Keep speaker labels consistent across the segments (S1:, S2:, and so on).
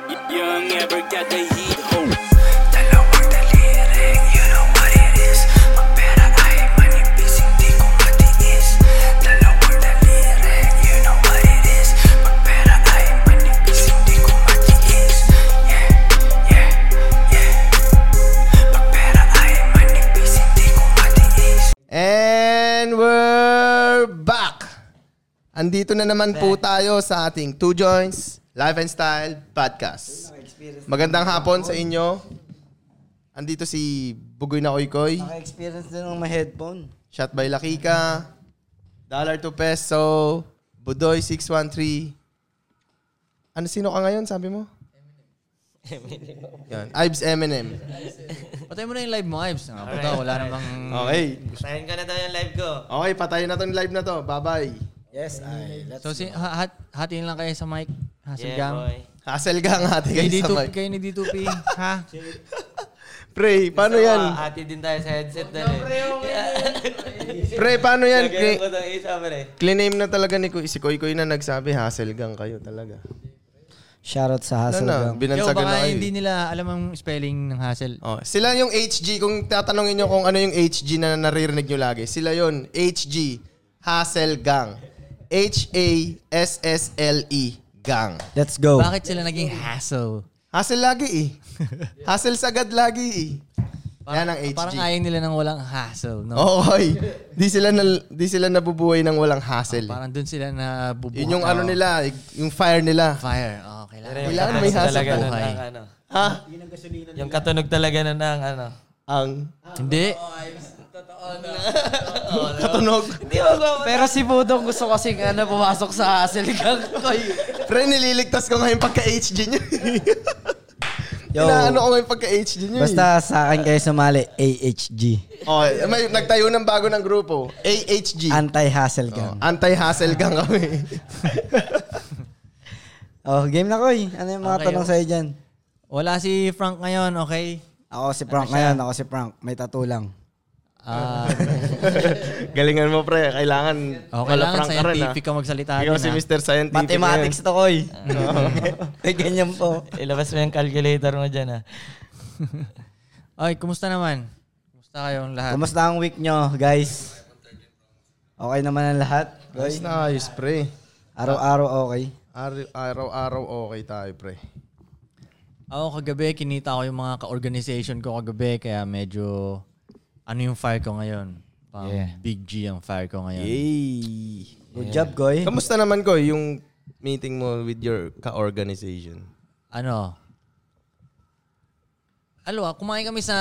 S1: Young ever got the heat oh. ho
S2: Dalawang daliri, you know what it is Magpera ay manipis, hindi ko matiis Dalawang daliri, you know what it is Magpera ay manipis, hindi ko matiis Yeah, yeah, yeah Magpera ay manipis, hindi ko matiis
S3: And we're back! Andito na naman po tayo sa ating Two Joints Life and Style Podcast.
S4: Experience.
S3: Magandang hapon sa inyo. Andito si Bugoy na Koykoy,
S4: Naka-experience din ng ma-headphone.
S3: Shot by Lakika, Dollar to Peso, Budoy 613. Ano sino ka ngayon, sabi mo? Yan, Ives Eminem.
S5: Patay mo na yung live mo, Ives. Nga, puta, wala namang...
S3: Okay.
S6: Tayin ka na daw yung live ko.
S3: Okay, patayin na tong live na to. Bye-bye.
S4: Yes, ay. Let's
S5: So, si, ha, hat, hatiin lang kayo sa mic. Hassle
S6: Yeah,
S5: gang.
S6: boy.
S3: Hassle ka nga, ate.
S5: Kayo
S3: Guys,
S5: dito,
S3: samay.
S5: kayo ni D2P. ha?
S3: Pre, paano
S6: So,
S3: yan?
S6: ah, Ati din tayo sa headset na eh.
S3: Pre, paano yan? Cli-
S6: Lagyan ko ng isa, pre.
S3: Cliname na talaga ni Kuy. Si Koy Koy na nagsabi, hassle gang kayo talaga.
S4: Shoutout
S3: Ano
S4: sa Hustle
S3: na,
S4: Gang.
S5: Yo,
S3: binansagan na
S5: baka
S3: kayo.
S5: hindi
S3: eh.
S5: nila alam ang spelling ng hassle.
S3: Oh, sila yung HG. Kung tatanungin nyo kung ano yung HG na naririnig nyo lagi, sila yon HG, hassle gang. H-A-S-S-L-E, E, gang.
S4: Let's go.
S5: Bakit sila naging hassle?
S3: Hassle lagi eh. hassle sagad lagi eh. Yan ang Oh, HG.
S5: Parang ayaw nila ng walang hassle, no?
S3: Okay. di sila na, di sila nabubuhay ng walang hassle.
S5: Parang dun sila na bubuhat.
S3: Yun yung ano nila, yung fire nila.
S5: Fire. Oh, kailangan.
S3: Kailangan may hassle sa
S6: talaga nun
S5: buhay.
S6: ng ano.
S3: Ha?
S6: Yung katunog talaga na ng ano.
S3: Ang
S5: Hindi.
S3: katunog.
S7: Pero si Budong gusto kasi ano pumasok sa hassle gang ko.
S3: Pre, nililigtas ko ngayon pagka-HG niyo.
S4: Yo.
S3: Yo. Inaano ko ngayon pagka-HG niyo.
S4: Basta sa akin kayo sumali, AHG.
S3: Oh, may nagtayo ng bago ng grupo. AHG.
S4: Anti-Hustle
S3: Oh,
S4: Gang.
S3: Anti-hassle gang kami.
S4: Oh, game na ko eh. Ano yung mga
S5: Okay,
S4: tanong
S5: oh.
S4: sa'yo dyan?
S5: Wala si Frank ngayon, okay?
S4: Ako si Frank
S5: siya?
S4: ngayon. Ako si Frank. May tattoo lang.
S5: Ah,
S3: Galingan mo, pre. Kailangan
S5: oh,
S3: wala
S5: kailangan
S3: prank ka rin, ha?
S6: ah.
S5: scientific ka magsalita
S3: Ikaw
S5: din, ah.
S3: si
S5: ha?
S3: Mr. Scientific.
S4: Mathematics to ko eh. May ganyan po.
S6: Ilabas mo yung calculator mo dyan, ah. ha.
S5: Ay, kumusta naman? Kumusta kayong lahat?
S4: Kumusta ang week nyo, guys? Okay naman ang lahat?
S3: Guys, nice, pre.
S4: Araw-araw okay.
S3: Ar- Araw-araw okay tayo, pre.
S5: Ako kagabi, kinita ko yung mga ka-organization ko kagabi, kaya medyo ano yung fire ko ngayon. Pang big G ang fire ko ngayon.
S3: Yay!
S4: Good job, Goy.
S3: Kamusta naman, ko yung meeting mo with your ka-organization?
S5: Ano? Alo, ah, kumain kami sa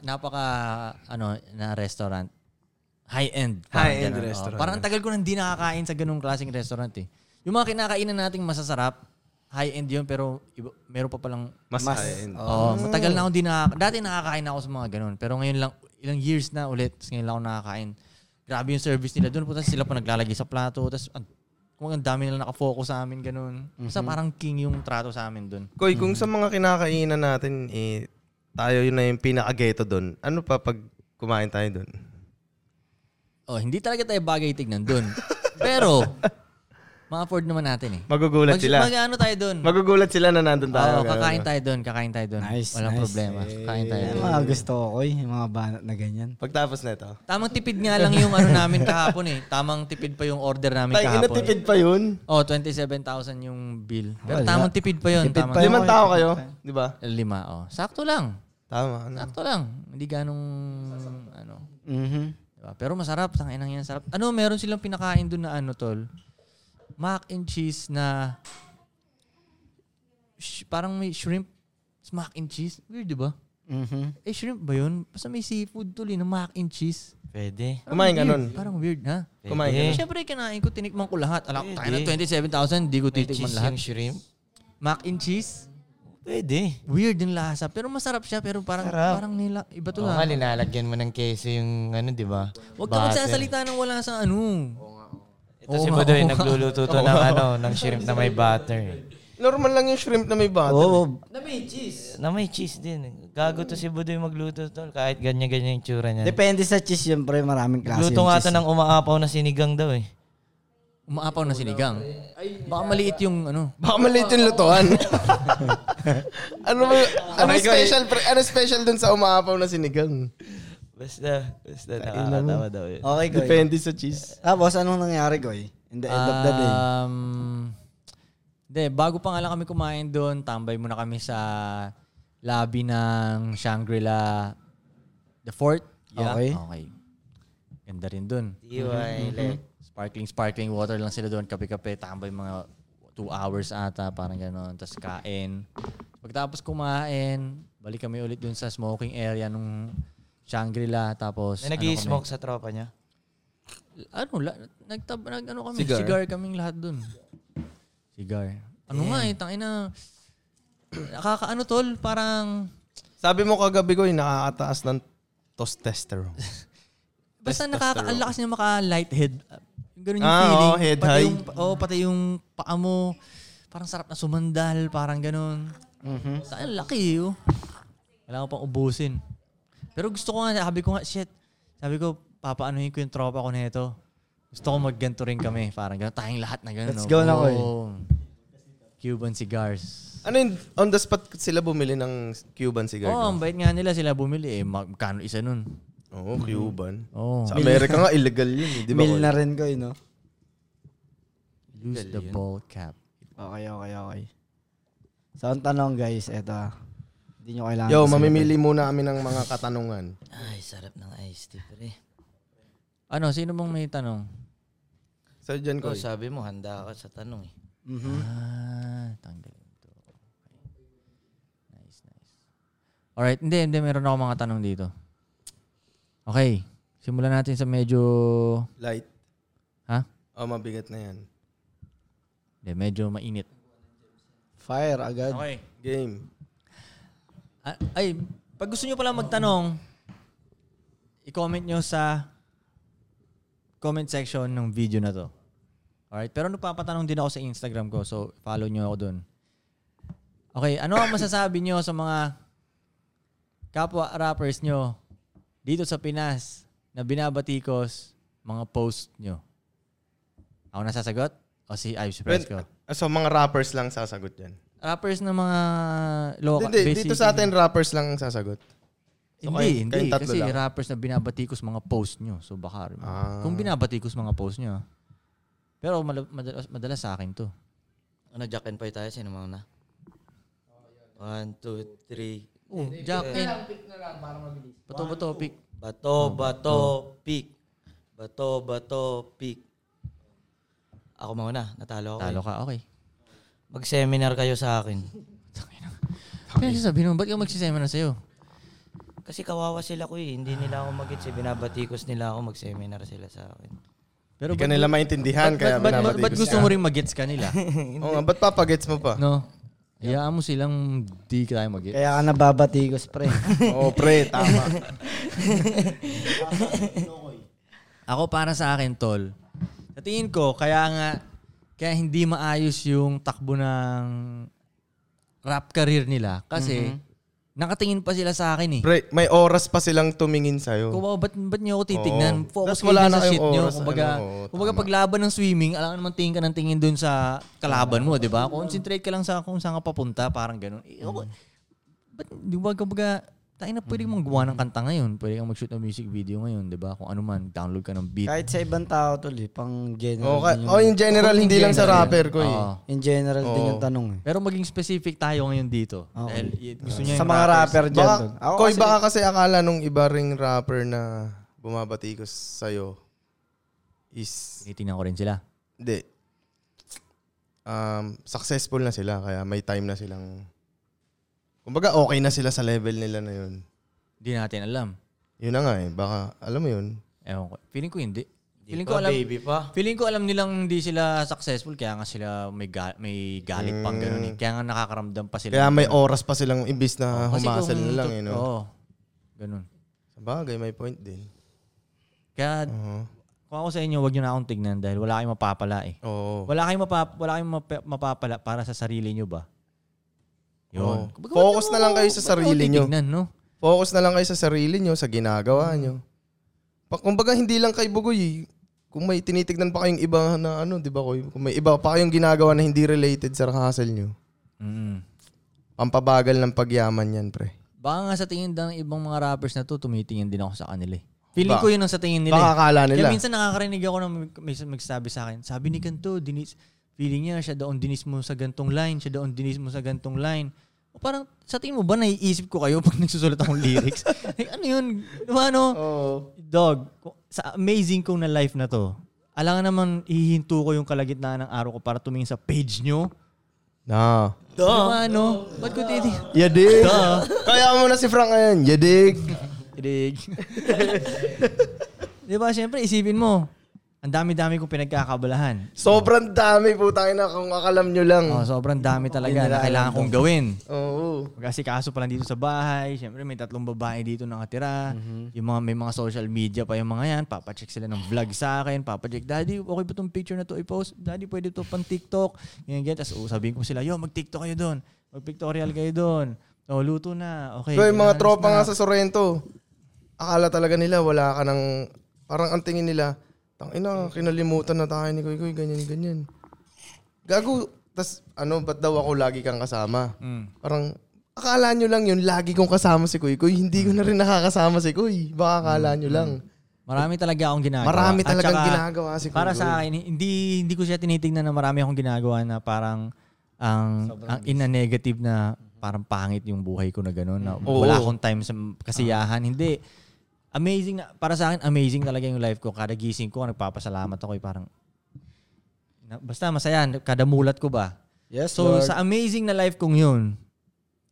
S5: napaka ano na restaurant. High-end. parang
S3: High-end
S5: ganun, oo.
S3: restaurant.
S5: Parang ang tagal ko nang di nakakain sa ganung klaseng restaurant eh. Yung mga kinakainan nating masasarap, high-end yun pero iba, meron pa palang
S3: Mas,
S4: Mas-
S3: high-end.
S5: Oo, matagal na akong di nakaka- Dati nakakain ako sa mga ganun. Pero ngayon lang, ilang years na ulit. Tapos ngayon lang ako nakakain. Grabe yung service nila doon. Tapos sila pa naglalagay sa plato. Tapos ang, kung ang dami nila nakafocus sa amin, ganun. Basta
S3: Mm-hmm.
S5: parang king yung trato sa amin doon.
S3: Koy, kung sa mga kinakainan natin, eh, tayo yun na yung pinaka-ghetto doon. Ano pa pag kumain tayo doon?
S5: Oh, hindi talaga tayo bagay tignan doon. pero, ma-afford naman natin eh.
S3: Magugulat
S5: Mag-
S3: sila.
S5: Mag-ano tayo doon?
S3: Magugulat sila na nandun tayo.
S5: Oo, kakain tayo doon. Kakain tayo doon.
S4: Nice,
S5: Walang
S4: nice.
S5: problema. Kakain tayo
S4: Yan
S5: doon.
S4: ang mga gusto ko, Goy. Yung mga banat na ganyan.
S3: Pagtapos na ito.
S5: Tamang tipid nga lang yung ano namin kahapon eh. Tamang tipid pa yung order namin
S3: Tayo,
S5: kahapon.
S3: inatipid pa yun.
S5: Oh, 27,000 yung bill. Pero
S4: Wala.
S5: tamang tipid pa yun.
S4: Tipid
S5: tamang
S4: pa yun.
S3: Limang tao kayo, di ba?
S5: Lima, oh. Sakto lang.
S3: Tama. Ano?
S5: Sakto lang. Hindi ganong, ano.
S4: Mhm.
S5: Diba? Pero masarap. Tanginang yan, sarap. Ano, meron silang pinakain dun na ano, tol? Mac and cheese na, sh- parang may shrimp. It's mac and cheese. Weird, di ba?
S6: Mm-hmm.
S4: Mhm.
S5: Eh, shrimp ba yun? Basta may seafood tuloy na mac and cheese.
S6: Pwede.
S5: Parang
S3: Kumain ka
S5: weird.
S3: nun?
S5: Parang weird, ha?
S3: Kumain ka.
S6: Eh.
S5: Siyempre, kinain ko, tinikman ko lahat. Alam, tayo na
S6: Pwede.
S5: 27,000, di ko
S6: May cheese
S5: titikman lahat.
S6: yung shrimp.
S5: Mac and cheese?
S6: Pwede.
S5: Weird yung lasa. Pero masarap siya. Pero parang parang nila. Iba to
S6: Oo
S5: lang.
S6: nga, linalagyan mo ng keso yung ano, di ba?
S5: Huwag ka
S6: Butter.
S5: magsasalita ng wala sa ano.
S6: Ito
S5: Oo
S6: si
S5: nga,
S6: Budoy,
S5: oo nga.
S6: nagluluto to ng ano, ng shrimp na may butter.
S3: Normal lang yung shrimp na may butter.
S4: Oo.
S6: Na may cheese din. Gago to si Budoy magluto tol. Kahit ganyan-ganyan yung
S5: Eh.
S6: tsura niya.
S4: Depende sa cheese yun, pre. Maraming klase
S6: Luto
S4: yung
S6: nga to
S4: cheese.
S6: ng umaapaw na sinigang daw eh.
S5: umaapaw na sinigang. Baka maliit yung ano.
S3: Baka maliit yung lutuan. ano ba, ano special, pre- ano special dun sa umaapaw na sinigang?
S6: Basta, basta nakakatawa daw yun.
S4: Okay, Goy.
S3: Depende sa cheese.
S4: Tapos, anong nangyari, Goy? In the end of the day.
S5: Um, Hindi, bago pa nga lang kami kumain doon, tambay muna kami sa lobby ng Shangri-La The Fort. Yeah.
S4: Okay.
S5: Okay. Ganda rin doon.
S4: Mm-hmm.
S6: Iway, like,
S5: Sparkling, sparkling water lang sila doon. Kape-kape, tambay mga two hours ata, parang gano'n. Tapos kain. Pagkatapos kumain, balik kami ulit doon sa smoking area nung Shangri-La. Tapos, ano
S6: na
S5: kami-
S6: nag-smoke sa tropa niya.
S5: ano, la, nagtab, nag, ano kami, cigar. kaming lahat dun. Cigar. Ano nga eh, tangina. Nakakaano ano, tol, parang,
S3: Sabi mo kagabi ko, yung nakakataas ng testosterone.
S5: basta nakaka, ang lakas niya maka-lighthead. Ganun yung
S3: Ah,
S5: feeling.
S3: oo, head
S5: pati
S3: high.
S5: Yung, oh, pati yung paa mo, parang sarap na sumandal, parang ganun. Mm-hmm. Saan, laki eh, oh. Wala ko pang ubusin. Pero gusto ko nga, sabi ko nga, shit, sabi ko, papaanuhin ko yung tropa ko nito. Gusto ko magganto rin kami. Parang gano'n. Tayong lahat na gano'n.
S4: Let's go na, Koy.
S5: Cuban cigars.
S3: ano yung on the spot sila bumili ng Cuban cigar?
S5: Oo, oh, ang
S3: doon?
S5: bait nga nila sila bumili. Eh, magkano isa nun? Oh.
S3: Oo, Cuban.
S5: Oo.
S3: Sa Amerika nga, illegal yun. eh, Di ba?
S4: Meal
S3: Col?
S4: na rin, Goy, no?
S5: Use the ball cap.
S4: Okay, okay, okay. So, ang tanong, guys, eto. ah. Hindi nyo kailangan.
S3: Yo,
S4: kasi-
S3: mamimili muna kami ng mga katanungan.
S6: Ay, sarap ng iced tea, pre.
S5: Ano, sino bang may tanong?
S3: So, dyan ko.
S5: Oh,
S6: Ikaw sabi mo, handa ka sa tanong eh.
S5: Ah, tanggalin to. Nice, nice. Alright, hindi, hindi. Meron ako mga tanong dito. Okay. Simulan natin sa medyo...
S3: Light.
S5: Ha?
S3: Oh, mabigat na yan.
S5: Hindi, medyo mainit.
S4: Fire agad.
S5: Okay.
S3: Game.
S5: Ah, Ay, pag gusto nyo pala magtanong, i-comment nyo sa comment section ng video na to. Alright? Pero nagpapatanong din ako sa Instagram ko, so follow nyo ako dun. Okay, ano ang masasabi nyo sa mga kapwa rappers nyo dito sa Pinas na binabatikos mga post nyo? Ako nasasagot? O si Ayos Fresco?
S3: Ah, so, mga rappers lang sasagot yan.
S5: Rappers ng mga local.
S3: Hindi,
S5: basic-
S3: dito sa atin, rappers lang ang sasagot. So,
S5: hindi,
S3: kayo-
S5: hindi.
S3: kayong tatlo
S5: Kasi
S3: lang.
S5: rappers na binabatikos mga post nyo. So baka,
S3: Ah.
S5: kung binabatikos mga post nyo. Pero mala- madalas, madalas sa akin to.
S6: Ano, Jack and Poy tayo? Sino mauna? One, two, three.
S5: Oh, Jackin. Bato ba topic?
S6: Bato, bato, pick. Bato, bato, pick. Ako mauna, natalo ako.
S5: Talo
S6: eh.
S5: ka, okay.
S6: Mag-seminar kayo sa akin.
S5: Kaya sasabihin mo, ba't ka magsiseminar sa'yo?
S6: Kasi kawawa sila ko eh. Hindi nila ako magets eh. Binabatikos nila ako. Mag-seminar sila sa akin.
S5: Pero
S3: Hindi ka nila maintindihan, kaya
S5: ba't, ba't,
S3: binabatikos
S5: ba't gusto
S3: ka.
S5: mo rin mag-gets ka nila?
S3: Oo nga, ba't papagets mo pa?
S5: no? Hayaan mo silang di ka tayo mag-gets.
S4: Kaya ka nababatikos, pre.
S3: Oo, pre, tama.
S5: Ako para sa akin, tol. Sa tingin ko, kaya nga, kaya hindi maayos yung takbo ng rap career nila. Kasi, nakatingin pa sila sa akin eh.
S3: Mhm. Pre, may oras pa silang tumingin
S5: Kung
S3: sa'yo.
S5: ba, ba't, ba't niyo ako titignan?
S3: Oo.
S5: Focus
S3: Tas wala na
S5: kayo dun sa
S3: kayong
S5: shit niyo.
S3: oras,
S5: Kumbaga,
S3: ano, oo,
S5: kumbaga
S3: tama.
S5: paglaban ng swimming, alam ka naman tingin ka ng tingin dun sa kalaban mo, di ba? Concentrate ka lang sa kung saan ka papunta, parang ganun. Eh,
S3: Mm.
S5: okay. Ba't, di ba, kumbaga, tayo na pwede mong gumawa ng kanta ngayon. Pwede kang mag-shoot ng music video ngayon, di ba? Kung ano man, download ka ng beat.
S4: Kahit sa ibang tao, tuloy, pang general.
S3: Oo, ka-
S4: din yung-
S3: oo, in general, hindi lang sa rapper ko eh.
S5: Oo.
S4: in general din
S3: Oo.
S4: yung tanong eh.
S5: Pero maging specific tayo ngayon dito.
S3: Ah,
S5: Dahil y- gusto niya
S4: Sa
S5: yung
S4: mga
S5: rappers.
S4: rapper dyan.
S3: Baka,
S4: tol. Ako
S3: Koy,
S4: kasi-
S3: baka kasi akala nung iba ring rapper na bumabatikos sa'yo is,
S5: Tinitingnan ko rin sila.
S3: hindi. Um, successful na sila, kaya may time na silang... Kumbaga, okay na sila sa level nila na yun.
S5: Hindi natin alam.
S3: Yun na nga eh. Baka, alam mo yun.
S5: Ewan ko. Feeling ko hindi. feeling
S6: pa,
S5: ko alam.
S6: baby pa.
S5: Feeling ko alam nilang hindi sila successful kaya nga sila may ga- may galit pang ganun. eh. Kaya nga nakakaramdam pa sila.
S3: Mm. Kaya may oras pa silang imbis na
S5: Kasi kung
S3: humasal na lang
S5: tot-
S3: eh. No?
S5: Oo. Ganun.
S3: Sa bagay, may point din.
S5: Kaya
S3: Oo.
S5: kung ako sa inyo, wag niyo na akong tignan dahil wala kayong mapapala eh.
S3: Oo.
S5: Wala kayong, mapap- wala kayong mapa- mapapala para sa sarili niyo ba?
S3: Oo.
S5: Yun.
S3: Focus na lang kayo sa
S5: Ba't mo
S3: sarili niyo.
S5: titignan, no?
S3: Focus na lang kayo sa sarili nyo, sa ginagawa nyo. Pa- Kumbaga, hindi lang kay Bugoy. eh. kung may tinitignan pa kayong iba na ano, di ba Koy? Kung may iba pa kayong ginagawa na hindi related sa hustle nyo,
S5: Mm.
S3: pampabagal ng pagyaman yan, pre.
S5: Baka nga sa tingin ng ibang mga rappers na to, tumitingin din ako sa kanila eh. Feeling
S3: Ba-
S5: ko yun ang sa tingin nila.
S3: Baka
S5: eh.
S3: akala nila.
S5: Kaya minsan nakakarinig ako ng mag- may magsabi sa akin, sabi ni Kanto, dinis, feeling niya siya daon dinis mo sa gantong line, siya daon dinis mo sa gantong line. O parang sa tingin mo ba naiisip ko kayo pag nagsusulat akong lyrics? like, ano yun? Diba, ano? Dog, ku- sa amazing kong na life na to, alangan naman ihinto ko yung kalagitnaan ng araw ko para tumingin sa page nyo.
S3: Na.
S5: Diba, ano? Ba't ko titingin?
S3: Yadig! Kaya mo na si Frank ngayon, yadig!
S5: Irig. di ba, siyempre, isipin mo, ang dami-dami kong pinagkakabalahan.
S3: Sobrang dami po tayo na kung akalam nyo lang.
S5: Oh, sobrang dami talaga na kailangan kong gawin.
S3: Oo.
S5: Kasi kaso pa lang dito sa bahay, siyempre may tatlong babae dito nakatira.
S3: Mm-hmm.
S5: Yung mga may mga social media pa yung mga yan, papacheck sila ng vlog sa akin, papacheck, Daddy, okay ba tong picture na to i-post? Daddy, pwede to pang TikTok. Ganyan, ganyan. Tapos sabihin ko sila, yo, mag-TikTok kayo doon. Mag-pictorial kayo doon. O, luto na. Okay.
S3: Bro, yung mga
S5: kailangan
S3: tropa
S5: na.
S3: nga sa Sorrento, akala talaga nila wala ka ng, parang ang tingin nila, tang ina, kinalimutan na tayo ni Koy Koy, ganyan, ganyan. Gago, tas ano, ba't daw ako lagi kang kasama?
S5: Mm.
S3: Parang, akala nyo lang yun, lagi kong kasama si Koy Koy, hindi ko na rin nakakasama si Koy. Baka
S5: Mm.
S3: akala nyo lang.
S5: Marami talaga akong ginagawa.
S3: Marami
S5: At
S3: talagang
S5: saka,
S3: ginagawa si Kuya
S5: Para
S3: Goy.
S5: sa akin, hindi hindi ko siya tinitingnan na marami akong ginagawa na parang ang, ang in a negative na parang pangit yung buhay ko na gano'n. Na
S3: Oo.
S5: wala akong time sa kasiyahan. Hindi. Amazing na, para sa akin, amazing talaga yung life ko. Kada gising ko, nagpapasalamat ako. eh, Parang, na- basta masaya, kada mulat ko ba.
S4: Yes,
S5: So, sa amazing na life kong yun,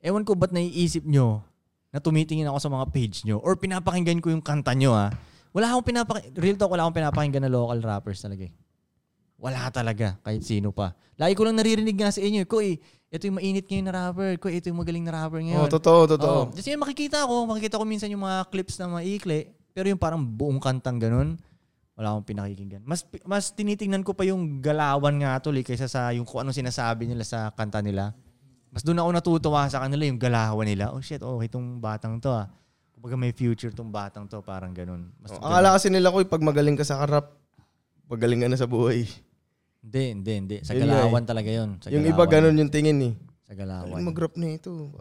S5: ewan ko ba't naiisip nyo na tumitingin ako sa mga page nyo or pinapakinggan ko yung kanta nyo, ha? Wala akong pinapakinggan, real talk, wala akong pinapakinggan na local rappers talaga eh. Wala talaga, kahit sino pa. Lagi ko lang naririnig nga sa inyo, eh, Koy, ito yung mainit ngayon na rapper, Koy, ito yung magaling na rapper ngayon.
S3: Oo, totoo, totoo.
S5: Oo. Just yun, Oh. makikita ko, makikita ko minsan yung mga clips na maikli, pero yung parang buong kantang ganun, wala akong pinakikinggan. Mas, mas tinitingnan ko pa yung galawan nga tol eh, kaysa sa yung kung ano sinasabi nila sa kanta nila. Mas doon ako natutuwa sa kanila yung galawan nila. Oh shit, okay tong batang to ah. Kumbaga may future tong batang to, parang ganun. Mas
S3: Oh, akala kasi nila Koy, pag magaling ka sa karap, magaling ka na sa buhay.
S5: Hindi, hindi, hindi. Sa
S3: Yun nga
S5: galawan talaga yun. Sa
S3: yung iba
S5: galawan.
S3: ganun yung tingin eh.
S5: Sa galawan.
S3: Mag-rap na ito.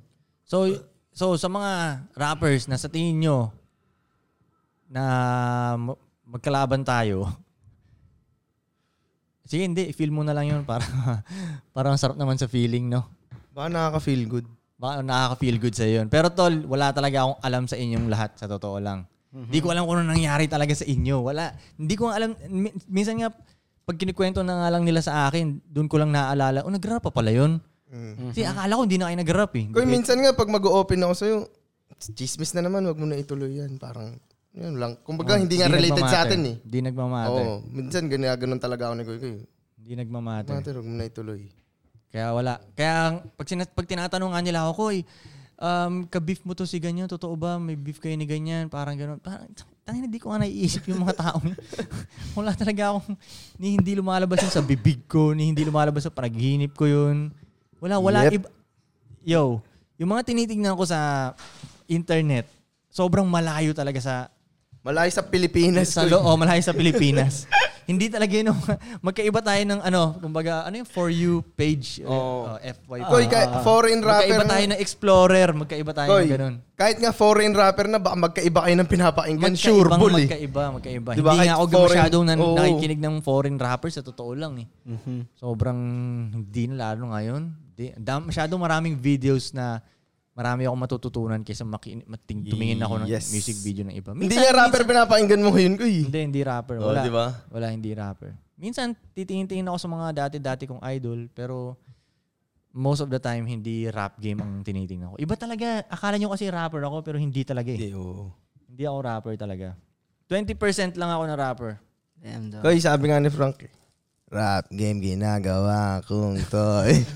S5: So, so sa mga rappers na sa tingin nyo na ma- magkalaban tayo, sige, hindi. I-feel mo na lang yun. Para, parang ang sarap naman sa feeling, no?
S3: Baka nakaka-feel good.
S5: Baka nakaka-feel good sa yun. Pero tol, wala talaga akong alam sa inyong lahat, sa totoo lang. Hindi ko alam kung ano nangyari talaga sa inyo. Wala. Hindi ko alam. Mi- Minsan nga, pag kinikwento na nga lang nila sa akin, doon ko lang naaalala, oh, nag-rap pa pala yun. Kasi akala ko hindi na kayo nag-rap eh.
S3: Kaya minsan nga, pag mag-open ako sa'yo, chismis na naman, wag mo na ituloy yan. Parang, yun lang. Kumbaga, hindi nga related sa atin eh.
S5: Hindi nagmamatter.
S3: Oo, minsan ganyan talaga ako ni Kuya. Kuya,
S5: Hindi nagmamatter.
S3: Matter, wag mo na ituloy.
S5: Kaya wala. Kaya ang- pag, sina- pag tinatanong nga nila ako, Koy, um, ka-beef mo to si ganyan, totoo ba? May beef kayo ni ganyan? Parang gano'n. Parang, tangin, hindi ko nga naiisip yung mga tao. wala talaga akong, ni hindi lumalabas yun sa bibig ko, ni hindi lumalabas sa panaginip ko yun. Wala, wala.
S3: Yep.
S5: iba- Yo, yung mga tinitingnan ko sa internet, sobrang malayo talaga sa
S3: Malayo sa Pilipinas.
S5: sa
S3: Koy.
S5: lo- oh, malayo sa Pilipinas. Hindi talaga yun. oh. Magkaiba tayo ng ano, kumbaga, ano yung for you page?
S3: Oo.
S5: Oh. FY.
S3: Koy, kahit foreign rapper
S5: Ah. magkaiba
S3: na.
S5: tayo ng explorer, magkaiba tayo
S3: Koy,
S5: ng ganun.
S3: kahit nga foreign rapper na, baka magkaiba kayo ng pinapakinggan.
S5: Magkaibang
S3: Sure, bull eh.
S5: magkaiba, magkaiba.
S3: Diba,
S5: Hindi
S3: kahit
S5: nga ako
S3: foreign-
S5: masyadong nan-
S3: Oo. Mm-hmm.
S5: nakikinig ng foreign rappers sa totoo lang eh. Sobrang hindi na lalo ngayon. Di, dam, masyadong maraming videos na marami akong matututunan kaysa maki, mating, tumingin ako ng
S3: Yes.
S5: music video ng iba.
S3: Hindi
S5: Minsan-
S3: nga rapper pinapakinggan mo ngayon, Koy.
S5: hindi, hindi rapper.
S3: Oo,
S5: Wala.
S3: Oh, di ba?
S5: Wala, hindi rapper. Minsan, titingin-tingin ako sa mga dati-dati kong idol, pero most of the time, hindi rap game ang tinitingnan ko. Iba talaga, akala nyo kasi rapper ako, pero hindi talaga eh. Hindi, ako rapper talaga. 20% lang ako na rapper.
S4: Damn, dog.
S3: Koy, sabi nga ni Frank eh. Rap game ginagawa kong toy.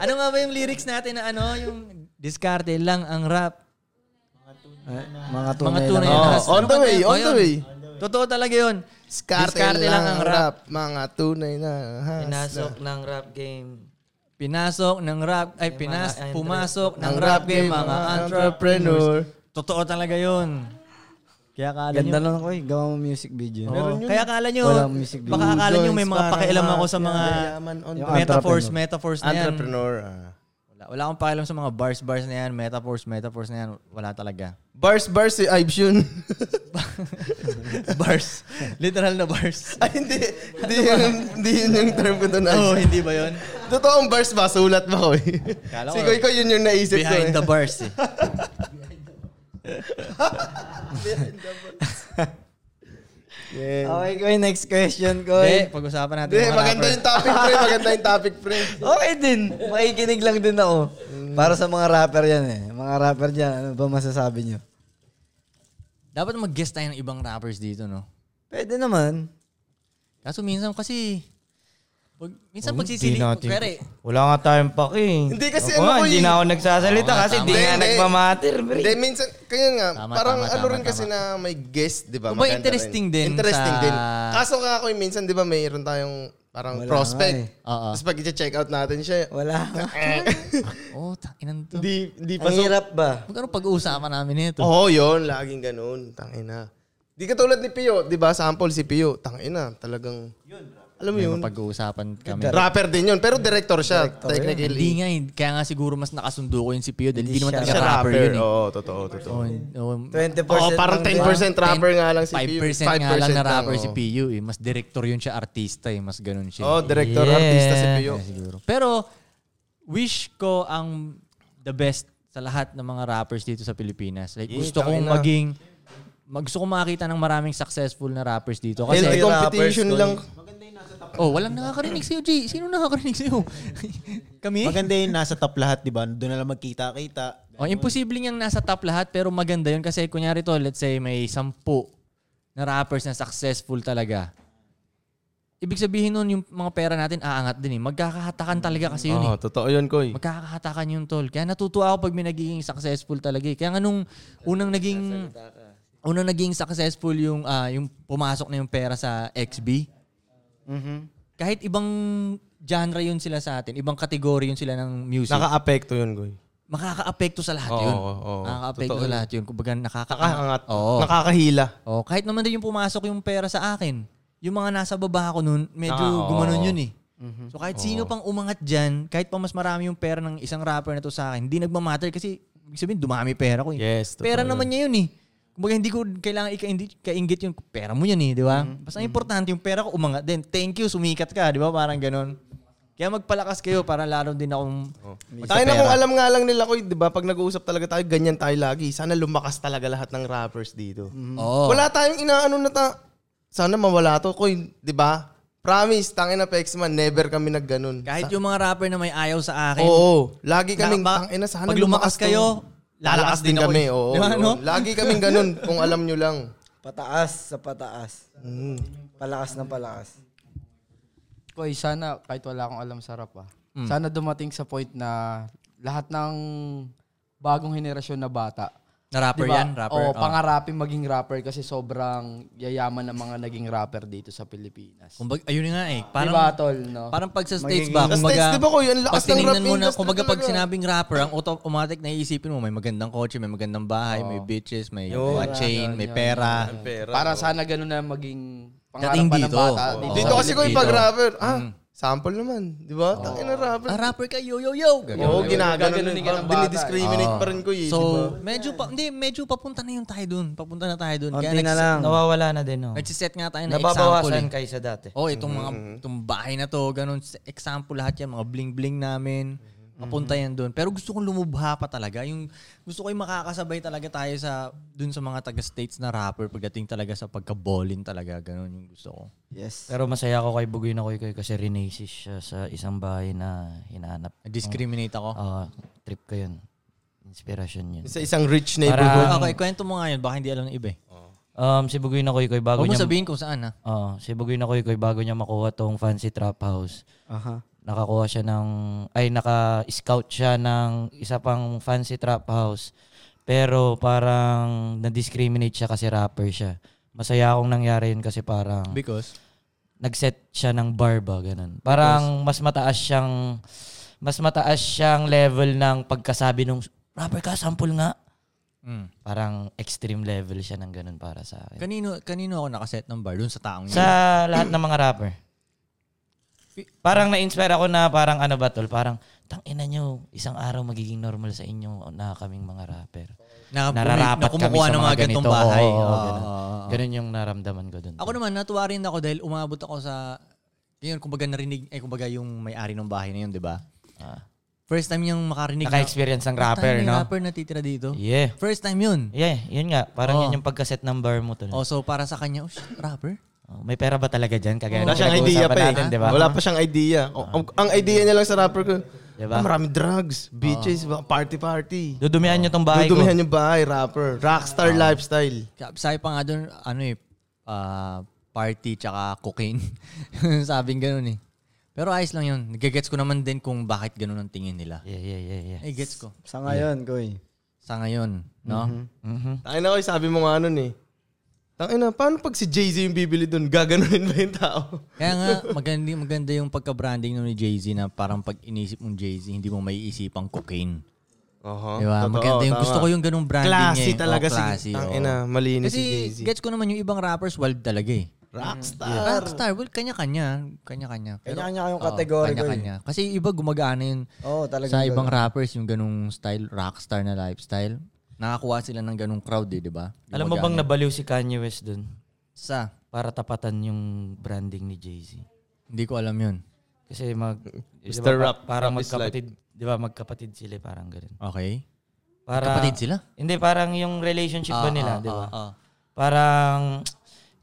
S5: Ano nga ba yung lyrics natin na ano, yung diskarte lang ang rap.
S4: Eh, mga tunay, Oh,
S5: Mga tunay
S4: lang.
S5: na
S3: Oo, on
S5: hustle.
S3: the
S5: Ano ba
S3: way,
S5: yun?
S3: on the
S5: Yun.
S3: way.
S5: Totoo talaga yun.
S3: Skarte lang, ang rap. Mga tunay na. Ha,
S6: Pinasok ng rap game.
S5: Pinasok ng rap, ay pinas,
S6: mga entre-
S5: pumasok ng
S3: Ang
S5: rap game, mga entrepreneurs. Totoo talaga yun.
S4: Kaya kala
S6: Ganda
S4: nyo, lang ko eh, gawa mo music video.
S3: Meron
S6: Oo.
S3: yun.
S6: Kaya akala nyo,
S4: Walang music video.
S6: baka akala nyo may mga
S3: Parang
S6: pakialam ako sa mga
S3: yayaman on
S4: Yung
S3: the-
S6: metaphors,
S4: entrepreneur.
S6: metaphors na yan.
S3: entrepreneur. ah.
S5: Wala, wala akong pakialam sa mga bars, bars na yan, metaphors, metaphors na yan. Wala talaga.
S3: Bars, bars, si Ives yun.
S5: bars. Literal na bars.
S3: Ay, hindi. Hindi yun, hindi yun yung term ko doon.
S5: Oo,
S3: Oh,
S5: hindi ba yun?
S3: Totoong bars ba? Sulat ba ko eh?
S5: Kala ko-
S3: Si Koy Koy, yun yung naisip ko eh.
S5: Behind the bars eh.
S3: Yeah.
S4: Okay, Koy, next question,
S5: Hindi,
S4: Koy.
S5: pag-usapan natin.
S3: Hindi,
S5: mga
S3: maganda
S5: rappers.
S3: yung topic, pre. Maganda yung topic, pre.
S6: Oh, eh,
S4: Okay din. Makikinig lang din ako. Para sa mga rapper yan eh. Mga rapper dyan, ano ba masasabi nyo?
S5: Dapat mag-guest tayo ng ibang rappers dito, no?
S4: Pwede naman.
S5: Kaso minsan kasi, pag, minsan
S6: Oh,
S5: pag sisili,
S6: hindi natin-
S5: pwede.
S6: Wala nga tayong paki.
S3: Hindi kasi
S6: Ako
S3: ano
S6: nga,
S3: ko eh.
S6: Hindi na ako nagsasalita
S5: Oo,
S6: kasi
S5: tama.
S6: di nga
S3: Hindi.
S6: nagmamatter. pre.
S3: Hindi, minsan, kaya nga,
S5: Tama,
S3: parang
S5: tama,
S3: ano
S5: tama,
S3: rin kasi
S5: tama.
S3: na may guest, di ba?
S5: Kumbaga,
S3: Maganda
S5: interesting din
S3: Interesting
S5: sa-
S3: din. Kaso nga ako, eh, minsan, di ba, mayroon tayong parang
S4: Wala
S3: prospect.
S4: nga eh.
S5: Oo.
S3: Tapos pag i-check out natin siya, eh,
S4: Wala.
S5: Oh, takinan to.
S3: hindi, hindi
S4: Ang
S3: pasok.
S4: hirap ba?
S5: Huwag ano pag-uusapan namin ito.
S3: Oo, oh, yun. Laging ganun. Tangina. Di katulad ni Pio, di ba? Sample si Pio. Tangina. Talagang, alam mo
S5: May
S3: yun.
S5: mapag-uusapan kami.
S3: Rapper din yun. Pero director siya. Technically.
S5: Hindi nga, eh. kaya nga siguro mas nakasundo ko yun si Pio dahil hindi naman
S4: siya
S5: talaga rapper yun eh.
S3: Oo, totoo, totoo.
S5: Oh, oh,
S4: 20%
S3: Oo, parang
S4: lang din.
S3: 10% rapper nga lang si Pio.
S5: 5% nga lang na rapper si
S3: oo.
S5: Pio eh. Mas director yun siya, artista eh. Mas ganun siya.
S3: Oo, director, artista si Pio.
S5: Kaya siguro. Pero, wish ko ang the best sa lahat ng mga rappers dito sa Pilipinas. Like, gusto
S3: Eh,
S5: kong
S3: tangina.
S5: maging, mag- gusto kong makita ng maraming successful na rappers dito.
S3: Healthy
S5: Kasi,
S4: Healthy
S3: competition
S4: rappers,
S3: lang.
S6: eh.
S5: oh, walang nakakarinig sa'yo, G. Sino nakakarinig sa'yo? Kami?
S8: Maganda yun, nasa top lahat, di ba? Doon na lang magkita-kita.
S5: Oh, imposible niyang nasa top lahat pero maganda yun kasi kunyari to, let's say may sampu na rappers na successful talaga. Ibig sabihin nun, yung mga pera natin aangat din eh. Magkakahatakan talaga kasi yun eh.
S3: Oo, totoo yun, Koy.
S5: Magkakahatakan yun, tol. Kaya natutuwa ako pag may nagiging successful talaga eh. Kaya nga nung unang naging, unang naging successful yung, ah, yung pumasok na yung pera sa XB, kahit ibang genre yun sila sa atin, ibang kategory yun sila ng music
S3: Naka-apekto yun, Koy.
S5: makakaapekto sa lahat
S3: Oo,
S5: yun.
S3: oo, oo.
S5: Nakakaapekto
S3: Totoo
S5: sa
S3: yun.
S5: lahat yun. Kumbaga nakakaangat.
S3: Nakaangat.
S5: Oo.
S3: Nakakahila.
S5: Oo, kahit naman din yung pumasok yung pera sa akin, yung mga nasa baba ko nun, medyo
S3: Ah, oo. Mhm.
S5: gumanon yun eh. So kahit sino pang umangat dyan, kahit pa mas marami yung pera ng isang rapper na to sa akin, hindi nagmamatter kasi ibig sabihin dumami pera ko eh.
S3: Yes, totoo
S5: pera
S3: yun.
S5: naman niya yun eh. Kumbaga hindi ko kailangan ikaindi- kaingit yung pera mo yun eh, di ba?
S3: Mhm.
S5: Basta importante yung pera ko umangat din. Thank you, sumikat ka, di ba? Parang ganun. Kaya magpalakas kayo para lalo din akong
S3: Tayo na kung alam nga lang nila, Koy, di ba? Pag nag-uusap talaga tayo, ganyan tayo lagi. Sana lumakas talaga lahat ng rappers dito.
S5: Oo.
S3: Wala tayong inaano na ta... Sana mawala to, Koy. Di ba? Promise, tangin na Pexman, never kami nagganon.
S5: Kahit yung mga rapper na may ayaw sa akin,
S3: Oo. Lagi kaming,
S5: Nakaba-
S3: tangin na, sana
S5: pag lumakas
S3: to."
S5: kayo,
S3: lalakas din
S5: ako
S3: kami.
S5: eh.
S3: Oo.
S5: Di ba,
S3: oo.
S5: no?
S3: Lagi kaming ganun, kung alam nyo lang. Mm.
S4: Pataas sa pataas. Palakas ng palakas.
S7: Koy, sana kahit wala akong alam sa rap ah.
S5: Mm.
S7: Sana dumating sa point na lahat ng bagong henerasyon na bata.
S5: na rapper yan, rapper. oh. Oo.
S7: O, pangarapin maging rapper kasi sobrang yayaman ng mga naging rapper dito sa Pilipinas.
S5: Kumbaga, ayun nga eh. Parang,
S7: Parang, diba, tol, no?
S5: parang pag sa States ba,
S3: Sa States,
S5: kumbaga,
S3: di ba, Kuya, ang lakas ng
S5: pag
S3: rap
S5: tinignan mo na,
S3: industry
S5: kumbaga pag
S3: talaga.
S5: sinabing rapper, ang auto- automatic na iisipin mo, may magandang kotse, may magandang bahay, may bitches, may mga chain, may pera.
S7: Para sana ganun na maging
S5: Dating
S7: pangarapan ng
S5: dito.
S7: bata.
S5: Oo.
S7: Dito,
S3: Dito
S5: Oo.
S3: kasi, Koy,
S5: Dito. Mm.
S3: pag rapper, ah, sample naman. Di ba? Tangin na rapper.
S5: Ah, rapper ka, yo, yo, yo. Ganyan.
S3: Oo, ginaganon.
S7: Gaganunin ka ng bata.
S3: Dinidiscriminate pa rin, Koy. eh, di ba?
S5: So, medyo pa, hindi, medyo papunta na yung tayo dun. Papunta na tayo dun.
S4: Konti na lang.
S6: Nawawala na din, oh. no?
S5: Nagsiset nga tayo ng example.
S6: Nababawasan Mm-hmm.
S5: eh.
S6: kaysa dati.
S5: Oh, itong mga itong bahay na to, ganun s- example lahat 'yan, mga bling-bling namin.
S6: Mm-hmm.
S5: Papunta yan doon. Pero gusto kong lumubha pa talaga. Yung gusto ko yung makakasabay talaga tayo sa doon sa mga taga states na rapper pagdating talaga sa pagka-ballin talaga, ganun yung gusto ko.
S4: Yes.
S6: Pero masaya ako kay Bugoy na Koy Koy kasi rinasis siya sa isang bahay na hinahanap.
S5: Discriminate ako.
S6: Ah, trip ko yun. Inspiration yun.
S3: Sa isang rich
S5: Okay,
S3: neighborhood.
S5: okay, kwento mo nga yun, baka hindi alam ng iba. eh.
S6: Um, si Bugoy na Koy Koy bago
S5: Huwag mo
S6: niya...
S5: sabihin kung saan ah. ha.
S6: Oo, si Bugoy na Koy Koy bago niya makuha tong fancy trap house.
S4: Aha.
S6: Nakakuha siya ng... Ay, naka-scout siya ng isa pang fancy trap house. Pero parang na-discriminate siya kasi rapper siya. Masaya akong nangyari yun kasi parang...
S5: Because
S6: nag-set siya ng bar ba, ganun. Parang mas mataas siyang mas mataas siyang level ng pagkasabi nung rapper ka, sample nga.
S5: Mm.
S6: Parang extreme level siya ng ganun para sa akin.
S5: Kanino, kanino ako nakaset ng bar? Doon sa taong yun.
S6: Sa lahat ng mga rapper. Parang na-inspire ako na parang ano ba tol, parang tangina nyo, isang araw magiging normal sa inyo na kaming mga rapper.
S5: na,
S6: Nararapat
S5: na kumukuha
S6: kami sa
S5: ng
S6: mga
S5: mga ganitong
S6: ganito.
S5: bahay. Ah,
S6: Oo, oo,
S5: Oo,
S6: ganun.
S5: oo, oo.
S6: Ganun yung naramdaman ko dun.
S5: Ako naman, natuwa rin ako dahil umabot ako sa... Ngayon, kumbaga narinig, eh, kumbaga yung may-ari ng bahay na yun, di ba?
S6: Ah.
S5: First time niyang makarinig
S6: Naka-experience ng
S5: Tayo
S6: rapper,
S5: na yung
S6: no?
S5: rapper natitira dito.
S6: Yeah.
S5: First time yun.
S6: Yeah, yun nga. Parang
S5: Oo.
S6: yun yung pagkaset ng bar mo tol.
S5: Oh, so para sa kanya, oh shit, rapper?
S6: Oh, May pera ba talaga dyan? Kagaya
S5: Wala
S6: ng
S8: Wala siyang idea
S6: pinag-uusapan
S8: pa eh.
S6: natin, di ba?
S3: Wala pa siyang idea. O-
S5: Ah.
S3: ang, ang idea niya lang sa rapper ko,
S6: Diba?
S3: ah, marami drugs, bitches,
S5: Ah.
S3: ba- party-party.
S6: Dudumihan nyo tong bahay ko.
S3: Dudumihan yung bahay, rapper. Rockstar
S5: Ah.
S3: lifestyle.
S5: Kaya Sabi pa nga doon, ano eh, ah, party tsaka cocaine. Sabing ganun eh. Pero ayos lang yun. Nagagets ko naman din kung bakit ganun ang tingin nila.
S6: Yeah, yeah, yeah, yeah.
S5: Eh, gets ko.
S4: Sa ngayon, Koy.
S5: Sa ngayon, no?
S6: Mhm.
S3: Tangin na ko, sabi mo nga nun eh. Tangin na, paano pag si Jay-Z yung bibili dun, gaganunin ba yung tao?
S5: Kaya nga, maganda, maganda yung pagka-branding nun ni Jay-Z na parang pag inisip mong Jay-Z, hindi mo maiisipang cocaine.
S3: Oho.
S5: Diba? maganda yung, gusto ko yung ganung branding
S8: Classy
S5: niya. eh. Oh,
S8: talaga si-
S5: classy, oo.
S3: Tangin na, malinis
S5: Kasi
S3: si Jay-Z.
S5: gets ko naman yung ibang rappers, wild talaga eh.
S3: Rockstar.
S5: Rockstar, well, kanya-kanya. Kanya-kanya. Pero-
S4: Kanya-kanya yung
S5: Oo,
S4: kategory ko eh. Oh,
S5: Kanya-kanya. Kasi yung iba gumagana yun
S4: Oo, talagang
S5: sa
S4: ganun.
S5: ibang rappers, yung ganung style, rockstar na lifestyle. Nakakuha sila ng ganung crowd eh, di ba?
S6: Alam mo bang
S5: Gumagana.
S6: nabaliw si Kanye West dun?
S5: Sa,
S6: Para tapatan yung branding ni Jay-Z.
S5: hindi ko alam yun.
S6: Kasi mag...
S3: Mr.
S6: pa-
S3: Rap,
S6: Parang
S3: rap is life.
S6: magkapatid. Di ba? Magkapatid sila. eh, Parang ganun.
S5: Okay.
S6: Para,
S5: Kapatid sila?
S6: Hindi, parang yung relationship ba
S5: Ah,
S6: nila,
S5: ah,
S6: di ba?
S5: ah, ah.
S6: Parang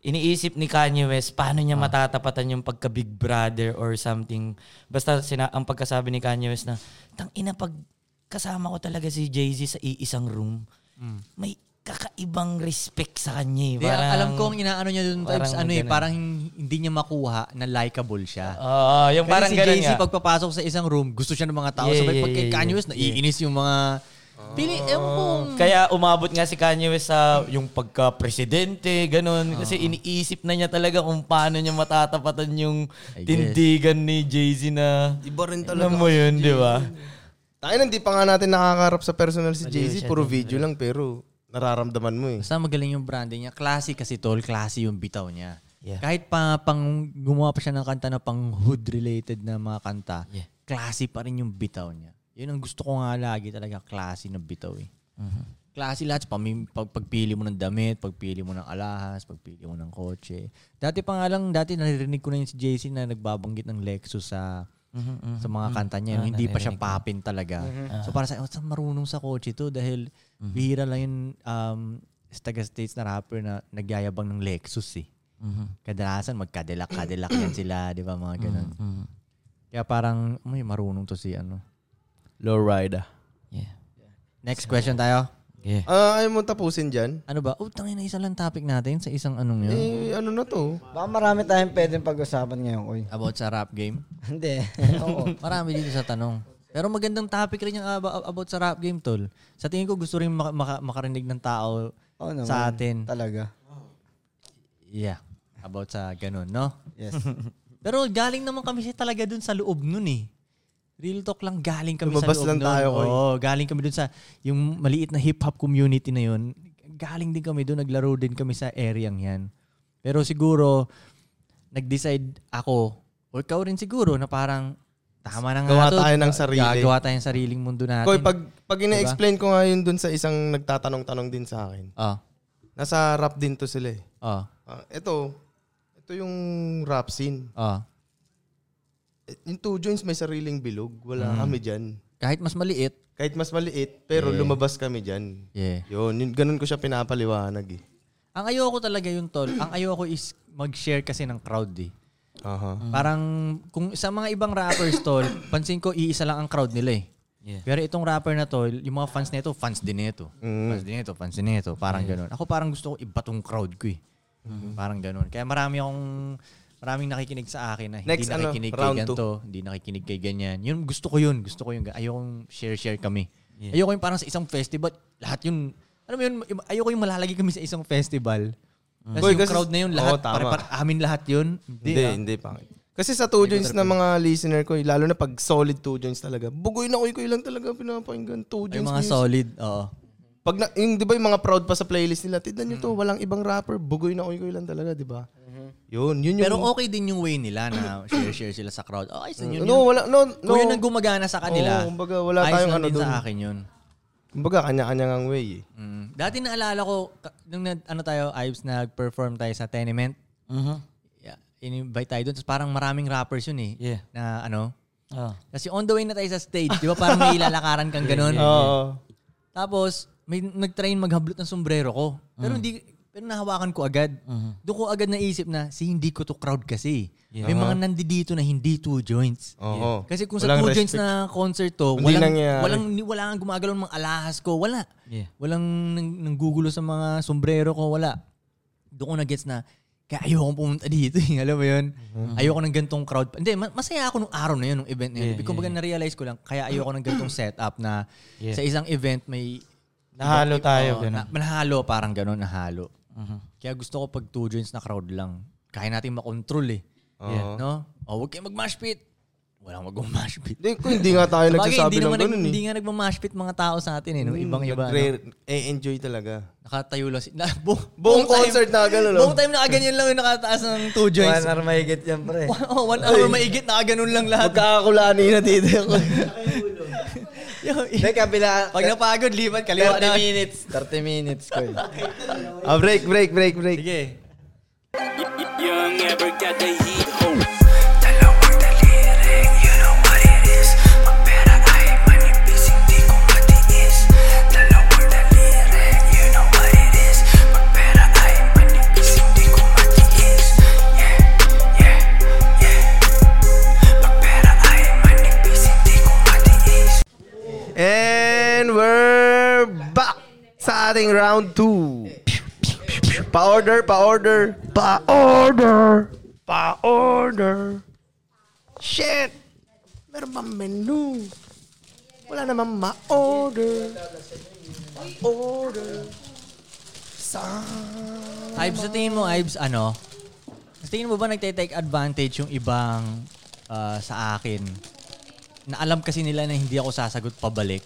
S6: iniisip ni Kanye West paano
S5: Ah.
S6: niya matatapatan yung pagka Big Brother or something. Basta sina ang pagkasabi ni Kanye West na, tang ina pag kasama ko talaga si Jay-Z sa iisang room, may kakaibang respect sa kanya. eh.
S5: Hmm. Di,
S6: Parang,
S5: alam ko ang inaano niya doon types,
S6: parang
S5: ano eh,
S6: ganun.
S5: parang hindi niya makuha na likable siya.
S6: Oo, yung
S5: Kasi
S6: parang
S5: si
S6: ganun
S5: Jay-Z
S6: nga.
S5: pagpapasok sa isang room, gusto siya ng mga tao.
S6: Yeah,
S5: Sabay
S6: yeah,
S5: pag kay
S6: yeah,
S5: Kanye West,
S6: yeah.
S5: naiinis yung mga... Pili, ewan ko.
S6: Oh. Kaya umabot nga si Kanye West sa yung pagka-presidente, ganun. Kasi iniisip na niya talaga kung paano niya matatapatan yung
S5: I guess.
S6: tindigan ni Jay-Z na...
S3: Iba rin
S6: Alam mo yun, di ba?
S3: Tangin na, hindi pa nga natin nakakarap sa personal si Jay-Z. Puro video lang, pero nararamdaman mo eh.
S5: Basta magaling yung branding niya. Classy kasi tol, classy yung bitaw niya.
S6: Yeah.
S5: Kahit pa pang gumawa pa siya ng kanta na pang hood related na mga kanta,
S6: Yeah.
S5: classy pa rin yung bitaw niya. Yun ang gusto ko nga lagi talaga, classy na bitaw eh.
S6: Mm-hmm.
S5: Classy lahat. Pami- Pag, pagpili mo ng damit, pagpili mo ng alahas, pagpili mo ng kotse. Dati pa nga lang, dati naririnig ko na yun si JC na nagbabanggit ng Lexus sa
S3: Mm-hmm,
S5: sa mga kanta
S3: Ah,
S5: niya. yung hindi pa siya papin talaga. So para sa, oh, saan marunong sa kotse to dahil
S3: Mm-hmm.
S5: bihira lang yun um, sa taga-states na rapper na nagyayabang ng Lexus eh.
S3: Mm-hmm.
S5: Kadalasan magkadilak-kadilak yan sila, di ba mga ganun.
S3: Mm-hmm,
S5: Kaya parang, may marunong to si ano.
S3: Lowrider.
S6: Yeah.
S5: Next question tayo.
S6: Yeah.
S3: Ah, ayaw mo tapusin dyan?
S5: Ano ba? Oh, tangin na isa lang topic natin sa isang anong yun.
S3: Eh, ano na to?
S4: Baka marami tayong pwedeng pag-usapan ngayon, Koy.
S5: About sa rap game.
S4: Hindi. Oo.
S5: Marami dito sa tanong. Pero magandang topic rin yung ab- about sa rap game, tol. Sa tingin ko gusto rin maka- maka- makarinig ng tao
S4: Oo naman.
S5: sa atin.
S4: Talaga.
S5: Yeah. About sa ganun, no?
S4: Yes.
S5: Pero galing naman kami siya talaga dun sa loob nun eh. Real talk lang, galing kami
S3: Lumabas
S5: sa loob
S3: lang
S5: nun.
S3: tayo, Koy.
S5: Oo, galing kami dun sa yung maliit na hip-hop community na yun. Galing din kami dun, naglaro din kami sa area yan. Pero siguro, nag-decide ako, o ikaw rin siguro, na parang tama na nga
S3: Gawa
S5: to.
S3: tayo ng sarili.
S5: Gagawa tayo ng sariling mundo natin.
S3: Koy, pag, pag ina-explain ko nga yun dun sa isang nagtatanong-tanong din sa akin,
S5: Ah,
S3: nasa rap din to sila eh.
S5: ah,
S3: Ah, ito, ito yung rap scene.
S5: ah.
S3: Eh, Yung two joints may sariling bilog. Wala kami dyan.
S5: Kahit mas maliit.
S3: Kahit mas maliit, pero lumabas kami dyan.
S5: Yeah.
S3: Yun, yun, ganun ko siya pinapaliwanag eh.
S5: Ang ayoko talaga yung tol. Ang ayoko is mag-share kasi ng crowd eh.
S3: Aha.
S5: Parang kung sa mga ibang rappers tol, pansin ko iisa lang ang crowd nila eh.
S6: Yeah.
S5: Pero itong rapper na tol, yung mga fans nito, fans din nito.
S3: Mm.
S5: Fans din nito, fans din nito, parang gano'n. Ako parang gusto ko iba tong crowd ko eh. Parang gano'n. Kaya marami akong maraming nakikinig sa akin na hindi
S3: Next, ano,
S5: nakikinig kay
S3: round
S5: ganito, hindi nakikinig kay ganyan. Yun gusto ko yun, gusto ko yung ayokong share-share kami. Ayoko yung parang sa isang festival, lahat yun alam mo yun, ayoko yung malalagay kami sa isang festival. Kasi
S3: Boy,
S5: yung
S3: kasi-
S5: crowd na yun,
S3: Oo,
S5: lahat,
S3: tama.
S5: pare-pare, amin lahat yun. Hindi,
S3: Hindi,
S5: ah.
S3: hindi pa. Kasi sa two joints na mga listener ko, eh, lalo na pag solid two joints talaga, bugoy na kuy ko lang talaga pinapakinggan two
S5: Yung
S3: joints.
S5: mga
S3: music.
S5: solid, oo.
S3: Pag na, yung, di ba yung mga proud pa sa playlist nila, tignan nyo to,
S5: Mm.
S3: walang ibang rapper, bugoy na oy-oy lang talaga, di ba? Yun, yun yung...
S5: Mm-hmm. Pero okay din yung way nila na share-share sila sa crowd. Okay, so yun,
S3: no,
S5: yun.
S3: wala, no, no.
S5: Kung yun ang gumagana sa kanila,
S3: Oo, kumbaga, wala
S5: ayos
S3: tayong
S5: lang
S3: ano
S5: din
S3: dun.
S5: sa akin yun.
S3: Kumbaga, kanya-kanya ngang way eh.
S5: Mm. Dati naalala ko, ka- nung nag- ano tayo, Ives, nag-perform tayo sa Tenement.
S6: Mhm.
S5: Yeah, in-invite tayo doon. Tapos parang maraming rappers yun eh.
S6: Yeah.
S5: Na ano.
S6: Ah.
S5: Kasi on the way na tayo sa stage, di ba? Parang may ilalakaran kang ganun.
S3: Oo.
S5: Ah. Tapos, may nag-train maghablot ng sombrero ko. Pero
S3: Mm.
S5: hindi pero nahawakan ko agad.
S3: Mm-hmm.
S5: Doon ko agad naisip na si hindi ko to crowd kasi. May mga nandito na hindi two joints.
S3: Oo.
S5: Kasi kung sa
S3: Walang
S5: two joints
S3: respect.
S5: na concert to,
S3: Hindi
S5: walang,
S3: nangyayari.
S5: walang, wala kang gumagalaw ng mga alahas ko. Wala.
S6: Yeah.
S5: Walang nang, nanggugulo sa mga sombrero ko. Wala. Doon ko na-gets na, kaya ayoko pumunta dito. eh. Alam mo yun?
S6: Mm-hmm.
S5: Ayoko ng gantong crowd. Hindi, ma- masaya ako nung araw na yun, nung event na yun.
S6: Yeah,
S5: Kung baga na-realize ko lang, kaya ayoko ng gantong setup na sa isang event may
S6: Nahalo
S5: Oo,
S6: tayo. ganun.
S5: na-
S6: Mm-hmm.
S5: Manahalo, parang ganun, nahalo. Kaya gusto ko pag two joints na crowd lang, kaya natin makontrol eh. No? O, huwag kayo mag-mash pit. Walang mag-mash pit.
S3: Hindi, kung hindi nga tayo
S5: Sabagay,
S3: nagsasabi
S5: hindi,
S3: ng
S5: naman nag,
S3: ganun eh.
S5: hindi nga nagmamash pit mga tao sa atin eh.
S6: Mm,
S5: No? Ibang iba. No?
S3: Nagre- Eh, enjoy talaga.
S5: Nakatayo lang. Si, na, bu-
S3: Buong
S5: time-
S3: concert na ganun, no?
S5: Buong time na ganyan lang yung nakataas ng two joints.
S4: One hour mahigit yan, pre.
S5: One, oh, one hour maigit, nakaganon lang lahat.
S3: Magkakakulani na dito ako.
S4: Hindi, kabila.
S5: Pag napagod, lipat, kaliwa
S4: 30
S5: na.
S4: minutes. 30 minutes ko eh.
S3: ah, break, break, break, break.
S5: Sige.
S1: You never got the heat home.
S2: Dalawang daliri, you know what it is Magpera ay manipis, hindi ko matiis Dalawang daliri, you know what it is Magpera ay manipis, hindi ko matiis Yeah, yeah, yeah Magpera ay manipis, hindi ko matiis
S3: And we're back sa ating round 2. Pa-order, pa-order, pa-order, pa-order. Shit! Meron bang menu? Wala namang ma-order. Pa-order. Saan?
S5: Ives, sa tingin mo, Ives, ano? Sa tingin mo ba nagte-take advantage yung ibang ah, sa akin? Na alam kasi nila na hindi ako sasagot pabalik.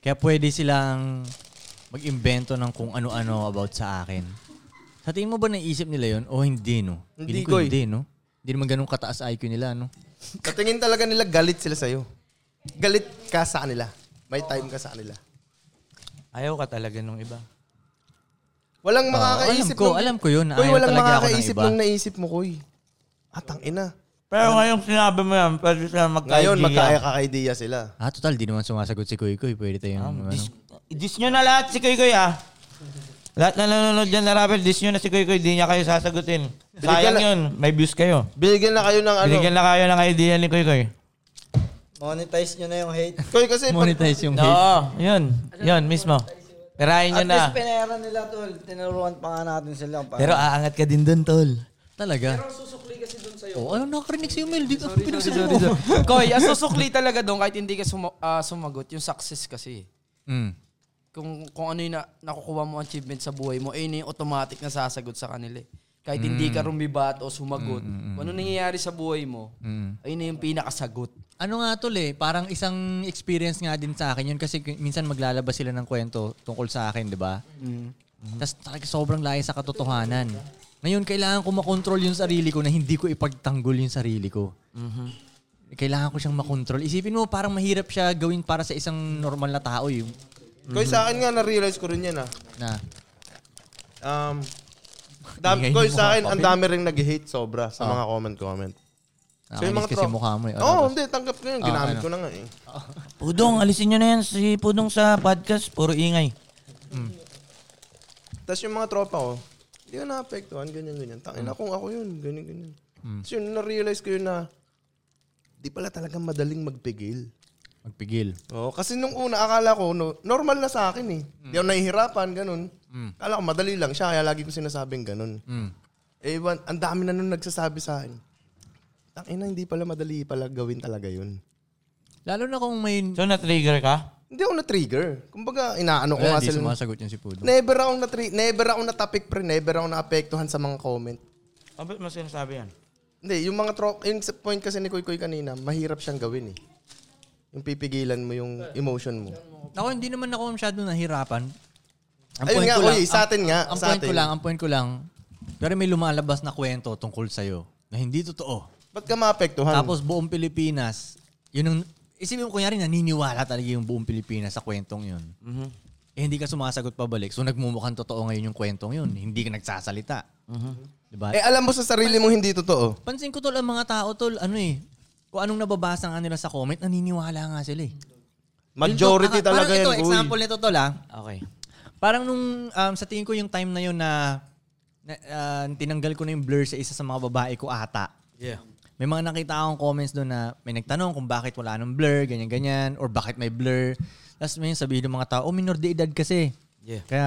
S5: Kaya pwede silang mag-imbento ng kung ano-ano about sa akin. Sa tingin mo ba naisip nila yon o hindi, no?
S3: Hindi,
S5: Feeling ko
S3: Koy.
S5: hindi, no? Hindi naman ganun kataas IQ nila, no?
S3: Katingin talaga nila galit sila sa'yo. Galit ka sa kanila. May time ka sa kanila.
S6: Ayaw ka talaga nung iba.
S3: Walang
S5: Oo,
S3: makakaisip.
S5: Ah, alam ko,
S3: nung-
S5: alam ko yun.
S3: Koy,
S5: Ayaw
S3: walang
S5: talaga ako ng
S3: makakaisip
S5: iba.
S3: nung naisip mo, Koy. Ah, Atang ina.
S6: Pero ngayong sinabi mo yan, pwede sila magka-idea.
S3: Ngayon, magkakaideya sila.
S5: Ah, total, di naman sumasagot si Kuy Kuy. Pwede tayong... ano.
S6: Dis, dis nyo na lahat si Kuy Kuy ah. Lahat na nanonood dyan na rapper, dis nyo na si Kuy Kuy. Di niya kayo sasagutin. Sayang
S3: na-
S6: yun. May views kayo.
S3: Binigyan na kayo ng ano.
S6: Binigyan na kayo ng idea ni Kuy Kuy.
S4: Monetize nyo na yung hate.
S3: Koy kasi, pag,
S5: Monetize yung hate.
S6: Oo. Yun. Yun mismo. Pirahin nyo
S4: At least
S6: na.
S4: pinera nila, tol. Tinuruan pa nga natin sila. Para.
S6: Pero aangat ka din dun, tol.
S5: Talaga. Pero susukli kasi doon sa'yo. Oh, ano nakarinig sa'yo, Mel? Di ka pinagsasabi mo.
S7: Koy, ang susukli talaga doon kahit hindi ka suma- ah, sumagot, yung success kasi.
S5: Mm.
S7: Kung, kung ano yung na, nakukuha mo achievement sa buhay mo, ayun na yung automatic na sasagot sa kanila. eh. Kahit hindi ka rumibat o sumagot, kung ano nangyayari sa buhay mo, ayun na yung pinakasagot.
S5: Ano nga tol eh, parang isang experience nga din sa akin yun kasi k- minsan maglalabas sila ng kwento tungkol sa akin, di ba?
S3: Mm.
S5: Tapos talaga sobrang layo sa katotohanan. Ngayon, kailangan ko makontrol yung sarili ko na hindi ko ipagtanggol yung sarili ko.
S3: Mm-hmm.
S5: Kailangan ko siyang makontrol. Isipin mo, parang mahirap siya gawin para sa isang normal na tao yung
S3: koy sa akin nga, na-realize ko rin yan ah.
S5: na
S3: Um, dam,
S5: Ingay
S3: koy
S5: yung
S3: sa akin,
S5: mukha,
S3: ang dami rin nag-hate sobra sa mga comment-comment.
S5: nakakainis kasi
S3: tro-
S5: mukha mo eh.
S3: Oo,
S5: Ano,
S3: hindi, tanggap ko yun. Ginamit
S5: ano.
S3: ko na nga eh.
S6: Pudong, alisin nyo na yan. Si Pudong sa podcast, puro ingay.
S3: Tapos yung mga tropa ko, hindi ko naapektuhan, ganyan, ganyan. Tangin
S5: Mm.
S3: na kung ako yun, ganyan, ganyan. Tapos yun, na-realize ko yun na, di pala talaga madaling magpigil.
S5: Magpigil.
S3: Oo, kasi nung una, akala ko, no, normal na sa akin eh.
S5: Mm.
S3: Di ako nahihirapan, ganun. Akala ko, madali lang siya, kaya lagi ko sinasabing ganun.
S5: Mm.
S3: Eh, wan- ang dami na nun nagsasabi sa akin. Ang ina, hindi pala madali pala gawin talaga yun.
S5: Lalo na kung may...
S6: So, na-trigger ka?
S3: Hindi ako na-trigger. Kumbaga, inaano ko nga
S5: Wala, hindi
S3: sila.
S5: sumasagot yun si Pudo.
S3: Never ako na never ako na-topic pre, never ako naapektuhan sa mga comment.
S6: Oh, ba't mo sinasabi yan?
S3: Hindi, yung mga tro- yung sa point kasi ni Kuy Kuy kanina, mahirap siyang gawin eh. Yung pipigilan mo yung emotion mo.
S5: Ako, hindi naman ako masyado nahirapan. Ang
S3: Ayun
S5: point
S3: nga,
S5: ko lang,
S3: oy, sa atin nga,
S5: Ang, ang
S3: sa
S5: point ko
S3: atin.
S5: lang, ang point ko lang, pero may lumalabas na kwento tungkol sa'yo na hindi totoo.
S3: Ba't ka maapektuhan?
S5: Tapos buong Pilipinas, yun ang, isipin mo kunyari naniniwala talaga yung buong Pilipinas sa kwentong yun.
S3: Mhm.
S5: Eh hindi ka sumasagot pabalik. So nagmumukhang totoo ngayon yung kwentong yun. Hindi ka nagsasalita. Diba?
S3: eh alam mo sa sarili mong hindi totoo.
S5: Pansin ko tol, ang mga tao tol, ano eh, kung anong nababasa nga nila sa comment, naniniwala nga sila eh.
S3: Majority
S5: Yun, tol,
S3: talaga
S5: parang
S3: yan,
S5: ito,
S3: Kuy.
S5: example nito tol ah.
S6: Okay.
S5: Parang nung, um, sa tingin ko yung time na yun na, na ah, tinanggal ko na yung blur sa isa sa mga babae ko ata.
S7: Yeah.
S5: May mga nakita akong comments doon na may nagtanong kung bakit wala nang blur, ganyan-ganyan, or bakit may blur. Tapos may sabihin ng mga tao, oh, minor de edad kasi.
S6: Yeah.
S5: Kaya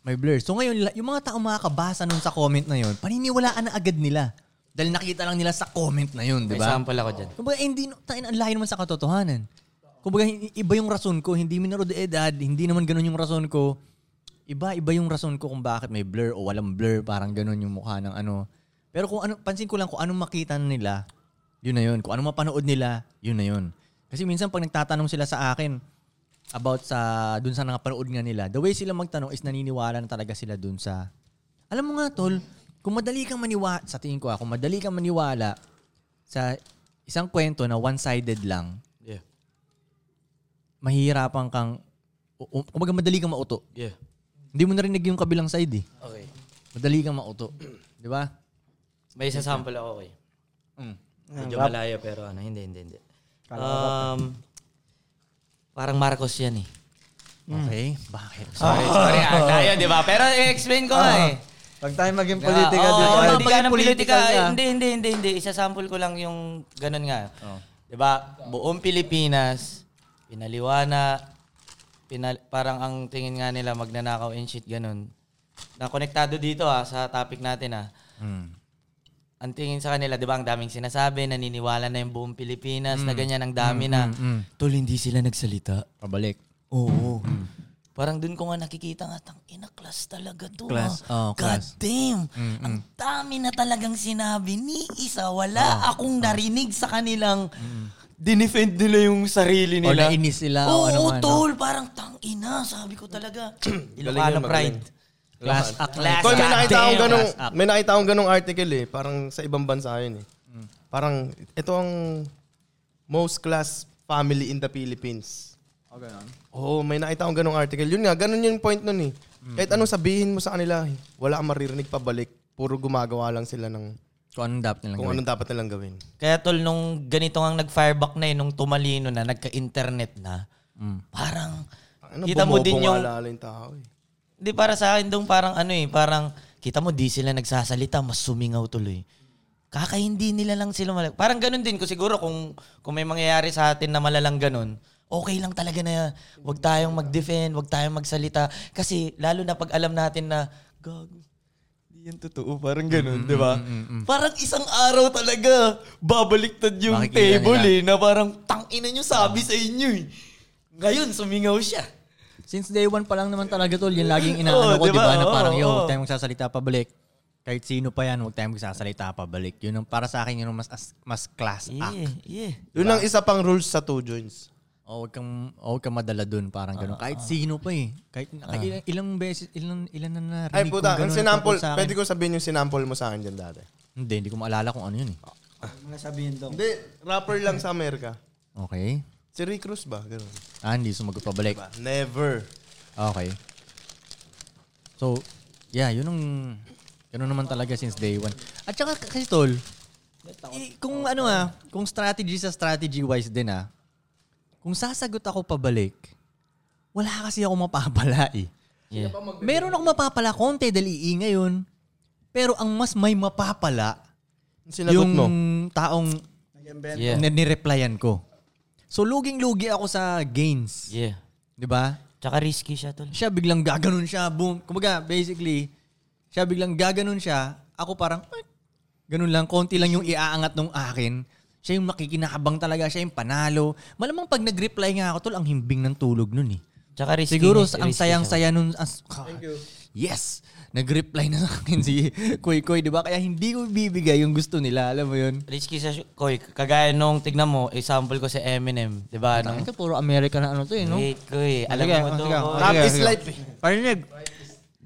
S5: may blur. So ngayon, la- yung mga tao makakabasa nun sa comment na yun, paniniwalaan na agad nila. Dahil nakita lang nila sa comment na yun, di
S6: May
S5: ba?
S6: sample ako dyan.
S5: Kumbaga, eh, hindi, no- tayo na, ang layo naman sa katotohanan. Kumbaga, hi- iba yung rason ko, hindi minaro de edad, hindi naman ganun yung rason ko. Iba, iba yung rason ko kung bakit may blur o walang blur, parang ganun yung mukha ng ano. Pero kung ano, pansin ko lang kung anong makita nila, yun na yun. Kung anong mapanood nila, yun na yun. Kasi minsan pag nagtatanong sila sa akin about sa dun sa nakapanood nga nila, the way sila magtanong is naniniwala na talaga sila dun sa... Alam mo nga, Tol, kung madali kang maniwala, sa tingin ko ah, kung madali kang maniwala sa isang kwento na one-sided lang,
S7: Yeah.
S5: mahihirapan kang, u- u- kumbaga madali kang mauto.
S7: Yeah.
S5: Hindi mo narinig yung kabilang side eh.
S7: Okay.
S5: Madali kang mauto. Di ba?
S6: May isa sample ako okay.
S5: Mm.
S6: Medyo malayo pero ano, hindi, hindi, hindi. Um, parang Marcos yan eh.
S5: Okay, bakit?
S6: Sorry, sorry. Ah, tayo, di ba? Pero i-explain ko nga eh.
S4: Pag tayo maging eh. politika
S6: Ah, oo,
S4: dito.
S6: oo,
S4: ay-
S6: hindi ka ng politika. Hindi, hindi, hindi, hindi. Isasample ko lang yung ganun nga. Di ba? Buong Pilipinas, pinaliwana, pinal- parang ang tingin nga nila magnanakaw and shit, ganun. Nakonektado dito ah, sa topic natin ah. Ang tingin sa kanila, di ba, ang daming sinasabi, naniniwala na yung buong Pilipinas, na ganyan, ang dami na. Tol, hindi sila nagsalita.
S5: Pabalik.
S6: Oo. Parang dun ko nga nakikita nga, tang ina, class talaga to.
S5: Class,
S6: ah.
S5: oh, class.
S6: God damn. Ang dami na talagang sinabi ni isa. Wala akong narinig sa kanilang dinefend nila yung sarili
S5: Or
S6: nila.
S5: nainis sila o
S6: Oo,
S5: ano man. no?
S6: tol. Parang tang ina. Sabi ko talaga. ano Ilocano Pride.
S5: Class act.
S6: Class,
S3: Tol, may
S6: God
S3: nakita akong
S6: damn.
S3: ganong,
S6: Class act.
S3: may nakita akong ganong article eh. Parang sa ibang bansa yun eh. Parang ito ang most class family in the Philippines. Oo,
S5: Oh,
S3: may nakita akong ganong article. Yun nga, ganun yung point nun eh. Kahit anong sabihin mo sa kanila, eh, wala kang maririnig pabalik. Puro gumagawa lang sila ng
S5: Kung anong dapat nilang
S3: kung
S5: gawin.
S6: ano-
S3: anong dapat nilang gawin.
S6: Kaya tol, nung ganito nga nag-fireback na eh, nung tumalino na, nagka-internet na, Hmm. parang,
S3: Ano,
S6: kita mo din yung,
S3: Alala yung tao eh.
S6: Hindi para sa akin dong parang ano eh, parang kita mo di sila nagsasalita, mas sumingaw tuloy. Kaka hindi nila lang sila malag. Parang ganun din ko siguro kung kung may mangyayari sa atin na malalang ganun. Okay lang talaga na wag tayong mag-defend, wag tayong magsalita kasi lalo na pag alam natin na gag hindi yan totoo, parang ganun, di ba? Parang isang araw talaga babaliktad yung
S5: Makikita
S6: table
S5: nila.
S6: eh, na parang tangina nyo sabi sa inyo eh. Ngayon, sumingaw siya.
S5: Since day one pa lang naman talaga tol, yun laging inaano
S6: Oo,
S5: ko, di
S6: diba?
S5: ba? Na parang,
S6: Oo,
S5: yo,
S6: oo.
S5: huwag tayong magsasalita pabalik. Kahit sino pa yan, huwag tayong magsasalita pabalik. Yun ang para sa akin, yun ang mas, as- mas class act.
S6: Yeah, yeah.
S3: Yun ang isa pang rules sa two joints.
S5: O Oh, huwag kang, o, huwag kang madala dun, parang gano'n.
S3: Ah,
S5: Kahit sino pa eh. Kahit, kahit ilang, ilang beses, ilang, ilan na narinig
S3: Ay puta,
S5: kong
S3: ang
S5: ganun
S3: sinample,
S5: tungkol sa akin.
S3: pwede ko sabihin yung sinample mo sa akin dyan dati.
S5: Hindi, hindi ko maalala kung ano yun
S3: Ah.
S5: eh.
S4: Mga sabihin daw.
S3: Hindi, rapper lang sa Amerika.
S5: Okay.
S3: Si Rick Cruz ba? Ganun.
S5: Ah, hindi sumagot pabalik.
S3: Diba? Never.
S5: Okay. So, yeah, yun ang, ganun naman talaga since day one. At saka k- kasi tol, eh,
S3: Oh,
S5: kung ano ah, kung strategy sa strategy wise din ah, kung sasagot ako pabalik, wala kasi ako mapapala eh.
S6: Yeah.
S5: Meron ako mapapala konti dahil iingay yun. Pero ang mas may mapapala,
S3: Sinagot
S5: yung
S3: mo. Eh.
S5: taong
S6: Yeah.
S5: ni- nireplyan ko. So, luging-lugi ako sa gains.
S6: Yeah.
S5: Di ba?
S6: Tsaka risky siya, tol.
S5: Siya biglang gaganon siya, boom. Kumbaga, basically, siya biglang gaganon siya. Ako parang, "Eh." ganun lang, konti lang yung iaangat nung akin. Siya yung makikinakabang talaga, siya yung panalo. Malamang pag nag-reply nga ako, tol, ang himbing ng tulog nun eh.
S6: Tsaka risky.
S5: Siguro
S6: risky
S5: ang
S6: siya.
S5: sayang-saya nun. As, yes! Nag-reply na sa akin si Koy Koy, di ba? Kaya hindi ko bibigay yung gusto nila, alam mo yun?
S6: Rich Kisa, koy, kagaya nung tignan mo, example ko si Eminem, di ba?
S5: Ano?
S6: Nung,
S5: Ito puro American na ano to eh, no?
S6: Wait, koy, alam
S5: Sige,
S6: mo to,
S5: sige,
S6: koy.
S5: sige.
S7: Rap is life eh.
S5: Parinig.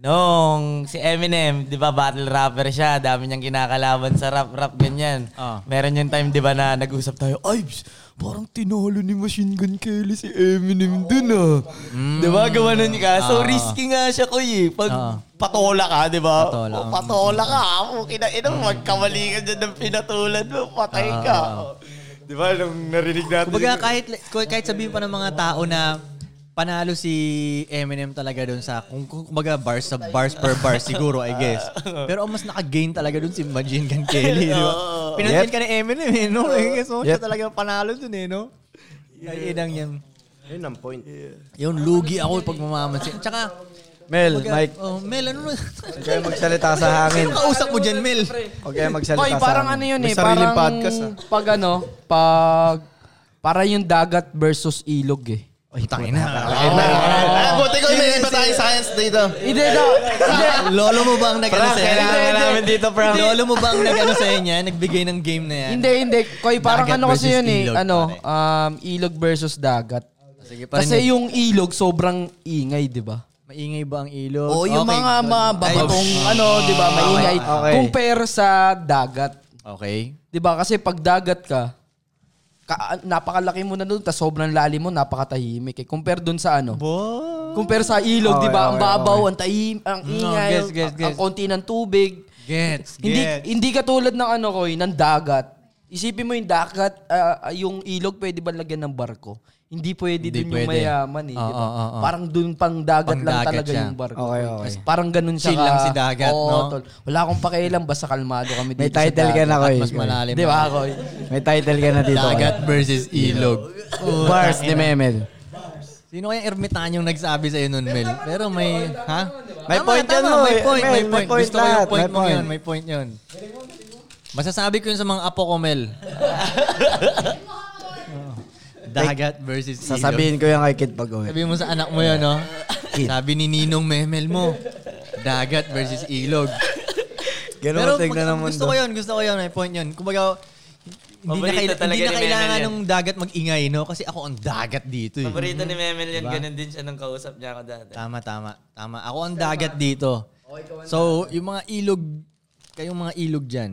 S6: Nung si Eminem, di ba, battle rapper siya, dami niyang kinakalaban sa rap-rap, ganyan.
S5: Ah.
S6: Meron yung time, di ba, na nag-usap tayo, ay, bs, parang tinalo ni Machine Gun Kelly si Eminem dun, ah.
S5: Mm.
S6: Di ba, gawa nun ka? So, risky nga siya, kuy, eh. Pag
S5: Ah.
S6: patola ka, di ba?
S5: Patola,
S6: O,
S5: mm.
S6: patola ka, okay na, ina, magkamali ka dyan ng pinatulan mo, patay
S5: Ah.
S6: ka. O, Di ba, nung narinig natin.
S5: Kumbaga
S6: yun,
S5: kahit kahit sabihin pa ng mga tao na panalo si Eminem talaga doon sa kung kung- kumbaga bars sa bars per bars siguro I guess. Pero ang mas naka-gain talaga doon si Machine Gun Kelly, di ba? Pinantin ka ni Eminem eh, no? I guess, oh, siya talaga panalo doon eh, no? Ay, inang yan.
S3: Yun ang point.
S5: Yung lugi ako pag mamamansin. Tsaka,
S4: Mel,
S5: kumbaga,
S4: Mike,
S5: oh, Mel, ano na?
S4: huwag kayo magsalita sa hangin.
S5: Sino kausap mo dyan, Mel?
S4: Huwag kayo magsalita
S7: Koy,
S4: sa hangin.
S7: parang ano yun
S3: May
S7: eh.
S3: sariling
S7: Parang
S3: podcast, ah.
S7: pag ano, pag... Para yung dagat versus ilog eh.
S5: Ay, tangin
S4: Ah.
S5: na.
S3: Ah, buti ko may iba tayong science dito.
S7: Hindi daw. Hindi.
S5: Lolo mo ba ang nag-ano sa
S7: kailangan namin
S5: dito, Frank. Lolo mo ba ang nag-ano sa niya? Nagbigay ng game na yan?
S7: Hindi, hindi. Koy, parang
S5: Dagat
S7: ano kasi
S5: versus
S7: yun eh.
S5: ilog,
S7: Ano,
S5: pare.
S7: um, ilog versus dagat.
S5: Sige, parinig.
S7: Kasi yung ilog, sobrang ingay, di ba?
S5: Maingay ba ang ilog?
S7: O yung
S5: Okay.
S7: mga mga babatong
S5: Ay,
S7: ano, 'di ba, maingay.
S4: Okay.
S7: Compare sa dagat,
S5: Okay.
S7: 'di ba? Kasi pag dagat ka, ka- napakalaki mo na doon, tas sobrang lalim mo, napakatahimik. Eh. Compare doon sa ano? Compare sa ilog,
S4: Okay,
S7: 'di ba? ang
S4: okay,
S7: babaw, ang tahim, ang
S5: No,
S7: ingay,
S5: guess, guess,
S7: ang-
S5: guess.
S7: ang konti ng tubig.
S5: Gets.
S7: Hindi
S5: gets.
S7: hindi katulad ng ano ko, ng dagat. Isipin mo yung dagat, ah, ah, yung ilog pwede ba lagyan ng barko? Hindi pwede
S5: Hindi
S7: doon yung
S5: pwede. Ah,
S7: mayaman eh.
S5: Oo,
S7: di ba?
S5: oo, oo.
S7: Parang doon pang dagat lang
S5: Pangdagat
S7: talaga
S5: siya.
S7: yung barko.
S4: Okay, okay.
S7: Mas parang ganun siya.
S5: Chill lang si dagat,
S7: Oo,
S5: no?
S7: tol. Wala akong pakialam, basta kalmado kami dito
S4: May title ka na, Koy.
S5: At mas malalim.
S7: Di ba, Koy?
S4: May title ka na dito.
S5: Dagat versus ilog.
S4: Koy. Bars ni Memel.
S5: Sino kaya ermitanyong nagsabi sa'yo nun, Mel? Pero may, ha?
S4: May
S5: Tama,
S4: point yan,
S5: tama,
S4: Mel.
S5: May point,
S4: Mel, may
S5: may point.
S4: point
S5: Gusto ko yung
S4: lahat,
S5: point
S4: may
S5: mo yun.
S4: point.
S5: May point yun. Masasabi ko yun sa mga apo ko, Mel. Oo. Dagat versus ilog.
S4: Sasabihin ko yung kay Kid pag uwi.
S5: Sabi mo sa anak mo yun, no? Sabi ni Ninong Memel mo, dagat versus ilog.
S4: Ganun ang tignan ng
S5: mag-
S4: mundo.
S5: gusto ko yun, gusto ko yun, may point yun. Kumbaga, hindi na,
S6: Paborito
S5: kaila-
S6: talaga
S5: hindi na
S6: ni Memel
S5: kailangan
S6: yan.
S5: ng dagat mag-ingay, no? Kasi ako ang dagat dito. Eh.
S6: Paborito ni Memel yun, ganun din siya nung kausap niya ako dati.
S5: Tama, tama. Tama. Ako ang dagat dito.
S6: Oh,
S5: So, yung mga ilog, kayong mga ilog dyan.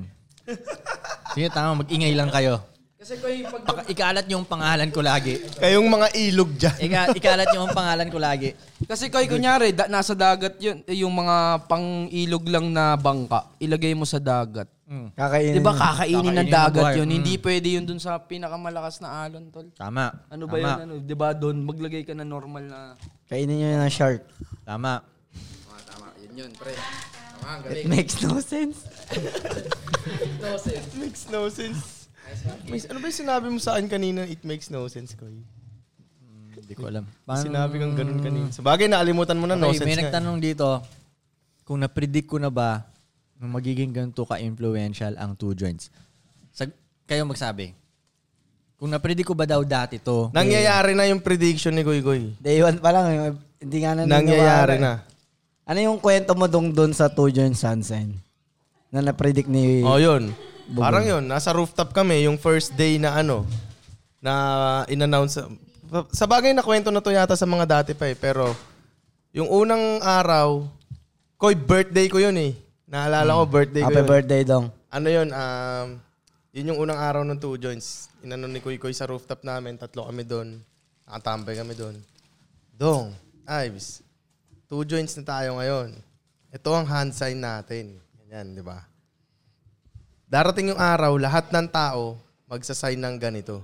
S5: Sige, tama. Mag-ingay lang kayo.
S7: Kasi Koy, pag
S5: Paka- ikalat niyo yung pangalan ko lagi.
S3: Kayong mga ilog dyan.
S5: Ika- ikalat niyo yung pangalan ko lagi.
S7: Kasi koy, kunyari, da- nasa dagat yun, eh, yung mga pang-ilog lang na bangka, ilagay mo sa dagat.
S4: Kakainin.
S7: Di ba kakainin ng dagat
S5: buhay.
S7: yun?
S5: Mm.
S7: Hindi pwede yun dun sa pinakamalakas na alon, tol.
S5: Tama.
S7: Ano ba yun?
S5: tama.
S7: Ano? Di ba doon, maglagay ka na normal na...
S4: Kainin nyo yun ng shark.
S5: Tama.
S4: It makes no sense.
S3: makes no sense. May- ano ba yung sinabi mo sa akin kanina? It makes no sense, Koy.
S5: Hindi ko alam.
S3: Sinabi kang ganun kanina. Sa bagay, naalimutan mo na no
S5: Okay,
S3: sense. ano, nga.
S5: may
S3: eh.
S5: nagtanong dito kung na-predict ko na ba na magiging ganito ka-influential ang two joints. Sag- kayo magsabi. Kung na-predict ko ba daw dati to,
S3: Nangyayari na yung prediction ni Koy Koy.
S4: Day one pa lang. yung- Hindi nga na
S3: Nangyayari
S4: naniniwala.
S3: na.
S4: Ano yung kwento mo dong doon sa Tujon Sunshine? Na napredict ni...
S3: Oh, yun. Parang yun, nasa rooftop kami yung first day na ano, na in-announce. Sa bagay na kwento na to yata sa mga dati pa eh, pero yung unang araw, koy, birthday ko yun eh. Naalala ko, birthday ko
S4: Happy
S3: yun.
S4: birthday dong.
S3: Ano yun, um, yun yung unang araw ng two joints. Inano ni Koy Koy sa rooftop namin, tatlo kami doon. Nakatambay kami doon. Dong, Ives, two joints na tayo ngayon. Ito ang hand sign natin. Ganyan, di ba? Darating yung araw, lahat ng tao magsasign ng ganito.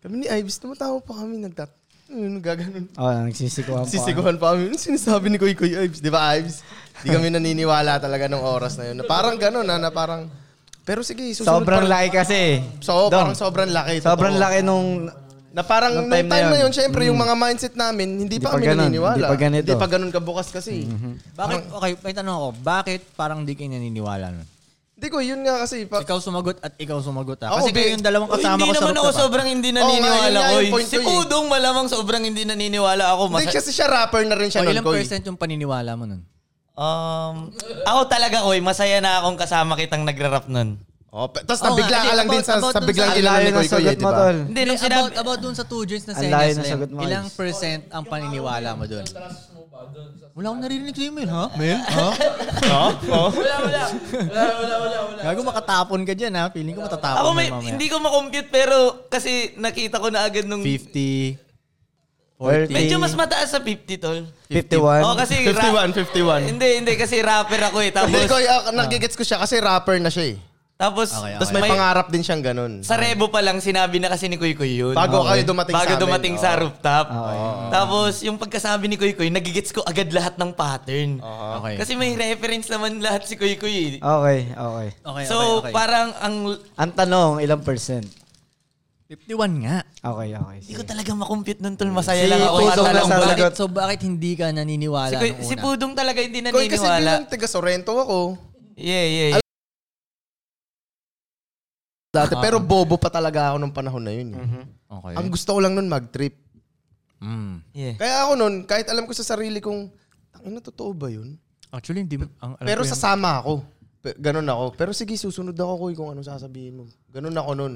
S3: Kami ni Ives, tumatawa pa kami. Nagtat ano, gaganon.
S4: Oh, nagsisikuhan pa.
S3: Sisiguhan pa kami. Ano sinasabi ni Kuy Kuy Ives? Di ba Ives? Di kami naniniwala talaga nung oras na yun. Na parang gano'n na, na parang... Pero sige, susunod
S4: Sobrang
S3: parang-
S4: laki kasi.
S3: So,
S4: Dong.
S3: parang sobrang laki.
S4: Sobrang
S3: totoo.
S4: laki nung...
S3: Na parang nung time, na yun, syempre yung mga mindset namin, hindi,
S4: mm. Hindi
S3: pa
S4: pa
S3: kami
S4: ganun,
S3: naniniwala.
S4: hindi pa ganito. Mm-hmm.
S3: Hindi pa ganun kabukas kasi.
S5: bakit, okay, may tanong ako, bakit parang di kayo naniniwala nun?
S3: Hindi ko, yun nga kasi. Pa-
S5: ikaw sumagot at ikaw sumagot ha.
S3: Ako,
S5: Kasi kayo
S3: be-
S5: yung dalawang kasama ko sa
S6: hindi
S5: ah.
S6: naman ako
S5: rooftop, ha?
S6: sobrang hindi
S3: nga, yun
S6: naniniwala
S3: nga
S6: ko.
S3: yung
S6: eh.
S3: point
S6: Si
S3: ko eh.
S6: Udong malamang sobrang hindi naniniwala ako.
S3: hindi
S6: Masa-
S3: kasi siya rapper na rin siya
S5: O,
S3: nun,
S5: Oh, ilang
S3: Koy.
S5: percent yung paniniwala mo nun?
S6: Um, ako talaga, oy, masaya na akong kasama kitang nagra-rap nun.
S3: Oh, pe- tapos
S5: Oo nga,
S3: nabigla ka
S5: eh,
S3: lang din
S5: about-
S3: sa,
S5: about
S3: sa
S5: dun
S3: biglang
S5: sa-
S3: kilala ni
S4: Ang layo ng
S3: Koy Koy, eh,
S4: sagot
S3: di
S4: mo,
S3: ba?
S4: tol.
S5: Hindi, nung sinabi... About, about dun sa two joints na
S4: Ang layo
S5: Senya
S4: ng sagot
S5: Slam,
S4: mo,
S5: ilang
S4: Ives.
S5: percent ang paniniwala mo dun? Wala akong naririnig sa email, ha? Mel? Ha?
S7: Wala, wala, wala, wala.
S5: Gago makatapon ka dyan, ha? Feeling ko matatapon
S6: Ako may,
S5: na mamaya.
S6: hindi ko makompute pero kasi nakita ko na agad nung...
S5: 50,
S6: Medyo
S5: 40,
S6: mas mataas sa 50, tol.
S4: 51.
S6: Oo, kasi... ra-
S3: 51, 51.
S6: Hindi, hindi, kasi rapper ako eh. Tapos,
S3: Hindi, Koy, ah, nagigets ko siya kasi rapper na siya eh.
S6: tapos,
S3: Tapos may pangarap din siyang ganun.
S6: Sa Rebo pa lang, sinabi na kasi ni Kuy Kuy yun.
S3: Bago kayo dumating sa
S6: Bago
S3: amin.
S6: dumating
S3: Oo.
S6: sa rooftop. Tapos, yung pagkasabi ni Kuy Kuy, nagigits ko agad lahat ng pattern.
S5: Okay.
S6: Kasi may reference naman lahat si Kuy Kuy. eh.
S4: Okay, okay.
S5: Okay,
S6: so,
S5: okay, okay.
S6: parang ang...
S4: Ang tanong, ilang percent?
S5: 51 nga.
S4: Okay, okay.
S6: Hindi ko
S4: sige.
S6: talaga makumpute nun, tol. Masaya lang ako.
S4: Pudong
S6: Kata
S4: na
S6: lang
S4: sasagot.
S6: bakit.
S5: Bakit, so bakit hindi ka naniniwala
S6: Si,
S5: si,
S6: Kuy,
S5: nung una?
S6: si Pudong talaga hindi
S3: Koy, kasi bilang
S6: naniniwala.
S3: taga Sorrento ako.
S6: Yeah, yeah, yeah.
S3: Dati, pero bobo pa talaga ako nung panahon na yun. eh.
S6: Mhm.
S5: okay.
S3: Ang gusto ko lang nun mag-trip.
S5: Mm.
S6: yeah.
S3: Kaya ako nun, kahit alam ko sa sarili kong, tangina, totoo ba yun?
S5: Actually, hindi. mo- Ang, alam
S3: Pero
S5: ko yung-
S3: sasama ako. Pe- Ganun ako. Pero sige, susunod ako Koy, kung anong sasabihin mo. Ganun ako nun.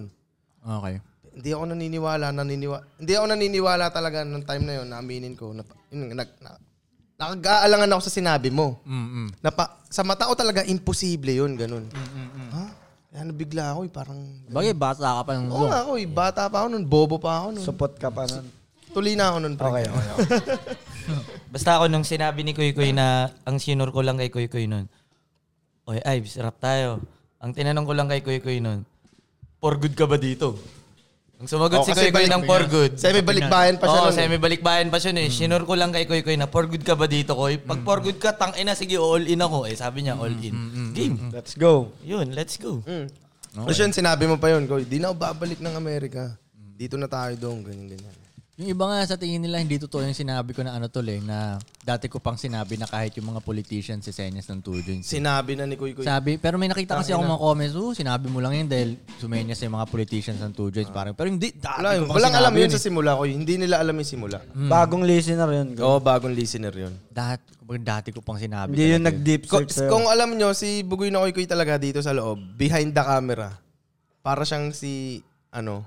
S5: Okay.
S3: Hindi ako naniniwala, naniniwala. Hindi ako naniniwala talaga nung time na yun, naaminin ko. Na, yun, nag, na, nakag-aalangan ako sa sinabi mo.
S5: Mm-mm.
S3: Napa, sa mata ko talaga, imposible yun, ganun. Ha? Kaya nabigla ako, eh, parang...
S5: Bagay, bata ka pa nung
S3: Oo
S5: oh,
S3: nga ako, eh, bata pa ako nun, bobo pa ako nun.
S4: Support ka pa nun.
S3: Tuli na ako nun, pre.
S4: Okay, okay.
S6: Basta ako nung sinabi ni Kuy Kuy na ang sinur ko lang kay Kuy Kuy nun. Oy, Ives, rap tayo. Ang tinanong ko lang kay Kuy Kuy nun, for good ka ba dito? Ang sumagot
S3: Oh,
S6: si
S3: kasi
S6: Kuy Kuy
S3: balik-
S6: ng for good.
S3: Semi balikbayan pa siya
S6: Oo,
S3: nun. Mm.
S6: semi balikbayan pa siya nun eh. Sinur ko lang kay Kuy Kuy na for good ka ba dito, Kuy? Pag for good ka, tang ina, sige, all in ako. Eh, sabi niya, all in. Game.
S4: Let's go.
S6: Yun, let's go.
S3: Mm. Tapos yun, sinabi mo pa yun, Koy, di na ako babalik ng Amerika. Dito na tayo doon, ganyan, ganyan.
S5: Yung iba nga sa tingin nila, hindi totoo yung sinabi ko na ano tol eh, na dati ko pang sinabi na kahit yung mga politician si Senyas ng Tudyon.
S3: Sinabi na ni Kuy Kuy.
S5: Sabi, pero may nakita kasi ako mga comments, oh, sinabi mo lang yun dahil sumenya sa mga politicians ng Two Joints. Parang, pero hindi,
S3: Ah.
S5: dati
S3: Wala, yun.
S5: ko pang
S3: walang
S5: sinabi
S3: alam yun,
S5: yun
S3: sa
S5: eh.
S3: simula, Koy. Hindi nila alam yung simula.
S4: Bagong listener yun.
S3: Oo, bagong listener yun.
S5: Dati, kumbaga dati ko pang sinabi.
S4: Hindi yun
S5: talaga
S4: nag-deep
S3: Ko-
S4: search sa'yo.
S3: kung alam nyo, si Bugoy na Koy Koy talaga dito sa loob, behind the camera, para siyang si, ano,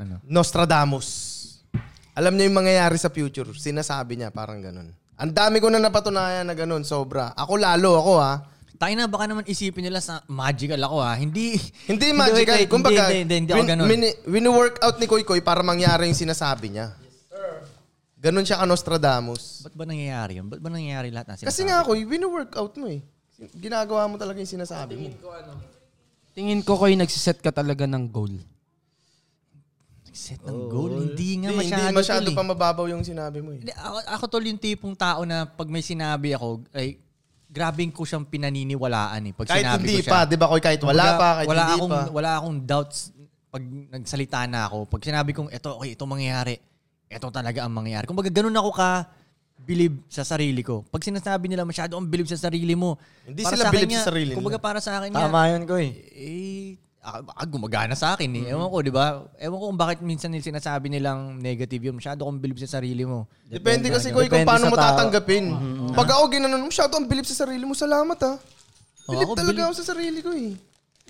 S5: Ano?
S3: Nostradamus. Alam niya yung mangyayari sa future. Sinasabi niya, parang ganun. Ang dami ko na napatunayan na ganun, sobra. Ako lalo, ako ha.
S5: Tayo na, baka naman isipin nila sa magical ako ha. Hindi.
S3: Hindi magical.
S5: wait, wait.
S3: Kumbaga,
S5: Hindi, hindi, hindi ako
S3: win-
S5: ganun.
S3: mini- wini-workout ni Koy Koy para mangyari yung sinasabi niya. Ganun siya ka Nostradamus.
S5: Ba't ba nangyayari yun? Ba't ba nangyayari lahat na sinasabi?
S3: Kasi nga Koy, wini-workout mo eh. Sin- Ginagawa mo talaga yung sinasabi mo.
S7: Tingin ko ko'y nagsiset ka talaga ng goal.
S5: Set ng goal? Hindi nga
S3: Hindi,
S5: masyado.
S3: hindi masyado
S5: tol, eh.
S3: pa mababaw yung sinabi mo eh.
S5: Hindi, ako, ako tol yung tipong tao na pag may sinabi ako, ay, grabing ko siyang pinaniniwalaan eh. Pag
S3: Kahit
S5: sinabi
S3: hindi
S5: ko siya.
S3: pa, di ba Koy? Kahit wala
S5: Kumbaga,
S3: pa, kahit
S5: wala
S3: hindi
S5: akong,
S3: pa.
S5: Wala akong doubts pag nagsalita na ako. Pag sinabi kong, eto, okay, ito mangyayari. Ito talaga ang mangyayari. Kung baga, ganun ako ka believe sa sarili ko. Pag sinasabi nila, masyado ang believe sa sarili mo.
S3: Hindi sila
S5: akin
S3: believe sa sarili
S5: Kung baga,
S3: nila.
S5: para sa akin nga,
S4: Tama yun, Koy.
S5: eh, ah, ah, gumagana sa akin eh.
S3: Mm-hmm.
S5: Ewan ko, di ba? Ewan ko kung bakit minsan nila sinasabi nilang negative yun. Masyado kong believe sa sarili mo.
S3: Depende kasi Koy kung
S4: Depende
S3: paano
S4: sa
S3: mo
S4: tao.
S3: tatanggapin.
S5: Mm-hmm,
S3: Pag ako ginanon, mo, masyado ang bilib sa sarili mo. Salamat ha. Bilib
S5: ako,
S3: talaga
S5: bilib.
S3: ako sa sarili ko eh.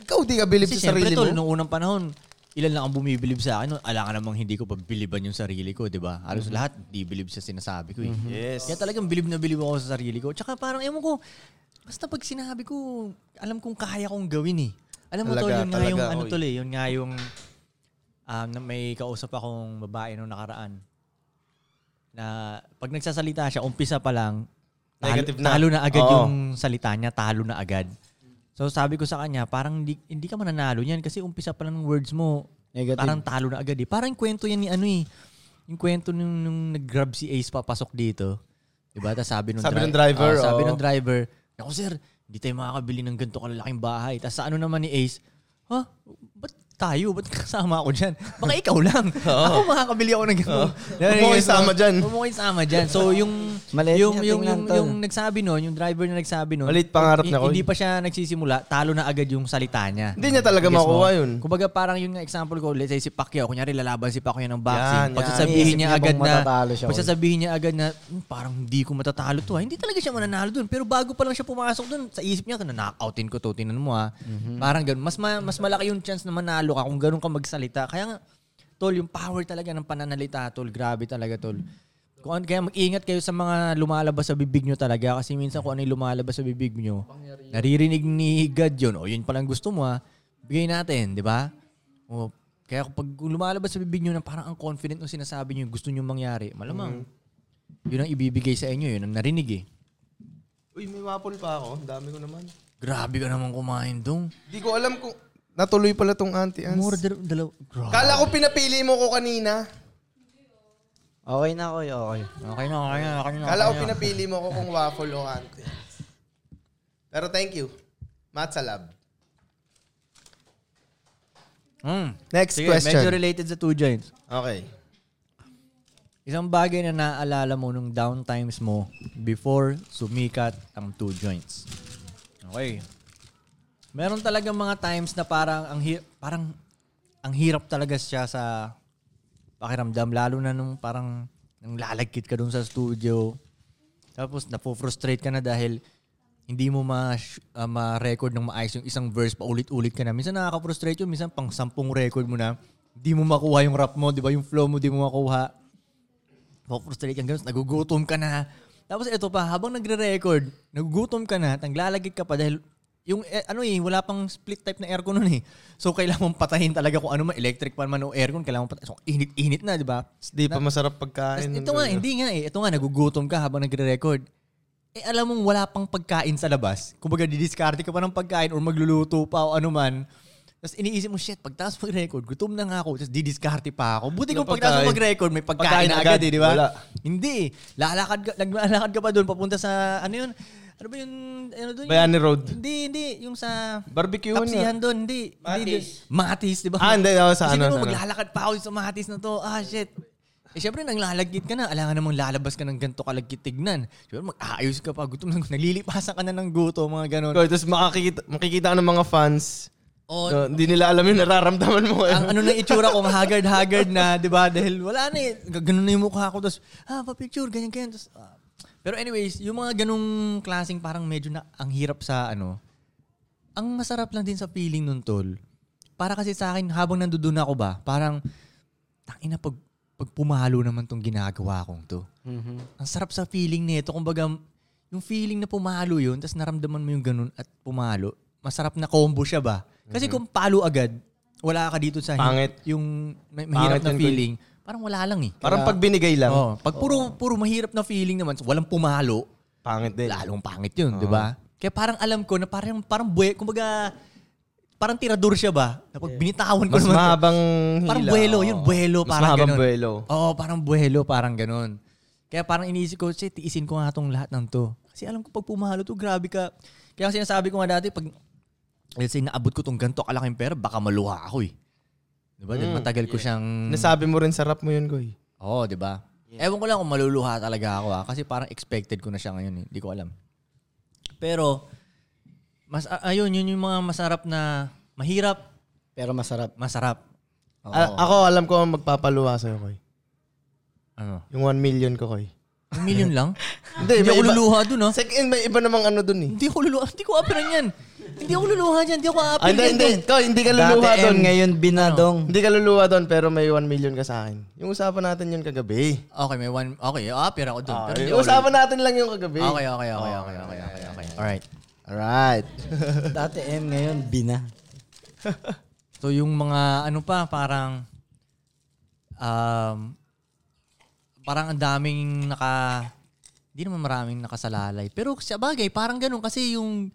S3: Ikaw di ka bilib
S5: Kasi
S3: sa
S5: syempre
S3: sarili
S5: tol,
S3: mo.
S5: nung unang panahon, ilan lang ang bumibilib sa akin. Ala ka namang hindi ko pabiliban yung sarili ko, di ba? Halos
S3: Mm-hmm.
S5: lahat, di bilib sa sinasabi ko eh. Yes. Kaya talagang bilib na bilib ako sa sarili ko. Tsaka parang, ewan ko, basta pag sinabi ko, alam kong kaya kong gawin eh. Alam mo
S3: Talaga,
S5: tol, yun nga
S3: talaga, oh,
S5: yung ano
S3: oy.
S5: tol eh, yun nga yung um, na may kausap akong babae nung nakaraan na pag nagsasalita siya, umpisa pa lang, talo,
S3: Negative na.
S5: talo na agad
S3: Oo.
S5: yung salita niya, talo na agad. So sabi ko sa kanya, parang hindi, hindi ka mananalo niyan kasi umpisa pa lang ng words mo,
S4: Negative.
S5: parang talo na agad eh. Parang kwento yan ni ano eh. Yung kwento nung, nung nag-grab si Ace papasok dito. Diba? Tapos sabi nung,
S3: Sabi
S5: dri-
S3: ng driver,
S5: Oo, sabi
S3: oo.
S5: nung driver, Ako sir, hindi tayo makakabili ng ganito kalalaking bahay. Tapos sa ano naman ni Ace, ha? Ba't tayo, ba't kasama ako dyan? Baka ikaw lang. ako makakabili ako ng ganun.
S3: Huwag mo kayong sama dyan.
S5: Huwag mo kayong sama dyan. So yung,
S4: Maliit
S5: yung,
S4: niya,
S5: yung,
S4: tingnan
S5: yung,
S4: to.
S5: yung nagsabi nun, yung driver na nagsabi nun,
S3: Maliit pangarap
S5: hi-
S3: niya, Koy.
S5: Hindi pa siya nagsisimula, talo na agad yung salita niya.
S3: Hindi niya talaga
S5: Gets mo?
S3: makuha yun.
S5: Kumbaga parang yun nga example ko, let's say si Pacquiao, kunyari lalaban si Pacquiao ng boxing.
S3: Yan,
S5: pag
S3: yan.
S5: sasabihin
S4: Iisip
S5: niya
S4: niya
S5: agad
S4: kung
S5: na,
S4: matatalo siya,
S5: pag
S4: Koy.
S5: sasabihin niya agad na, "Hmm, parang hindi ko matatalo to. ah." Hindi talaga siya mananalo dun. Pero bago pa lang siya pumasok dun, sa isip niya, na-knockoutin ko to, tinan mo ah.
S4: Mhm.
S5: Parang ganun. Mas, ma- mas malaki yung chance na manalo ka kung ganun ka magsalita. Kaya nga, tol, yung power talaga ng pananalita, tol. Grabe talaga, tol. Kung, an- kaya mag-ingat kayo sa mga lumalabas sa bibig nyo talaga kasi minsan kung ano yung lumalabas sa bibig nyo, naririnig ni God yun. O yun palang gusto mo ah. Bigay natin, di ba? O, kaya kapag lumalabas sa bibig nyo na parang ang confident ng sinasabi nyo, gusto nyo mangyari, malamang, yun ang ibibigay sa inyo, yun ang narinig eh.
S3: Uy, may wapol pa ako. Ang dami ko naman.
S5: Grabe ka naman kumain dong.
S3: Hindi ko alam kung natuloy pala tong anti ans
S5: More dal- dalaw. Grabe.
S3: Kala ko pinapili mo ko kanina.
S4: Okay na, Koy. Okay.
S5: Okay na, okay na, okay na.
S3: Kala ko
S5: okay na.
S3: pinapili mo ko kung waffle o anti ans Pero thank you. Matsalab.
S5: Mm.
S3: Next
S5: Sige,
S3: question.
S5: medyo related sa two joints.
S3: Okay.
S5: Isang bagay na naaalala mo nung downtimes mo before sumikat ang two joints. Okay. Meron talaga mga times na parang ang hi- parang ang hirap talaga siya sa pakiramdam lalo na nung parang nang lalagkit ka dun sa studio. Tapos napo-frustrate ka na dahil hindi mo ma- ah, ma-record ng maayos yung isang verse pa ulit-ulit ka na. Minsan nakaka-frustrate yun. Minsan pang sampung record mo na. Hindi mo makuha yung rap mo, di ba? Yung flow mo, di mo makuha. Frustrate kang ganun, nagugutom ka na. Tapos ito pa, habang nagre-record, nagugutom ka na, tanglalagig ka pa dahil yung eh, ano eh, wala pang split type na aircon nun eh. So kailangan mong patahin talaga kung ano man, electric pan man o aircon, kailangan mong patahin. So init-init na, di ba?
S3: Hindi pa masarap
S5: Tas
S3: pagkain. ano.
S5: ito nga, hindi nga eh. Ito nga, nagugutom ka habang nagre-record. Eh alam mong wala pang pagkain sa labas. Kumbaga, didiskarte ka pa ng pagkain or magluluto pa o ano man. Tapos iniisip mo, shit, pagtaas mag-record, gutom na nga ako. Tapos didiskarte pa ako. Buti kung
S3: Walang
S5: pagtaas
S3: pagkain.
S5: mag-record, may
S3: Pagkain
S5: pagkain, na agad,
S3: agad.
S5: eh, di ba?
S3: Wala.
S5: Hindi. Lalakad ka, naglalakad ka pa doon, papunta sa, ano yun? Ano ba yun? Ano doon?
S3: Bayani Road.
S5: Hindi, hindi. Yung sa...
S3: Barbecue yun, ah.
S5: Tapsihan doon, hindi. Hindi
S3: Matis.
S5: doon. Matis, di ba?
S3: Ah, hindi. Oo, sa ano,
S5: Isipin mo,
S3: sa ano.
S5: maglalakad pa ako sa matis na to. Ah, shit. Eh, syempre, nang lalagkit ka na. Alangan namang lalabas ka ng ganito kalagkit tignan. Syempre, mag-aayos ka pa. Gutom na. Naglilipasan ka na ng guto, mga ganon.
S3: Tapos makikita, makikita ka ng mga fans.
S5: Oh,
S3: No, Hindi nila alam yung nararamdaman mo. eh.
S5: ang ano na itsura ko, haggard-haggard na, di ba? Dahil wala na eh. Ganun na yung mukha ko. Tapos, ah, pa-picture, ganyan-ganyan. Tapos, ah. Pero anyways, yung mga ganung klaseng parang medyo na ang hirap sa ano. Ang masarap lang din sa feeling nun, tol. Para kasi sa akin, habang nandoon ako ba, parang, tangina pag, pag pumalo naman tong ginagawa kong to.
S3: Mm-hmm.
S5: Ang sarap sa feeling nito. Kumbaga, yung feeling na pumalo yun, tapos naramdaman mo yung ganun at pumalo, masarap na combo siya ba? Kasi kung palo agad, wala ka dito sa
S3: Mm-hmm. Pangit.
S5: yung ma- mahirap
S3: Pangit
S5: na
S3: yun,
S5: feeling. Parang wala lang eh.
S3: Parang pag binigay lang.
S5: Oh, pag puro, puro mahirap na feeling naman, so walang pumalo,
S3: Pangit din.
S5: lalong pangit yun, di ba? Kaya parang alam ko na parang, parang buhay, kumbaga, parang tirador siya ba? Na pag binitawan ko
S3: Mas
S5: naman.
S3: mahabang hila.
S5: Parang buhelo, yun,
S3: Oo.
S5: buhelo,
S3: Mas
S5: parang
S3: mahabang
S5: ganun.
S3: buhelo.
S5: Oo, parang buhelo, parang ganun. Kaya parang iniisip ko, shit, tiisin ko nga tong lahat ng to. Kasi alam ko pag pumalo to, grabe ka. Kaya kasi sinasabi ko nga dati, pag, let's say, naabot ko tong ganito kalaking pera, baka maluha ako eh. Diba?
S3: Mm.
S5: Dahil matagal ko siyang...
S3: Nasabi mo rin sa rap mo yun, Goy.
S5: Oo, di ba? Ewan ko lang kung maluluha talaga ako ah. Kasi parang expected ko na siya ngayon eh. Hindi ko alam. Pero, mas, a- ayun, yun yung mga masarap na mahirap,
S4: Pero masarap.
S5: masarap. Oo.
S3: A- ako, alam ko ang magpapaluwa sa'yo, Koy.
S5: ano?
S3: Yung 1 million ko, Koy.
S5: Ang million lang?
S3: Hindi, may
S5: Hindi ako
S3: iba-
S5: luluha dun ah.
S3: Sek- and may iba namang ano dun eh.
S5: Hindi ako luluha. Hindi ko aperan yan. Hindi ako luluha dyan. eh. Hindi ako
S3: Ah,
S5: aperan
S3: hindi,
S5: yan.
S3: hindi. Koy, hindi ka luluha
S4: Dati
S3: dun.
S4: M, ngayon binadong.
S6: Ano?
S3: Hindi ka luluha dun, pero may 1 million ka sa akin. Yung usapan natin yun kagabi.
S5: Okay, may one. Okay, apera ako dun. Pero hindi
S3: Yung
S5: ako
S3: usapan natin lang yung kagabi.
S5: luluha. Okay, okay, okay, okay, okay, okay, okay.
S3: Ah,
S5: Alright.
S3: Alright.
S4: Dati M, ngayon bina.
S5: So yung mga ano pa, parang um, parang ang daming naka hindi naman maraming nakasalalay. Pero sa bagay, parang ganun kasi yung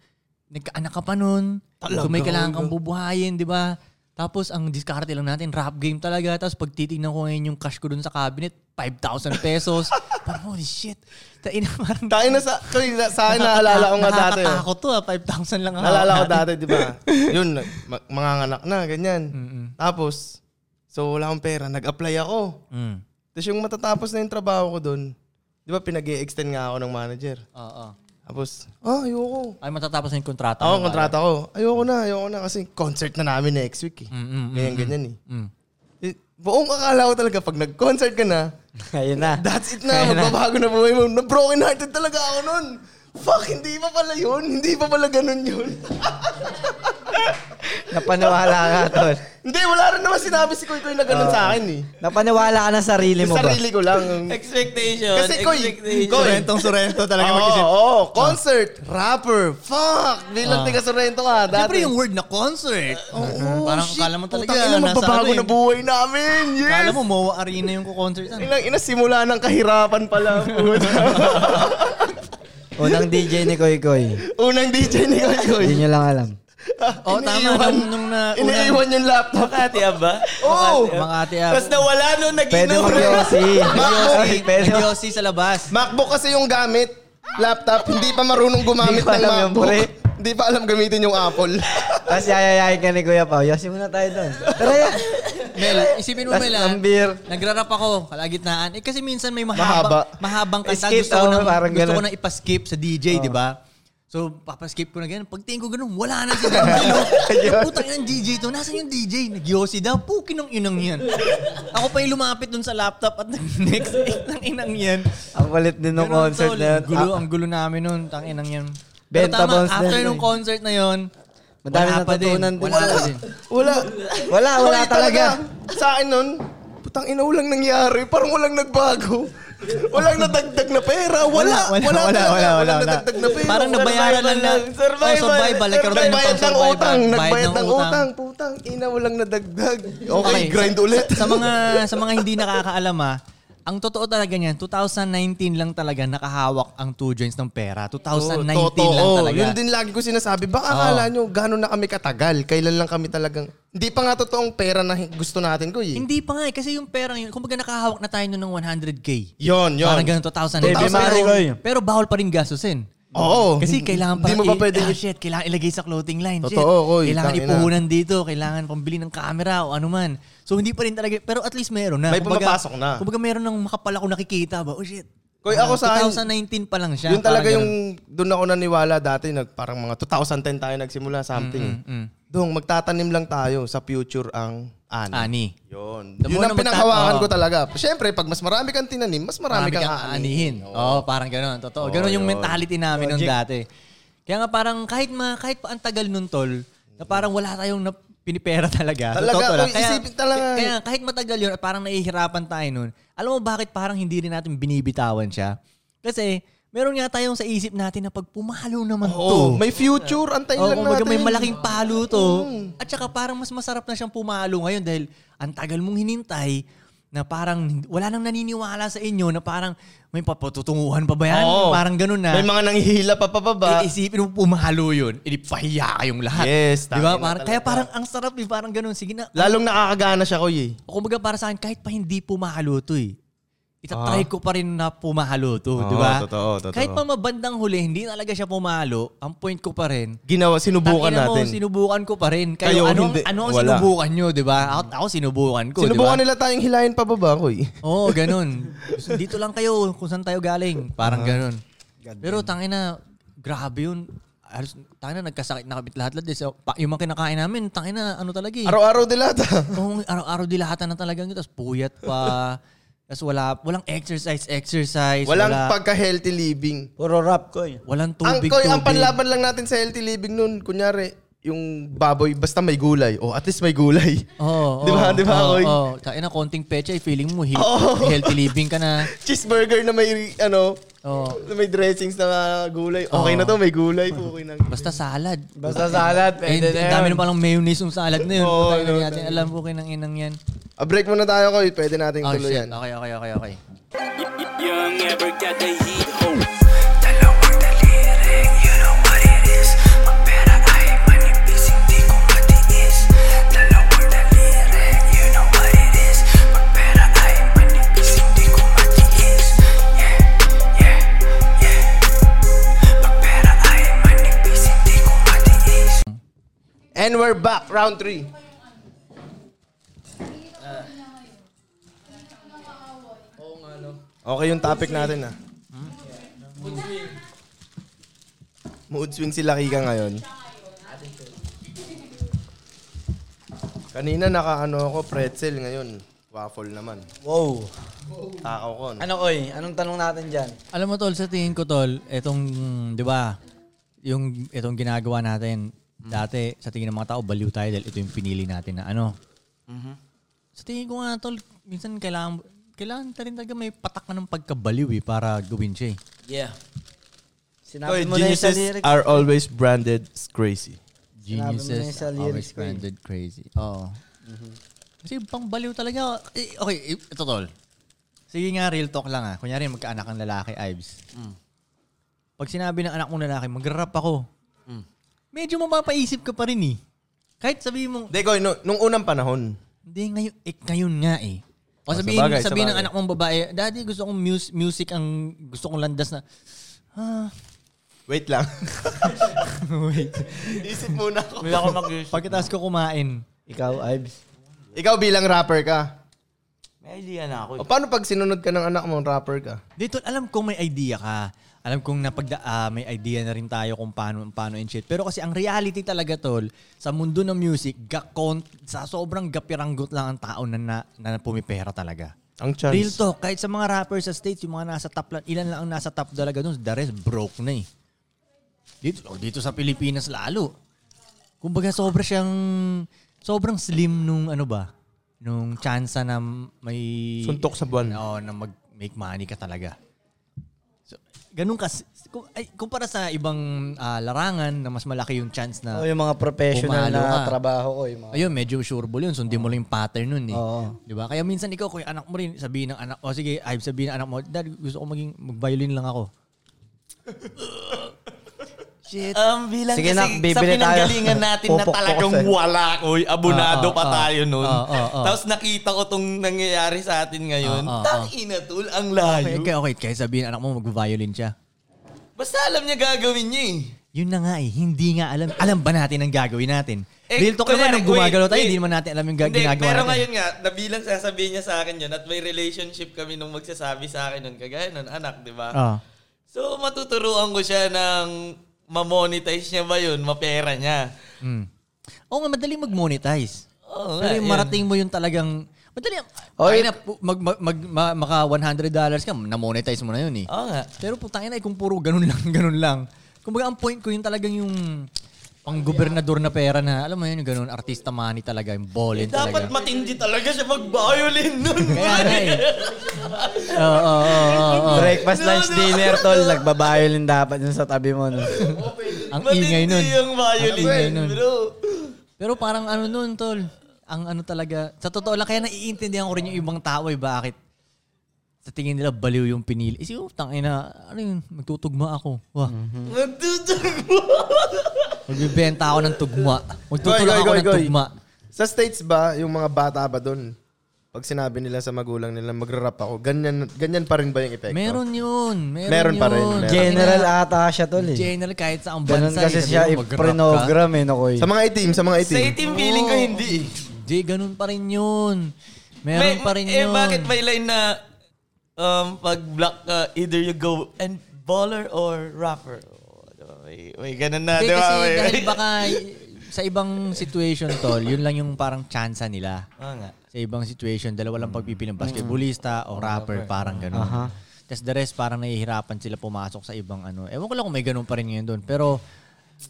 S5: nagkaanak ka pa nun, so may kailangan kang bubuhayin, di ba? Tapos ang diskarte lang natin, rap game talaga. Tapos pag titignan ko ngayon yung cash ko dun sa cabinet, 5,000 pesos. parang holy shit. Tain na parang...
S3: Tayo na sa, kasi na- sa akin naalala ko nga dati. oh.
S5: Nakakatakot to ah, 5,000 lang. ang
S3: Naalala ko
S5: hawak natin.
S3: dati, di ba? Yun, ma- manganganak na, ganyan. Tapos, so wala akong pera, nag-apply ako.
S5: Mm.
S3: Tapos yung matatapos na yung trabaho ko doon, di ba pinag extend nga ako ng manager.
S5: Oo.
S3: Tapos, ah, ayoko.
S5: Ay, matatapos na yung kontrata.
S3: Ako,
S5: mo,
S3: kontrata ko. Ayoko na, ayoko na kasi concert na namin next week eh.
S5: Mm, mm, mm,
S3: Ganyan, ganyan eh.
S5: Mm.
S3: Eh, Buong akala ko talaga pag nag-concert ka na,
S4: Ayun na.
S3: that's it na, magbabago na buhay mo. Na-broken hearted talaga ako noon. Fuck, hindi pa pala yun. Hindi pa pala ganun yun.
S4: Napaniwala ka, tol.
S3: hindi, wala rin naman sinabi si Koy Koy na
S5: Ah.
S3: ganun sa akin eh.
S4: Napaniwala ka na sarili mo
S3: Yung
S4: ba?
S3: sarili ko lang.
S7: Expectation.
S3: Kasi Koy, Koy,
S8: Sorentong sorento talaga
S3: Oo,
S8: mag-isip.
S5: Ah.
S3: oo. concert, rapper, fuck! Bilang tiga Sorrento ka, dati.
S5: Siyempre yung word na concert.
S3: Oo,
S5: Uh-huh. Parang
S3: shit,
S5: akala mo talaga.
S3: Putang ina,
S5: nasa
S3: magbabago
S5: ano eh.
S3: na buhay namin, yes!
S5: Akala mo, MOA Arena yung Ano? kukoncertan.
S3: Ilang ina, simula ng kahirapan pala. puta.
S4: Unang DJ ni Koy Koy.
S3: Unang DJ ni Koy Koy.
S4: Hindi nyo lang alam.
S5: Oh, tama.
S3: Iniiwan.
S5: Nung, nung na,
S3: Iniiwan yung laptop.
S7: Makati ba?
S3: Oo!
S5: Mga ate ah.
S7: Tapos nawala nung
S4: Pwede
S7: nag-inom.
S4: mag-yossi.
S3: Macbook.
S4: Pwede
S5: Nag-yossi sa labas.
S3: Macbook kasi yung gamit. Laptop, hindi pa marunong gumamit
S4: Hindi ko
S3: ng
S4: alam yung
S3: Macbook.
S4: pre.
S3: Hindi pa alam gamitin yung Apple.
S4: Tapos yayayain ka ni Kuya Pao. Yossi muna tayo doon. Tara yan.
S5: Mel, isipin mo
S4: Tapos
S5: Mel ah.
S4: ang beer.
S5: Nagrarap ako, kalagitnaan. Eh kasi minsan may mahaba,
S3: Mahaba.
S5: mahabang kanta.
S4: Skip,
S5: gusto ko
S4: oh,
S5: na,
S4: parang
S5: gusto ko
S4: ganun.
S5: na ipaskip sa DJ, di ba? So, papaskip ko na ganun. Pagtingin ko ganun, wala na si Eh, Danilo. Putang ina, ang DJ to. Nasaan yung DJ? Nagyosi daw. Pukin ng inang yan. Ako pa yung lumapit dun sa laptop at nag-next ng inang yan.
S4: Ang kulit din ng
S5: Ganun,
S4: concert
S5: tol.
S4: na yun.
S5: Gulo,
S4: Ah,
S5: ang gulo namin nun. Tanginang yun.
S4: Benta
S5: Pero tama,
S4: bounce
S5: After
S4: din.
S5: nung concert na yun,
S4: Ah, Madami
S5: wala pa din.
S4: natutunan din.
S5: Wala pa
S4: Wala.
S5: din.
S3: Wala.
S4: Wala, wala
S3: Koy,
S4: talaga.
S3: Sa akin nun, putang ina, walang nangyari. Parang walang nagbago. Walang nadagdag na pera. Wala. Wala, wala, wala, wala, Walang nadagdag na pera.
S5: Parang nabayaran lang na.
S7: Survival.
S5: Oh, survival. Nagkaroon tayo ng
S3: Nagbayad ng
S5: pang-survival.
S3: utang.
S5: Bayad
S3: Nagbayad ng utang. Putang ina, walang nadagdag. Okay,
S5: Okay.
S3: grind ulit.
S5: sa mga sa mga hindi nakakaalam ah, ang totoo talaga niyan, 2019 lang talaga nakahawak ang two joints ng pera. 2019 lang
S3: Oh, Totoo.
S5: talaga.
S3: Yun din lagi ko sinasabi. Baka akala nyo, gano'n na kami katagal. Kailan lang kami talagang... Hindi pa nga totoong pera na hi- gusto natin ko eh.
S5: Hindi pa nga eh, kasi yung pera yun, kumbaga nakahawak na tayo nun ng 100k.
S3: Yun, yun.
S5: Parang ganun 2,000.
S4: Baby
S5: Tapos
S4: Mari
S5: pero-
S4: ko yun.
S5: Pero bawal pa rin gastusin.
S3: Oo.
S5: Kasi kailangan
S3: Oh,
S5: pa.
S3: Hindi mo pa
S5: i-
S3: pwedeng
S5: ah, shit, kailangan ilagay sa clothing line. shit.
S3: Totoo, Koy.
S5: Kailangan
S3: Tangina.
S5: ipuhunan dito. Kailangan pambili ng camera o ano man. So hindi pa rin talaga. Pero at least meron na.
S3: May pumapasok na.
S5: Kumbaga meron ng makapal ako nakikita ba? Oh shit.
S3: Koy,
S5: Ah,
S3: ako sa akin-
S5: 2019 pa lang siya.
S3: yun talaga
S5: Parang ganun.
S3: yung doon ako naniwala dati nag parang mga 2010 tayo nagsimula
S5: Mm,
S3: something. Dong magtatanim lang tayo sa future ang ani.
S5: Ani.
S3: Yun.
S5: The
S3: yun
S5: more
S3: ang
S5: na magta-
S3: pinanghawakan
S5: Oo.
S3: ko talaga. Siyempre, pag mas marami kang tinanim, mas marami,
S5: Marami
S3: kang
S5: kang
S3: aanihin.
S5: aanihin. Oo, parang ganun. Totoo. Ganun yung mentality namin nung dati. Kaya nga parang kahit ma, kahit pa ang tagal nun tol, na parang wala tayong na, pinipera talaga.
S3: Talaga,
S5: Totoo lang.
S3: uy, isipin talaga.
S5: Kaya kahit matagal yun, at parang nahihirapan tayo nun. Alam mo bakit parang hindi rin natin binibitawan siya? Kasi meron nga tayong sa isip natin na pag pumalo naman
S3: Oo,
S5: to.
S3: may future, antayin
S5: Oo,
S3: lang
S5: kumbaga
S3: natin. Mm.
S5: may malaking palo to. At saka parang mas masarap na siyang pumalo ngayon dahil ang tagal mong hinintay na parang wala nang naniniwala sa inyo na parang may papatutunguhan pa ba yan?
S3: Oo.
S5: Parang ganun na.
S3: May mga nanghihila pa papaba.
S5: Iisipin mo pumalo yun. Hindi pahiya kayong lahat.
S3: Yes,
S5: Di
S3: tangina
S5: ba? Parang,
S3: talaga.
S5: kaya parang ang sarap eh. Parang ganun. Sige na.
S3: Lalong nakakagana siya, Koy. eh.
S5: Kumbaga para sa akin, kahit pa hindi pumahalo to eh.
S3: Ah.
S5: Itatry ko pa rin na pumahalo to. di ba?
S8: totoo, totoo.
S5: Kahit pa mabandang huli, hindi talaga siya pumalo. Ang point ko pa rin,
S3: Ginawa, sinubukan
S5: Tangina
S3: natin.
S5: Mo, sinubukan ko pa rin.
S3: Kayo,
S5: Kayo, ano,
S3: hindi.
S5: ano ang
S3: Wala.
S5: sinubukan nyo, di ba? Ako, ako sinubukan ko,
S3: sinubukan
S5: di ba?
S3: nila tayong hilahin pababa, Koy.
S5: Oo, oh, ganun. Gusto- Dito lang kayo, kung saan tayo
S3: Ah.
S5: galing. Parang ganun. Pero tangina, grabe yun. Halos- Tangina, nagkasakit na kabit lahat-lahat. Eh. So, pa- yung mga kinakain namin, tangina, ano talaga eh.
S3: Araw-araw ah. dilata.
S5: Oo, araw-araw dilahatan na talaga yun. Tapos puyat pa. Tapos wala, walang exercise, exercise.
S3: Walang
S5: wala,
S3: pagka-healthy living.
S4: Puro rap, Koy.
S5: walang
S3: ang,
S5: tubig,
S3: koy, ang
S5: tubig.
S3: panlaban lang natin sa healthy living nun, kunyari, yung baboy, basta may gulay. O, at least may gulay.
S5: Oo.
S3: Di ba?
S5: oo,
S3: Di ba,
S5: oo,
S3: Koy?
S5: Oo. Kaya na konting pecha, eh, feeling mo he- healthy living ka na.
S3: Cheeseburger na may, ano,
S5: Oo.
S3: na may dressings na gulay. Okay
S5: Oh.
S3: na to, may gulay. Okay na.
S5: Basta salad.
S4: Basta salad,
S5: Eh,
S4: pwede na
S5: ang
S4: yun.
S5: dami na palang mayonnaise yung salad na yun.
S3: Oo,
S5: Putang ina
S3: no,
S5: natin. Alam ko kinang inang yan.
S3: A Ah, break muna tayo, koy. Pwede nating
S5: Oh, shit.
S3: tuluyan.
S5: Okay, okay, okay, okay.
S1: Young ever got the heat oh. ho.
S2: Dalawang daliri, eh, you know what it is Magpera ay manipis, hindi ko matiis Dalawang daliri eh,
S3: And we're back, round 3. Okay yung topic natin ah. Mood swing si Lakika ngayon. Kanina nakaano ako pretzel ngayon. Waffle naman.
S4: Wow.
S3: Takaw ko. Ano?
S4: Ano, oy? Anong tanong natin dyan?
S5: Alam mo tol, sa tingin ko tol, itong, di ba, yung itong ginagawa natin, dati sa tingin ng mga tao, baliw tayo dahil ito yung pinili natin na ano.
S4: Mm-hmm.
S5: Sa tingin ko nga tol, minsan kailangan, kailangan ta rin talaga may patak ka ng pagkabaliw eh, para gawin siya eh.
S7: Yeah.
S4: Sinabi mo na yung sa lyrics.
S3: are always branded crazy.
S4: Sinabi mo na
S5: Geniuses
S4: yung sa
S5: are
S4: lyrics ko
S5: always
S4: eh. Mm-hmm.
S5: branded crazy. Oo. Kasi pang baliw talaga. Eh, okay, eh, ito tol. Sige nga, real talk lang ah. Kunyari, magkaanak ang lalaki, Ives.
S4: Mm.
S5: Pag sinabi ng anak mong lalaki, mag-rap ako.
S4: Mm.
S5: Medyo mapapaisip ka pa rin eh. Kahit sabihin mong,
S3: Hindi, Koy, nung, nung unang panahon,
S5: hindi, ngayon, eh, ngayon nga eh. O
S3: Oh,
S5: sabihin,
S3: sabagay,
S5: sabihin ng
S3: sabagay.
S5: anak mong babae, Daddy, gusto kong mus- music ang, gusto kong landas na, ah,
S3: wait lang.
S5: wait.
S3: Isip muna ako.
S6: Wala akong mag-use.
S5: Pagkatapos ko kumain,
S4: Ikaw, Ives.
S3: Ikaw bilang rapper ka.
S6: May idea na ako.
S3: O paano pag sinunod ka ng anak mo, rapper ka?
S5: Dito, alam kong may idea ka. Alam kong napagda, ah, may idea na rin tayo kung paano, paano and shit. Pero kasi ang reality talaga, tol, sa mundo ng music, gakon, sa sobrang gapiranggot lang ang tao na, na, na pumipera talaga.
S3: Ang chance.
S5: Real talk, kahit sa mga rappers sa States, yung mga nasa top lang, ilan lang ang nasa top talaga dun. The rest, broke na eh. Dito, oh, dito sa Pilipinas lalo. Kumbaga sobra siyang, sobrang slim nung ano ba, nung chance na may...
S3: Suntok sa buwan.
S5: Oo, na mag-make money ka talaga. So, ganun kasi, kum- ay, kumpara sa ibang ah, larangan na mas malaki yung chance
S4: Oh,
S5: na...
S4: yung mga professional
S5: Pumalo
S4: na
S5: ka.
S4: trabaho ko. Yung mga,
S5: Ayun, medyo sureball yun. Sundin mo lang yung pattern nun eh.
S4: Oo.
S5: Di ba? Kaya minsan ikaw, kung yung anak mo rin, sabihin ng anak, o sige, ay, sabihin ng anak mo, Dad, gusto ko maging, mag-violin lang ako.
S6: Um, bilang
S4: Sige, Nak,
S6: kasi sa
S4: bibili tayo.
S6: pinanggalingan natin na
S4: Pupukpok
S6: talagang
S4: sa'yo.
S6: wala, oy,
S5: Ah,
S6: abonado
S5: ah,
S6: pa
S5: ah.
S6: tayo nun.
S5: Ah, ah, ah.
S6: Tapos nakita ko tong nangyayari sa atin ngayon.
S5: Ah, ah,
S6: Tangina tol, ang layo.
S5: Okay, okay, okay. Kaya sabihin ng anak mo, mag-violin siya.
S6: Basta alam niya gagawin niya eh.
S5: Yun na nga eh, hindi nga alam. Alam ba natin ang gagawin natin?
S6: Eh,
S5: Real talk naman,
S6: kunyari,
S5: nung gumagalaw tayo,
S6: wait, wait.
S5: hindi naman natin alam yung ga-
S6: Hindi,
S5: ginagawa
S6: pero
S5: natin.
S6: ngayon nga, nabilang sasabihin niya sa akin yun at may relationship kami nung magsasabi sa akin nun. Kagaya nun, anak, di ba?
S5: Oo.
S6: So, matuturuan ko siya ng ma-monetize niya ba yun, mapera niya.
S5: Mm. Oo nga, madali mag-monetize.
S6: Oo nga,
S5: Pero yung
S6: yun.
S5: marating mo yung talagang, madali,
S4: Oh,
S5: ay
S4: yun-
S5: na, pu- mag, mag, mag, ma- maka $100 ka, na-monetize mo na yun eh.
S6: Oo nga.
S5: Pero putangin na, kung puro ganun lang, ganun lang. Kumbaga, ang point ko yung talagang yung pang-gobernador na pera na, alam mo yun, yung ganun, artista money talaga, yung ballin
S6: Eh, Dapat
S5: talaga.
S6: matindi talaga siya mag-violin nun.
S5: Kaya nga eh. Oo, oo, oo, oo.
S4: Breakfast,
S6: No,
S4: lunch,
S6: no.
S4: dinner, tol. Nagbabayolin dapat yun sa tabi mo. No?
S5: Ang ingay nun.
S6: Matindi yung violin
S5: Ang ingay
S6: nun,
S5: nun.
S6: bro.
S5: Pero parang ano nun, tol. Ang ano talaga. Sa totoo lang, kaya naiintindihan ko rin yung ibang tao eh, bakit sa tingin nila baliw yung pinili. Eh, Isip ko, tangin na, ano yun, magtutugma ako. Wah,
S3: Mhm.
S6: Matutugma.
S5: magbibenta ako ng tugma. Magtutulak ako ng tugma.
S3: Sa States ba, yung mga bata ba doon, pag sinabi nila sa magulang nila, magra-rap ako, ganyan, ganyan pa rin ba yung epekto?
S5: Meron yun. Meron,
S3: Meron
S5: yun.
S3: pa rin, meron.
S4: General ata siya, tol. Eh.
S5: General, kahit sa ang
S4: Ganun
S5: bansa.
S4: kasi
S3: eh,
S4: siya
S5: i-prenogram.
S4: i-prenogram eh, no, koy.
S3: Sa mga itim, sa mga itim.
S6: Sa itim feeling ko hindi eh.
S5: Hindi, ganun pa rin yun. Meron
S6: May-
S5: pa rin
S6: eh,
S5: yun.
S6: bakit may line na um, pag black ka, either you go and baller or rapper. Oh, diba? May, may ganun na,
S5: Hindi
S6: di ba?
S5: kasi
S6: May-
S5: dahil
S6: may-
S5: baka sa ibang situation, tol, yun lang yung parang chance nila.
S6: Oo nga.
S5: sa ibang situation, dalawa lang pagpipili, basketballista o rapper, parang gano'n. Tapos the rest, parang nahihirapan sila pumasok sa ibang ano. Ewan ko lang kung may ganun pa rin ngayon doon. Pero,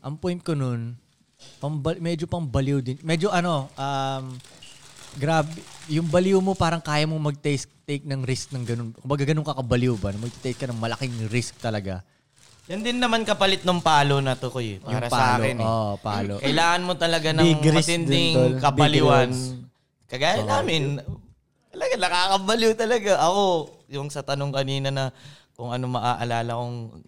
S5: ang point ko nun, pambal- medyo pambaliw din. Medyo ano, um, grabe, yung baliw mo parang kaya mong mag-take take ng risk ng ganun. Kung baga ganun kakabaliw ba? na Mag-take ka ng malaking risk talaga.
S6: Yan din naman kapalit ng palo na to ko eh. Para
S5: yung
S6: sa
S5: palo.
S6: akin eh.
S5: Oo, palo.
S6: Kailangan mo talaga ng
S4: Big risk din, tol.
S6: matinding
S4: Big
S6: kabaliwan.
S4: rewards.
S6: Kagaya namin, talaga nakakabaliw talaga. Ako, yung sa tanong kanina na kung ano maaalala kong,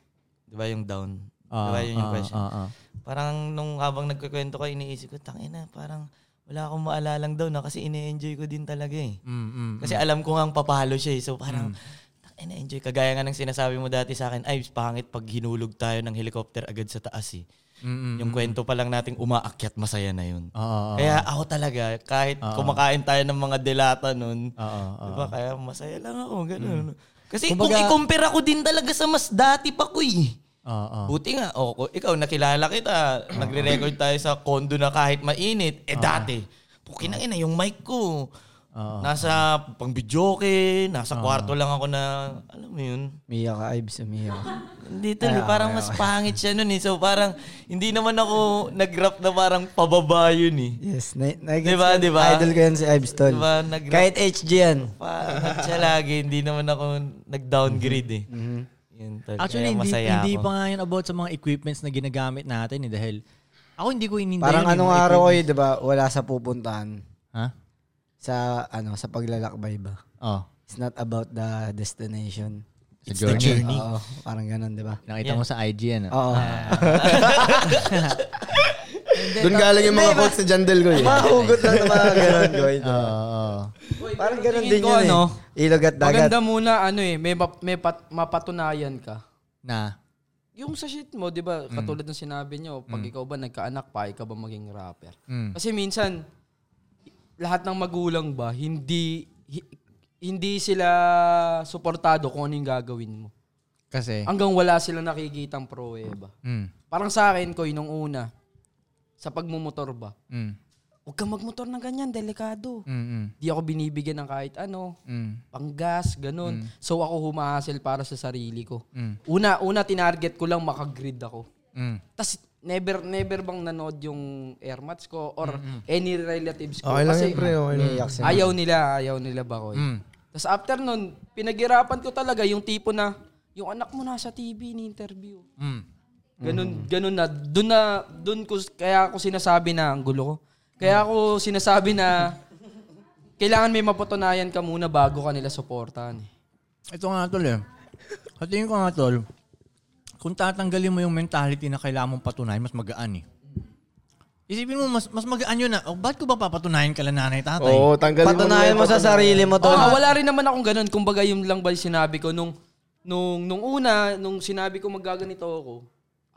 S6: di ba yung down? di ba yun yung
S5: Ah,
S6: question?
S5: ah, ah.
S6: Parang nung habang nagkukwento ko, iniisip ko, tangina, parang wala akong maalalang down na kasi ini-enjoy ko din talaga eh.
S5: Mm, mm.
S6: Kasi alam ko nga ang papalo siya eh. So parang, mm. enjoy Kagaya nga ng sinasabi mo dati sa akin, ay, pangit pag hinulog tayo ng helicopter agad sa taas eh. Yung kwento pa lang nating umaakyat, masaya na yun.
S5: Oo.
S6: Kaya ako talaga, kahit kumakain tayo ng mga delata nun,
S5: Oo, oo. Mm.
S6: diba? kaya masaya lang ako, ganun. Kasi
S5: Kumbaga-
S6: kung i-compare ako din talaga sa mas dati pa ko eh.
S5: Oo.
S6: Buti nga, o, ko- ikaw nakilala kita, nagre-record tayo sa condo na kahit mainit, eh dati, pukin na ina yung mic ko. Nasa pang-videoke, nasa kwarto lang ako na, alam mo yun,
S4: Umiyak ka, Ives. Umiyak ka.
S6: hindi tol, eh. parang mas pangit siya nun eh. So parang hindi naman ako nag-rap na parang pababa yun eh.
S4: Yes. Na, na,
S6: Diba, diba?
S4: Idol ko yan si Ives, tol.
S6: Diba, nag-rap-
S4: Kahit HG yan.
S6: Pangit siya lagi, hindi naman ako nag-downgrade eh. Yun, tol.
S5: Actually,
S6: Kaya
S5: hindi,
S6: masaya
S5: hindi
S6: ako.
S5: pa nga yun about sa mga equipments na ginagamit natin eh. Dahil ako hindi ko inintay
S4: Parang
S5: yun eh,
S4: anong
S5: mga
S4: araw
S5: equipment.
S4: kayo, diba? Wala sa pupuntahan.
S5: Ha?
S4: Sa, ano, sa paglalakbay ba?
S5: Oh.
S4: It's not about the destination.
S5: It's the journey.
S4: Oo, parang ganun, diba?
S5: Nakita mo sa IG yan. ah.
S4: Oo.
S3: Doon galing yung mga quotes ni Jandel ko eh.
S4: Mahugot lang ng mga ganun, Goy.
S5: Oo.
S4: Parang ganun
S7: tingin
S4: din
S7: ko,
S4: yun
S7: ano,
S4: eh. Ilog at dagat.
S7: Maganda muna, ano eh, may, map- may pat- mapatunayan ka.
S5: Na.
S7: Yung sa shit mo, di
S5: Mm.
S7: ba, katulad ng sinabi nyo, pag ikaw ba nagkaanak pa, ikaw ba maging rapper?
S5: Mm.
S7: Kasi minsan, lahat ng magulang ba, hindi hi- hindi sila suportado kung ano yung gagawin mo.
S5: Kasi.
S7: Hanggang wala sila nakikitang proeba.
S5: Mm.
S7: Parang sa akin, Koy, nung una, sa pagmumotor ba,
S5: Mm.
S7: huwag kang magmotor ng ganyan, delikado.
S5: Mm. Mm.
S7: Di ako binibigyan ng kahit ano,
S5: Mm.
S7: panggas, ganun. So ako humahasel para sa sarili ko.
S5: Mm.
S7: Una, una tinarget ko lang makagrid ako.
S5: Mm.
S7: Tapos never never bang nanood yung airmats ko or any relatives ko
S3: Okay lang
S7: kasi
S3: yun, pre. Okay lang.
S4: Iyak siya.
S7: ayaw nila, ayaw nila ba ko. Tapos after nun, pinaghirapan ko talaga yung tipo na yung anak mo nasa TV ni interview.
S5: Mm.
S7: Ganun, ganun na. Doon na, doon ko, kaya ako sinasabi na, ang gulo ko. Kaya ako sinasabi na, kailangan may mapatunayan ka muna bago ka nila suportahan. eh.
S5: Ito nga tol eh. Sa tingin ko nga tol, kung tatanggalin mo yung mentality na kailangan mong patunayan, mas magaan eh. Isipin mo, mas, mas magaan yun na, oh, ba't ko ba papatunayan kala nanay tatay?
S3: Oo, tanggalin mo.
S4: Patunayan mo sa sarili mo,
S7: Oo,
S4: tol.
S7: wala rin naman akong ganun. Kumbaga yung lang ba yung sinabi ko nung nung nung una, nung sinabi ko magaganito ako,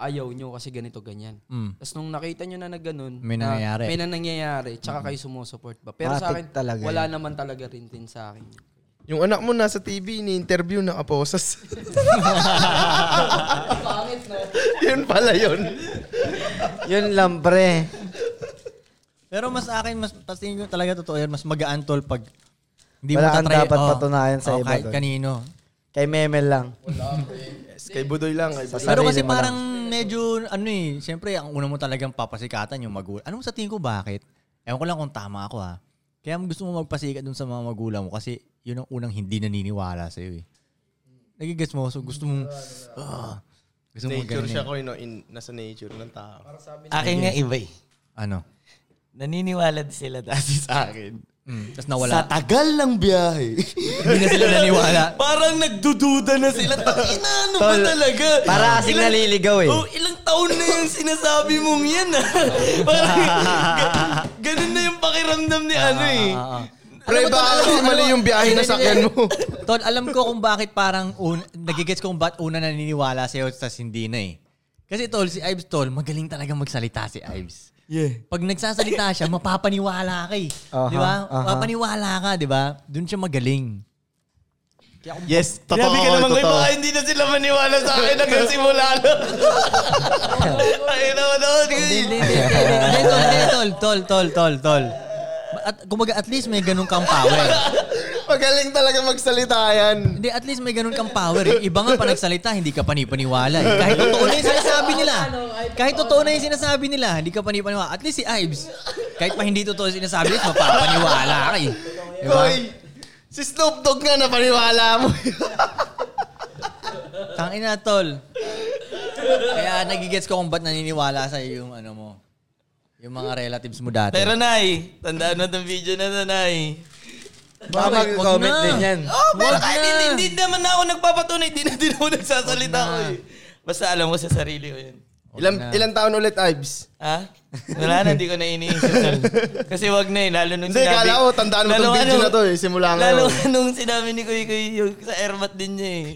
S7: ayaw nyo kasi ganito ganyan.
S5: Mm.
S7: Tapos nung nakita nyo na na ganun,
S5: May
S7: na-
S5: nangyayari.
S7: may na nangyayari, tsaka kayo sumusupport ba. Pero sa akin,
S4: Matik talaga
S7: wala naman talaga rin din sa akin.
S3: Yung anak mo nasa TV, ni-interview na kaposas. yun pala yun.
S4: Yun lang, pre.
S5: Pero mas sa akin, mas, mas tingin ko talaga totoo yan, mas magaan tol pag hindi
S4: Wala
S5: mo
S4: kang
S5: tatry.
S4: dapat
S5: Oo.
S4: patunayan sa
S5: Oo,
S4: iba,
S5: Kahit
S4: tol.
S5: kanino.
S4: Kay Memel lang.
S3: Yes, kay Budoy lang. Kay Budoy.
S5: Pero
S4: Sarili
S5: kasi
S4: mo lang.
S5: parang medyo, ano eh, siyempre, ang una mo talagang papasikatan yung magulang. Ano sa tingin ko bakit? Ewan ko lang kung tama ako ha. Kaya gusto mo magpasikat dun sa mga magulang mo kasi yun ang unang hindi naniniwala sa'yo eh. Nagigets mo, so gusto mong, ah, gusto mong
S3: Nature
S5: ganun
S3: siya
S5: eh.
S3: ko, no? In, nasa nature ng tao.
S6: Akin nga iba eh.
S5: Ano?
S6: Naniniwala din sila dati sa akin.
S5: Mm, Tapos nawala.
S6: Sa tagal ng biyahe.
S5: hindi na sila naniwala.
S6: Parang nagdududa na sila. Tangina, ano ba talaga?
S4: Para kasing
S6: Ilang-
S4: naliligaw eh.
S6: Oh, ilang taon na yung sinasabi mong yan. ah. Parang ga- ganun na yung pakiramdam ni ano eh.
S3: Pre, baka kasi mali
S6: ano?
S3: yung biyahe na sakyan mo.
S5: Tol, alam ko kung bakit parang un, nagigets ko kung ba't una naniniwala sa'yo tas hindi na eh. Kasi tol, si Ives tol, magaling talaga magsalita si Ives.
S4: Yeah.
S5: Pag nagsasalita siya, mapapaniwala ka eh.
S4: Aha,
S5: di ba?
S4: aha.
S5: Mapapaniwala ka, di ba? Doon siya magaling.
S3: Yes, totoo.
S6: Grabe ka
S3: ako,
S6: naman kayo,
S3: totoo.
S6: baka hindi na sila maniwala sa akin hanggang simula na. Ay, naman ako.
S5: Hindi, hindi, hindi, hindi, hindi. Hindi, tol, hindi, tol, tol, tol, tol, tol. At, kumbaga, at least may ganun kang power.
S3: Magaling talaga magsalita yan.
S5: Hindi, at least may ganun kang power. Eh. Iba nga pa nagsalita, hindi ka panipaniwala. Eh. Kahit totoo na yung sinasabi nila. Kahit totoo na yung sinasabi nila, hindi ka panipaniwala. At least si Ives, kahit pa hindi totoo yung sinasabi nila, mapapaniwala ka eh. Di ba?
S3: Koy, si Snoop Dogg nga napaniwala mo.
S5: Tangina, tol. Kaya nagigets ko kung ba't naniniwala sa yung ano mo. Yung mga relatives mo dati.
S6: Pero Nay, tandaan mo itong video na to, Nay.
S4: Baka mag-comment din yan.
S6: Oh, pero
S5: Wag
S6: kahit
S5: na.
S6: hindi, hindi naman ako nagpapatunay, hindi na din ako nagsasalita
S5: Wag
S6: ko
S5: na.
S6: eh. Basta alam ko sa sarili ko yun.
S3: ilang, ilang taon ulit, Ives?
S6: Ha? Wala na, hindi ko na iniisip. tol. Kasi wag na eh, lalo nung
S3: Hindi,
S6: sinabi.
S3: kala ko, tandaan mo
S6: Lalo
S3: tong video
S6: ano,
S3: na to eh. Simula
S6: Lalo
S3: ngayon.
S6: nung sinabi ni Kuy Kuy yung sa airmat din niya eh.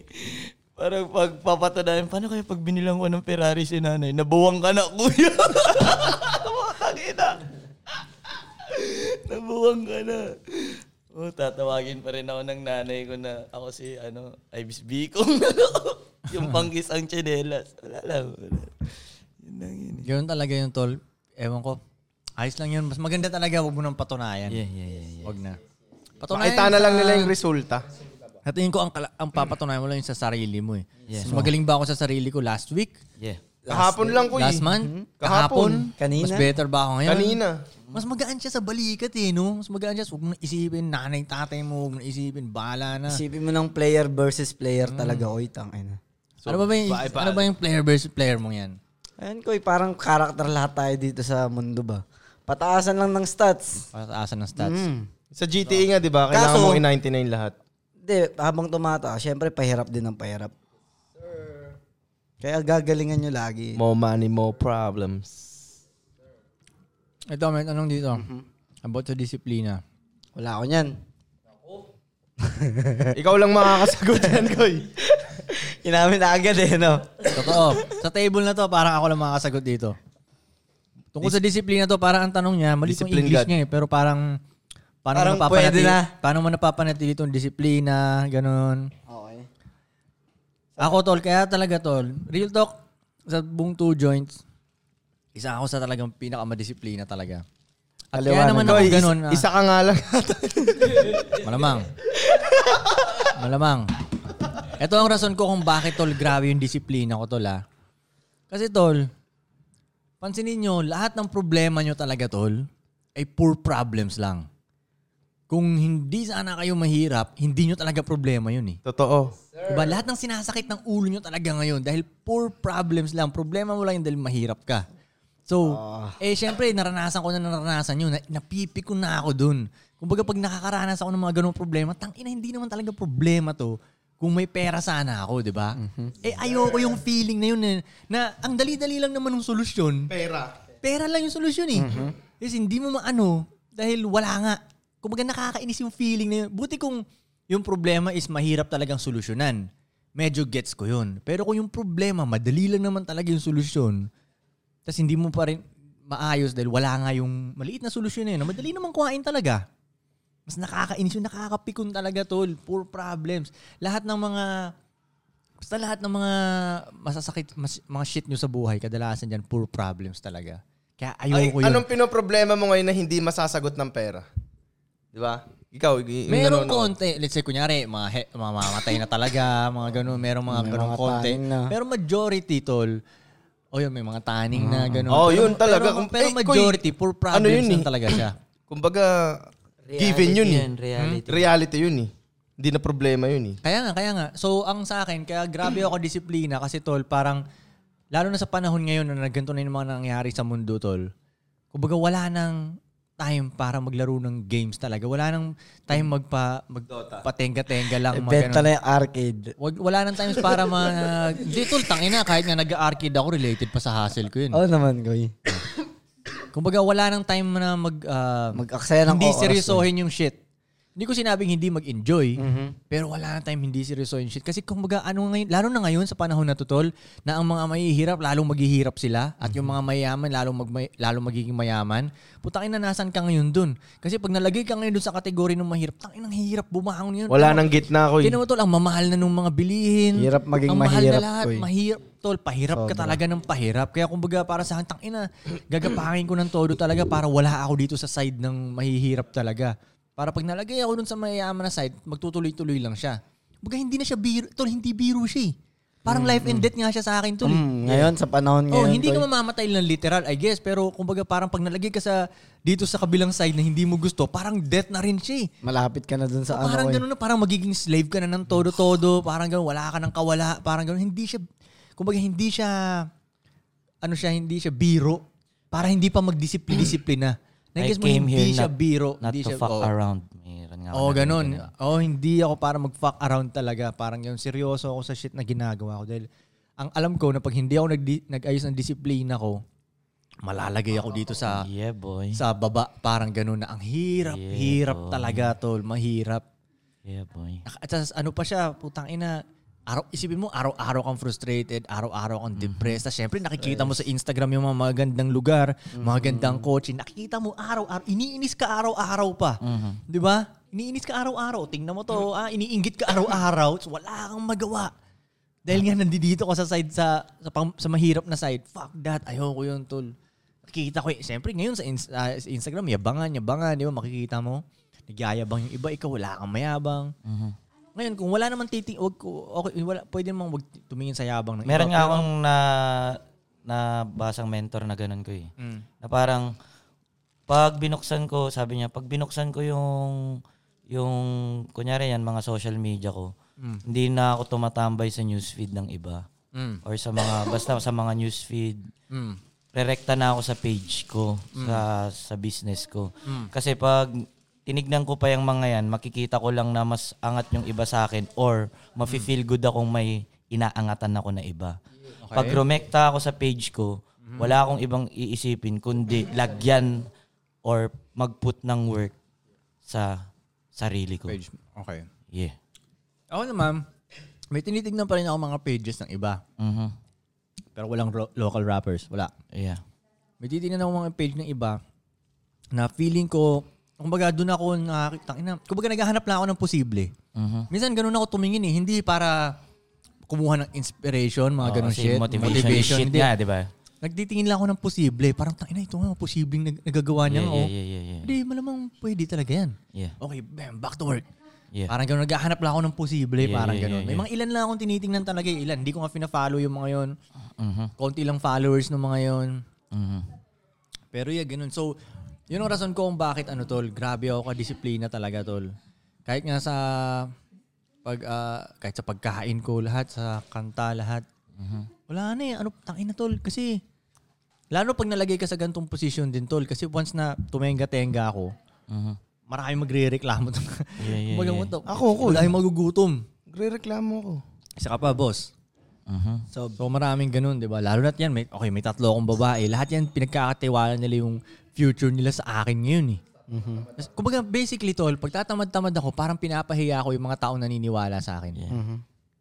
S6: Parang pagpapatanayan, paano kaya pag binilang ko ng Ferrari si nanay? Nabuwang ka na, kuya. Mga tangina. Nabuwang ka na. Oh, tatawagin pa rin ako ng nanay ko na ako si ano, Ibis Bicong. yung pangkis ang tsinelas. Wala lang. Wala. Yun lang yun. eh.
S5: Ganun talaga yung tol. Ewan ko. Ayos lang yun. Mas maganda talaga. Huwag mo nang patunayan.
S6: Yeah, yeah, yeah, yeah.
S5: Huwag na.
S3: Makita na lang
S5: sa-
S3: nila yung resulta.
S5: Sa tingin ko, ang, kala- ang papatunayan mo lang yung sa sarili mo eh. Mas magaling ba ako sa sarili ko last week?
S6: Yeah.
S3: Kahapon lang ko eh.
S5: Last month?
S3: Mhm.
S5: Kahapon?
S3: Kahapon.
S4: Kanina.
S5: Mas better ba ako ngayon?
S3: Kanina.
S5: Mas magaan siya sa balikat eh, no? Mas magaan siya. Huwag mo nang isipin nanay, tatay mo. Huwag mo nang isipin. Bahala na.
S4: Isipin mo ng player versus player talaga, oy, tangina.
S5: ano, ba ba yung, ano ba yung player versus player mo yan?
S4: Ayun ko, eh, parang karakter lahat tayo dito sa mundo ba. Pataasan lang ng stats.
S5: Pataasan ng stats.
S3: Sa GTA nga, di ba? Kailangan
S4: Kaso-
S3: mo i-99 lahat.
S4: Hindi, habang tumataas, syempre pahirap din ang pahirap. Kaya gagalingan nyo lagi.
S3: More money, more problems.
S5: Ito, may tanong dito.
S3: Mm-hmm.
S5: About sa disiplina.
S4: Wala ko niyan.
S3: Ikaw lang makakasagot yan, Koy.
S4: Inamin na agad eh, no?
S5: Totoo. sa table na to, parang ako lang makakasagot dito. Tungkol sa disiplina to, parang ang tanong niya, mali yung
S3: Discipline
S5: English
S3: God.
S5: niya eh, pero parang paano
S4: Parang
S5: mo
S4: pwede
S5: napapanatili,
S4: na.
S5: paano mo napapanatili itong disiplina, ganun.
S4: Okay.
S5: Ako tol, kaya talaga tol, real talk, sa buong two joints, isa ako sa talagang pinakamadisiplina talaga. At kaya naman ako
S3: Koy, is-
S5: ganun. ah.
S3: Isa ka nga lang.
S5: Malamang. Malamang. Ito ang rason ko kung bakit tol grabe yung disiplina ko tol ah. Kasi tol, pansinin nyo, lahat ng problema nyo talaga tol ay poor problems lang. Kung hindi sana kayo mahirap, hindi nyo talaga problema yun eh.
S3: Totoo.
S5: Diba? Lahat ng sinasakit ng ulo nyo talaga ngayon dahil poor problems lang. Problema mo lang yun dahil mahirap ka. So, eh syempre, naranasan ko na naranasan yun. Na, napipiko na ako dun. Kumbaga pag nakakaranas ako ng mga ganung problema, tang ina, hindi naman talaga problema to kung may pera sana ako, di ba? Eh ayoko yung feeling na yun eh, na ang dali-dali lang naman ng solusyon.
S3: Pera.
S5: Pera lang yung solusyon eh. Kasi hindi mo maano dahil wala nga. Kumbaga nakakainis yung feeling na yun. Buti kung yung problema is mahirap talagang solusyonan. Medyo gets ko yun. Pero kung yung problema, madali lang naman talaga yung solusyon, tapos hindi mo pa rin maayos dahil wala nga yung maliit na solusyon na yun, na madali naman kuhain talaga. Mas nakakainis yun, nakakapikon talaga tol. Poor problems. Lahat ng mga Basta lahat ng mga masasakit, mas- mga shit nyo sa buhay, kadalasan dyan, poor problems talaga. Kaya
S3: Ay,
S5: ayoko yun.
S3: anong pinoproblema mo ngayon na hindi masasagot ng pera? Di ba? Ikaw, y- yung
S5: merong
S3: nanonood.
S5: konti, let's say kunyari, mga, he, mga mamatay na talaga, mga ganun, merong mga ganun
S4: mga
S5: konti.
S4: taning na.
S5: Pero majority, tol, o yun, may mga taning na ganun.
S3: Oh,
S5: Pero-
S3: yun talaga.
S5: Pero,
S3: Kung-
S5: pero
S3: eh,
S5: majority,
S3: kuy,
S5: poor
S3: ano
S5: problems
S3: yun
S5: lang
S3: eh?
S5: talaga siya.
S3: Kumbaga, given yun eh.
S6: reality.
S3: Reality yun eh. Hindi na problema yun eh.
S5: Kaya nga, kaya nga. So, ang sa akin, kaya grabe ako disiplina kasi tol, parang, lalo na sa panahon ngayon na nagganto na yung mga nangyari sa mundo, tol. Kumbaga, wala nang time para maglaro ng games talaga. Wala nang time magpa, magpatenga-tenga lang. mag-
S4: Benta
S5: ano.
S4: na yung arcade.
S5: Wag, wala nang times para ma... Hindi, tol, tangina. Kahit nga nag-arcade ako, related pa sa hassle ko yun.
S4: Oo naman, Goy.
S5: Kumbaga, wala nang time na mag... ah,
S4: Mag-aksaya ng
S5: hindi
S4: oras, eh.
S5: seryosohin yung shit. Hindi ko sinabing hindi mag-enjoy,
S4: Mhm.
S5: pero wala na tayong hindi seryosohin yung shit. Kasi kung baga, ano ngayon, lalo na ngayon sa panahon na tutol, na ang mga mahihirap, lalong maghihirap sila, at
S4: Mhm.
S5: yung mga mayaman, lalong, magmay, lalong magiging mayaman. Putangin na nasan ka ngayon dun. Kasi pag nalagay ka ngayon dun sa kategory ng mahirap, tangin ang hirap bumangon yun.
S3: Wala nang gitna, eh. Koy.
S5: Tingnan mo tol, ang mamahal na nung mga bilihin.
S4: Hirap maging
S5: ang mahal
S4: mahirap,
S5: na lahat.
S4: Koy.
S5: Mahirap tol, pahirap ka talaga ng pahirap. Kaya kumbaga para sa akin, tangina, gagapangin ko ng todo talaga para wala ako dito sa side ng mahihirap talaga. Para pag nalagay ako dun sa mayayaman na side, magtutuloy-tuloy lang siya. Kumbaga hindi na siya biro, tol, hindi biro siya eh. Parang life and death nga siya sa akin tol. eh.
S4: Mm, ngayon, sa panahon
S5: Oh,
S4: ngayon,
S5: hindi ka
S4: Goy.
S5: mamamatay ng literal, I guess. Pero kumbaga parang pag nalagay ka sa dito sa kabilang side na hindi mo gusto, parang death na rin siya eh.
S4: malapit ka na dun sa ano,
S5: O, parang
S6: eh.
S4: Goy.
S5: ganun na, parang magiging slave ka na ng todo-todo, parang ganun, wala ka ng kawala, parang ganun. Hindi siya, kumbaga hindi siya, ano siya, hindi siya biro. Para hindi pa magdisiplina-disiplina.
S6: I
S5: Nag-guess mo,
S6: came
S5: hindi
S6: here
S5: siya
S6: not,
S5: biro.
S6: not
S5: hindi
S6: to
S5: siya,
S6: fuck
S5: oo.
S6: around. diba? Meron nga ako
S5: Oo,
S6: narinig
S5: ganun.
S6: na-
S5: Oo, hindi ako para mag-fuck around talaga. Parang yun, seryoso ako sa shit na ginagawa ko. Dahil ang alam ko na pag hindi ako nagdi- nag-ayos ng disiplina ko, malalagay ako dito sa
S6: Yeah, boy.
S5: sa baba. Parang ganun na ang hirap,
S6: Yeah, oh.
S5: hirap
S6: boy.
S5: talaga, tol. Mahirap.
S6: Yeah, boy.
S5: Naka- At tas, ano pa siya, putang ina, araw, isipin mo, araw-araw kang frustrated, araw-araw kang depressed. Tapos syempre, nakikita mo sa Instagram yung mga magandang lugar, mga gandang kotse. Nakikita mo araw-araw. Iniinis ka araw-araw pa. Di ba? Iniinis ka araw-araw. Tingnan mo to. Ah, iniinggit ka araw-araw. So, wala kang magawa. Dahil nga nandito ko sa side sa sa, pang- sa mahirap na side. Fuck that. Ayoko yun, tol. Nakikita ko, eh. siyempre ngayon sa, ins- ah, sa Instagram, yabangan, yabangan, di ba? Makikita mo, nagyayabang yung iba, ikaw wala kang mayabang.
S6: Mm-hmm.
S5: Ngayon, kung wala naman titing, wag, ko- okay, wala, pwede namang wag tumingin sa yabang ng iba.
S6: Meron nga
S5: Pero-
S6: akong na nabasang mentor na ganun ko eh.
S5: Mm.
S6: Na parang pag binuksan ko, sabi niya, pag binuksan ko yung yung kunyari yan mga social media ko, hindi na ako tumatambay sa newsfeed ng iba
S5: Mm.
S6: or sa mga basta sa mga newsfeed.
S5: Mm.
S6: Rerekta na ako sa page ko, sa sa business ko.
S5: Mm.
S6: Kasi pag tinignan ko pa yung mga yan, makikita ko lang na mas angat yung iba sa akin or mafe-feel
S5: Mm.
S6: good akong may inaangatan ako na iba. Pag rumekta ako sa page ko,
S5: Mm-hmm.
S6: wala akong ibang iisipin kundi lagyan or mag-put ng work sa sarili ko.
S5: Page. Okay.
S6: Yeah.
S5: Ako naman, may tinitignan pa rin ako mga pages ng iba.
S6: Mhm.
S5: Pero walang ro- local rappers. Wala.
S6: Yeah.
S5: May titingnan ako mga page ng iba na feeling ko, kumbaga doon ako nakakita, ina, kumbaga naghahanap lang ako ng posible.
S6: Mhm.
S5: Minsan ganun ako tumingin eh, hindi para kumuha ng inspiration, mga
S6: Oo,
S5: Ah, ganun
S6: kasi
S5: shit.
S6: Motivation, is shit
S5: hindi.
S6: nga, di ba?
S5: Nagtitingin lang ako ng posible. Parang, tangina, ito nga, posibleng nag- nagagawa niya.
S6: Yeah,
S5: oh.
S6: yeah, yeah, yeah, yeah.
S5: Hindi, malamang pwede talaga yan.
S6: Yeah.
S5: Okay, bam, back to work.
S6: Yeah.
S5: Parang ganun, naghahanap lang ako ng posible,
S6: Yeah,
S5: parang
S6: yeah,
S5: ganun.
S6: yeah,
S5: May
S6: yeah.
S5: mga ilan lang akong tinitingnan talaga, eh, ilan. Hindi ko nga fina-follow yung mga yon.
S6: Mhm.
S5: Konti lang followers ng mga yon.
S6: Mhm.
S5: Pero yeah, ganun. So, yun ang rason ko kung bakit ano tol, grabe ako ka-disiplina talaga tol. Kahit nga sa pag ah, kahit sa pagkain ko lahat, sa kanta lahat.
S6: Mm-hmm.
S5: Wala na eh, ano tangin na tol kasi lalo pag nalagay ka sa ganitong position din tol kasi once na tumenga-tenga ako,
S6: Mhm.
S5: marami magrereklamo reklamo
S6: Yeah, yeah, yeah.
S3: Ako, ako.
S5: Wala yung magugutom.
S3: Nagre-reklamo ako.
S5: Isa ka pa, boss.
S6: Mhm.
S5: So, maraming ganun, di ba? Lalo na yan, may, okay, may tatlo akong babae. Lahat yan, pinagkakatiwala nila yung future nila sa akin ngayon eh.
S6: Mm-hmm.
S5: Tas- Kumbaga, basically, tol, pag tatamad-tamad ako, parang pinapahiya ako yung mga taong naniniwala sa akin.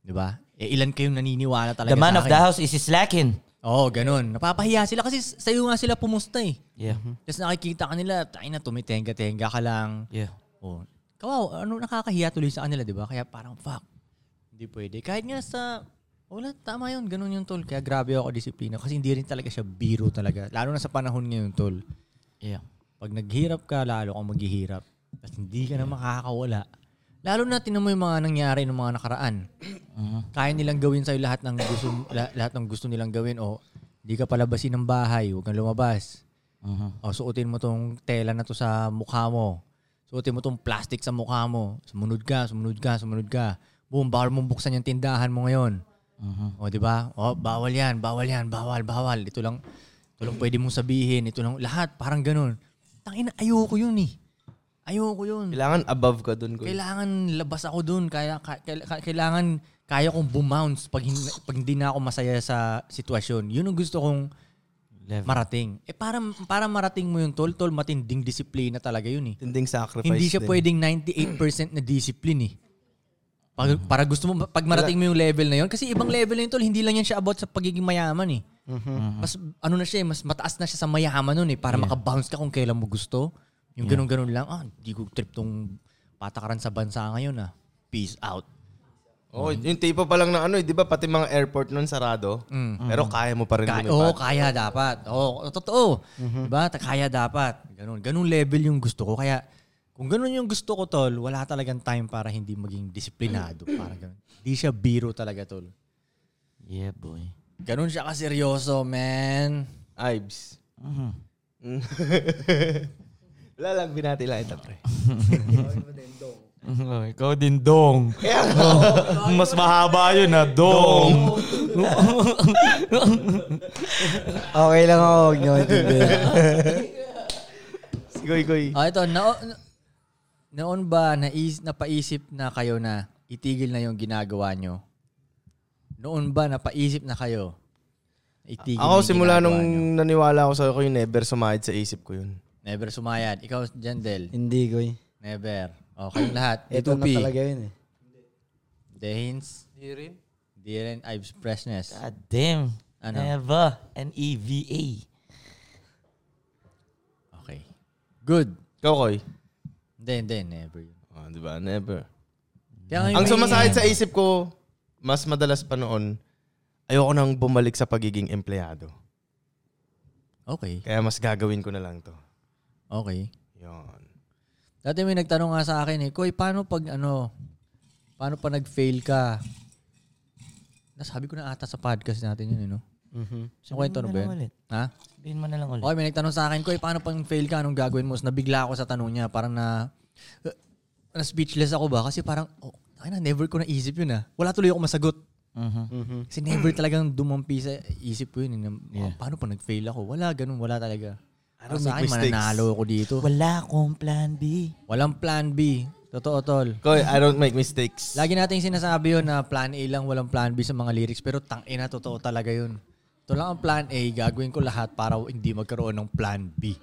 S5: Di ba? Eh, ilan kayong naniniwala talaga
S6: The man
S5: sa
S6: of
S5: akin?
S6: the house is slacking.
S5: Oo, oh, ganun. Napapahiya sila kasi s- sa'yo nga sila pumusta eh.
S6: Yeah.
S5: Tapos nakikita ka nila, tayo na, tumitenga-tenga ka lang.
S6: Yeah.
S5: Oh. Kawaw, ano nakakahiya tuloy sa kanila, 'di ba? Kaya parang fuck. Hindi pwede. Kahit nga sa wala tama 'yun, ganun 'yung tol. Kaya grabe ako disiplina kasi hindi rin talaga siya biro talaga. Lalo na sa panahon ngayon, tol.
S6: Yeah.
S5: Pag naghirap ka, lalo kang maghihirap. At hindi ka na makakawala. Lalo na tinan mo 'yung mga nangyari ng mga nakaraan.
S6: Mm-hmm,
S5: Kaya nilang gawin sa'yo lahat ng gusto la- lahat ng gusto nilang gawin o hindi ka palabasin ng bahay, huwag kang lumabas.
S6: Mhm.
S5: O Oh, suotin mo tong tela na to sa mukha mo. Suotin mo tong plastic sa mukha mo. Sumunod ka, sumunod ka, sumunod ka. Boom, bawal mong buksan yung tindahan mo ngayon. O, di ba? O, bawal yan, bawal yan, bawal, bawal. Ito lang, ito lang pwede mong sabihin. Ito lang, lahat, parang ganun. Tangina, ayoko yun eh. Ayoko yun.
S3: Kailangan above ka dun, Koy.
S5: Kailangan labas ako dun. Kaya, ka- kaila- kailangan kaya kong bumounce pag, hin- pag hindi na ako masaya sa sitwasyon. Yun ang gusto kong
S6: Level.
S5: marating. Eh para para marating mo yung tol, tol matinding disiplina talaga yun eh.
S3: Tinding sacrifice
S5: Hindi siya
S3: din.
S5: pwedeng 98% na discipline eh. Pag,
S3: Mm-hmm.
S5: para gusto mo, pag marating mo yung level na yun, kasi ibang level na yun, tol, hindi lang yan siya about sa pagiging mayaman eh.
S3: Mm-hmm.
S5: Mas, ano na siya eh, mas mataas na siya sa mayaman nun eh, para makabounce ka kung kailan mo gusto. Yung ganun-ganun lang, ah, hindi ko trip tong patakaran sa bansa ngayon ah. Peace out.
S3: Oo, Oh, yung tipo pa lang ng ano, eh, di ba pati mga airport nun sarado? Pero kaya mo pa rin
S5: Kaya,
S3: lumipad.
S5: Mm. oh, kaya dapat. Oo, oh, totoo.
S3: Mhm.
S5: Diba? Ta- Kaya dapat. Ganun. Ganun level yung gusto ko. Kaya, kung ganun yung gusto ko, tol, wala talagang time para hindi maging disiplinado. Parang ganun. Hindi siya biro talaga, tol.
S6: Yeah, boy.
S5: Ganun siya kaseryoso, man.
S3: Ives.
S5: Mm-hmm.
S3: Wala lang, binati lang ito, pre.
S6: Oh, Ikaw din, dong. Mas mahaba yun, ha? Dong.
S4: Okay lang ako, huwag niyo maintindihan.
S3: Si Koy Koy.
S5: Ah, ito, nao- na- noon ba nais, napaisip na kayo na itigil na yung ginagawa nyo? Noon ba napaisip na kayo? Itigil
S3: Ako
S5: na yung
S3: simula
S5: ginagawa
S3: nung
S5: nyo?
S3: naniwala ako sa Koy, never sumahid sa isip ko yun.
S5: Never sumayad. Ikaw, Jandel.
S4: Hindi, Goy.
S5: Never. O, kayong lahat.
S4: Ito na
S5: D2P.
S4: talaga yun eh.
S5: Dehins.
S7: Hindi rin.
S5: Dear and Ives Freshness.
S6: God damn.
S5: Ano?
S6: Neva. E N-E-V-A.
S5: Okay. Good.
S3: Ikaw, Koy?
S5: Hindi, hindi. Never yun.
S3: Ah, di ba? Never.
S5: Kaya ngayon,
S3: Ang sumasahid sa isip ko, mas madalas pa noon, ayoko nang bumalik sa pagiging empleyado.
S5: okay.
S3: Kaya mas gagawin ko na lang to.
S5: Okay.
S3: Yun.
S5: Dati may nagtanong nga sa akin eh, Koy, paano pag ano, paano pa nag-fail ka? Nasabi ko na ata sa podcast natin yun, eh, no? Mm-hmm. Ang kwento na ba yun? Ha?
S6: Sabihin mo na lang ulit.
S5: Okay, may nagtanong sa akin, Koy, paano pag fail ka, anong gagawin mo? Tapos nabigla ako sa tanong niya, parang na, uh, na speechless ako ba? Kasi parang, oh, ay na, never ko naisip yun ah. Wala tuloy ako masagot.
S6: Mm-hmm.
S3: Mm-hmm.
S5: Kasi never talagang dumampi sa isip ko yun. eh, na, oh, paano pa nag-fail ako? Wala, ganun, wala talaga. Parang
S3: don't
S5: sa
S3: make
S5: akin,
S3: mistakes.
S5: mananalo ako dito.
S6: Wala akong plan B.
S5: Walang plan B. Totoo, tol.
S3: Koy, I don't make mistakes.
S5: Lagi nating sinasabi yun na plan A lang, walang plan B sa mga lyrics. Pero tang ina, totoo talaga yun. Ito lang ang plan A, gagawin ko lahat para hindi magkaroon ng plan B.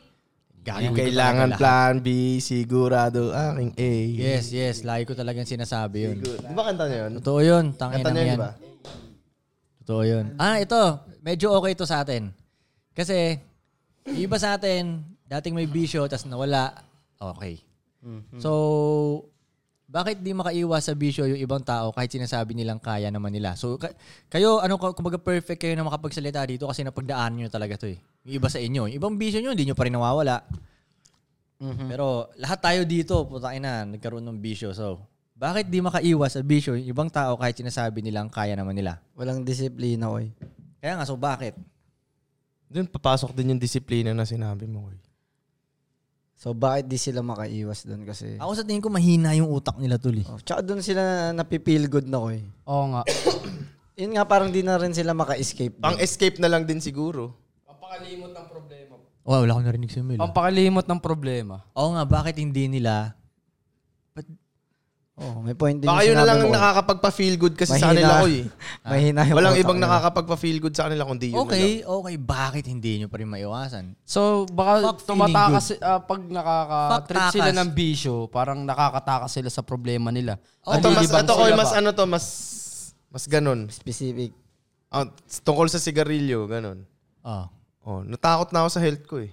S5: Gagawin ko
S3: Kailangan
S5: talaga lahat.
S3: plan B, sigurado aking A.
S5: Yes, yes. Lagi ko talagang sinasabi yun.
S3: Good. Di ba kanta niya yun?
S5: Totoo yun. Tang
S3: Kanta
S5: ina
S3: niya yun,
S5: yan.
S3: di ba?
S5: Totoo yun. Ah, ito. Medyo okay ito sa atin. Kasi, yung iba sa atin, dating may bisyo, tas nawala, okay.
S3: Mm-hmm.
S5: So, bakit di makaiwas sa bisyo yung ibang tao kahit sinasabi nilang kaya naman nila? So, ka- kayo, ano, ka- kumbaga perfect kayo na makapagsalita dito kasi napagdaan nyo talaga to eh. Yung iba sa inyo. Yung ibang bisyo nyo, hindi nyo pa rin nawawala. Pero lahat tayo dito, putang ina, nagkaroon ng bisyo. So, bakit di makaiwas sa bisyo yung ibang tao kahit sinasabi nilang kaya naman nila?
S4: Walang disiplina, oy.
S5: Kaya nga, so bakit?
S3: Doon papasok din yung disiplina na sinabi mo, Koy.
S4: So bakit di sila makaiwas doon kasi?
S5: Ako sa tingin ko, mahina yung utak nila eh. tuli.
S4: Oh, tsaka doon sila napipil good na, oy.
S7: Oo nga.
S4: Yun nga, parang di na rin sila maka-escape. eh. dun.
S3: Pang-escape na lang din siguro.
S7: Pampakalimot ng problema.
S5: Oh, wala akong narinig sa Mel. Oo
S7: Pampakalimot ng problema.
S5: nga, bakit hindi nila?
S4: Oh, may point din
S3: Baka
S4: yung
S3: yun na
S4: sinabi
S3: lang ang
S4: mo, oy.
S3: nakakapagpa-feel good kasi sa kanila, Koy.
S4: Mahina yung
S3: Walang
S4: utak
S3: ibang
S4: nila.
S3: nakakapagpa-feel good sa kanila kundi yun. na lang.
S5: Okay, okay, bakit hindi nyo pa rin maiwasan?
S7: So, baka
S5: Fuck feeling
S7: tumatakas, ah, pag nakaka-trip
S5: Fuck
S7: sila
S5: takas.
S7: ng bisyo, parang nakakatakas sila sa problema nila.
S5: Oh,
S3: Ito, mas,
S7: Nalilibang
S3: ito, Koy,
S7: sila
S3: mas
S7: ba?
S3: ano to, mas, mas ganun.
S4: Specific.
S3: Ah, tungkol sa sigarilyo, ganun.
S5: Oh.
S3: Oh, natakot na ako sa health ko eh.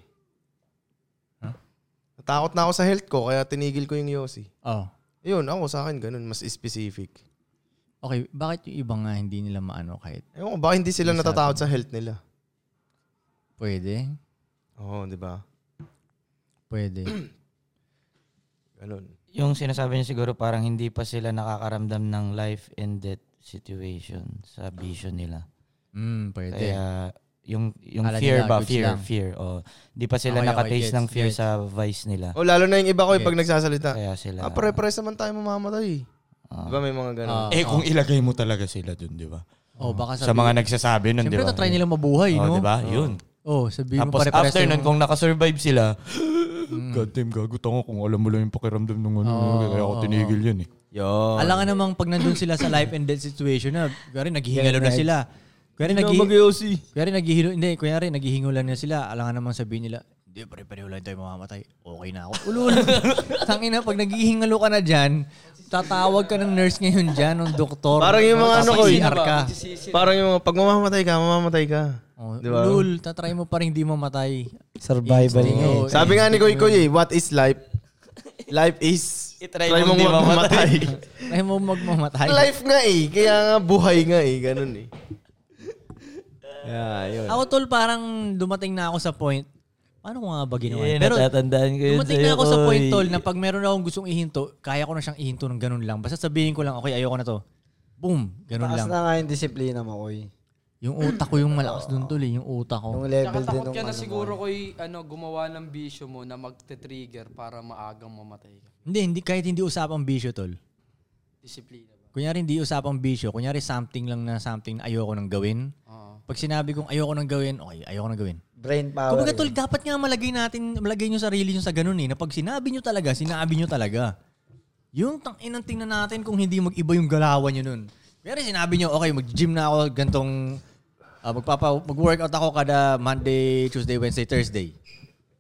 S3: Natakot na ako sa health ko kaya tinigil ko yung Yossi.
S5: Oh.
S3: Yun, ako sa akin ganun, mas specific.
S5: Okay, bakit yung ibang nga hindi nila maano kahit
S3: Ewan ko, baka hindi sila natatakot sa health nila.
S5: pwede?
S3: Oo, di ba?
S5: Pwede.
S3: Ganun.
S6: Yung sinasabi niya siguro parang hindi pa sila nakakaramdam ng life and death situation sa vision nila.
S5: mm, pwede.
S6: Kaya yung yung
S5: Kala
S6: fear
S5: nila,
S6: ba,
S5: goods
S6: fear,
S5: lang.
S6: fear. Oh, di pa sila
S5: Okay, okay,
S6: nakataste
S5: gets,
S6: ng fear
S5: gets.
S6: sa vice nila.
S3: O lalo na yung iba ko eh, pag nagsasalita.
S6: Kaya sila.
S3: Ah, pare-pares naman tayo mamamatay eh. Di ba may mga ganun?
S5: Ah.
S6: eh kung ilagay mo talaga sila dun, di ba?
S5: oh, baka
S6: Sa mga nagsasabi nun, di
S5: Siyempre,
S6: ba?
S5: tatry nila mabuhay,
S6: Oh,
S5: no?
S6: di ba? Yun.
S5: Oh, sabihin mo Mm.
S6: Tapos
S5: pare-pares
S6: after
S5: tayo
S6: nun,
S5: mga-
S6: kung nakasurvive sila,
S9: God damn, gago tanga kung alam mo lang yung pakiramdam ng ano. kaya ako tinigil yun eh.
S3: Oh.
S5: Alam ka namang pag nandun sila sa life and death situation na, kuwari naghihingalo na sila. Kuwari naghi Kuwari naghihilo, hindi, kuwari naghihingulan na sila. Alam ka namang sabihin nila, hindi, pare-pareho lang tayo mamamatay. Okay na ako. Ulul. Tangina, pag naghihingalo ka na dyan, tatawag ka ng nurse ngayon dyan, ng doktor.
S3: Parang yung mga ano ko eh.
S5: Papasinar ka.
S3: Parang yung mga, pag mamamatay ka, mamamatay ka.
S5: Oh,
S3: Di ba?
S5: Ulul, tatry mo pa rin di mamatay.
S4: Survival
S5: Instinct
S4: nga eh.
S5: mo.
S3: Sabi nga ni Koy Koy eh, what is life? Life is,
S6: I-try
S3: try
S6: mong
S3: mong
S6: di
S3: wag
S6: mamatay.
S3: mamatay.
S5: Try mo magmamatay.
S3: life nga eh. Kaya nga buhay nga eh. Ganun eh. Yeah, yun.
S5: Ako tol, parang dumating na ako sa point. Paano ko nga ba ginawa?
S6: eh,
S5: yun? Pero
S6: natatandaan ko yun
S5: dumating
S6: sa'yo,
S5: na ako sa point
S6: Koy.
S5: tol na pag meron akong gustong ihinto, kaya ko na siyang ihinto ng ganun lang. Basta sabihin ko lang, okay, ayoko na to. Boom, ganun
S4: Taas
S5: lang.
S4: na nga yung disiplina mo, oy.
S5: Yung utak ko yung malakas dun tol, eh, yung utak ko.
S4: Yung level din
S7: Nakatakot
S4: ng
S7: ka na
S4: ano
S7: siguro ko ano, gumawa ng bisyo mo na magte-trigger para maagang mamatay ka.
S5: Hindi, hindi, kahit hindi usapang bisyo tol.
S7: Disiplina ba?
S5: Kunyari hindi usapang bisyo, kunyari something lang na something na ayoko nang gawin.
S7: Oo.
S5: Pag sinabi kong ayoko nang gawin, okay, ayoko nang gawin.
S4: brain power.
S5: Kumbaga
S4: yun.
S5: tol, dapat nga malagay natin, malagay nyo sarili nyo sa ganun eh, na pag sinabi nyo talaga, sinabi nyo talaga. Yung tang inang tingnan natin kung hindi mag-iba yung galawan nyo nun. Pero sinabi nyo, okay, mag-gym na ako, gantong, ah, magpapa, mag-workout ako kada Monday, Tuesday, Wednesday, Thursday.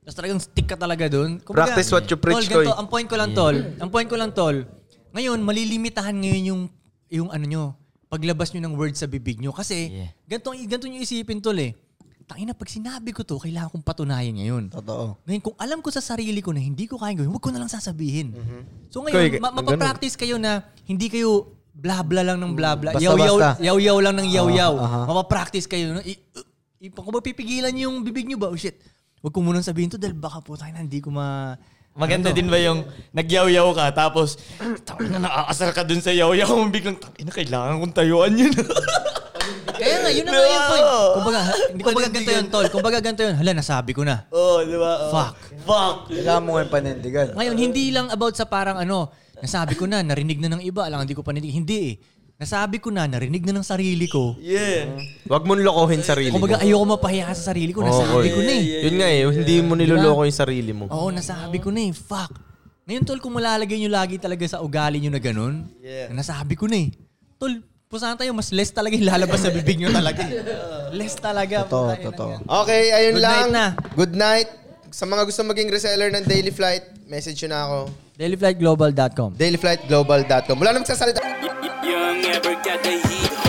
S5: Tapos talagang stick ka talaga dun. Kumbaga,
S3: Practice what you preach,
S5: tol, ganito,
S3: Koy.
S5: ang point ko lang, tol. Ang point ko lang, tol. Ngayon, malilimitahan ngayon yung, yung ano nyo, paglabas nyo ng word sa bibig nyo. Kasi,
S6: Yeah.
S5: ganito, ganito nyo isipin tol eh. Tangina, pag sinabi ko to, kailangan kong patunayan ngayon.
S4: Totoo.
S5: Ngayon, kung alam ko sa sarili ko na hindi ko kaya gawin, huwag ko na lang sasabihin. So
S3: Kaya-
S5: ngayon, ma-
S3: ganun.
S5: mapapractice kayo na hindi kayo blabla lang ng blabla.
S4: Basta,
S5: Yaw-yaw,
S4: basta.
S5: yaw-yaw lang ng yaw-yaw.
S4: aha.
S5: Mapapractice kayo. No? I- uh, i- kung ba pipigilan niyo yung bibig niyo ba? Oh shit, huwag ko munang sabihin to dahil baka po tayo na hindi ko ma... ano
S6: Maganda din ba yung nagyaw-yaw ka tapos tangin na naaasar ka dun sa yaw-yaw mo biglang tangin na kailangan kong tayuan yun.
S5: Kaya nga, yun na nga yung point.
S6: No!
S5: Kung baga, hindi, kung baga ganito yun, tol. Kung baga ganito yun, hala, nasabi ko na.
S6: Oo, di ba? Oo.
S5: Fuck.
S6: Fuck.
S4: Kailangan mo ngayon panindigan.
S5: Ngayon, hindi lang about sa parang ano, nasabi ko na, narinig na ng iba, alam, hindi ko paninig. Hindi eh. Nasabi ko na, narinig na ng sarili ko.
S6: Yeah.
S3: Huwag mong lokohin sarili
S5: Kung
S3: mo.
S5: baga, ayoko mapahiya sa sarili ko. Nasabi ko na eh.
S3: Yun nga eh, hindi mo niloloko yung sarili mo.
S5: Oo, nasabi ko na eh. Fuck. Ngayon, tol, kung malalagay nyo lagi talaga sa ugali nyo na ganun, na nasabi ko na eh. Tol, pusahan tayo, mas less talaga yung lalabas sa bibig nyo talaga. eh. less talaga.
S4: Totoo,
S5: putangina
S4: totoo.
S5: nga.
S3: Okay, ayun
S5: Good
S3: lang.
S5: night na.
S3: Good night. Sa mga gusto maging reseller ng Daily Flight, message nyo na ako.
S5: Dailyflightglobal.com
S3: Dailyflightglobal.com Wala na magsasalita.
S1: You never got the heat
S2: eh. eh.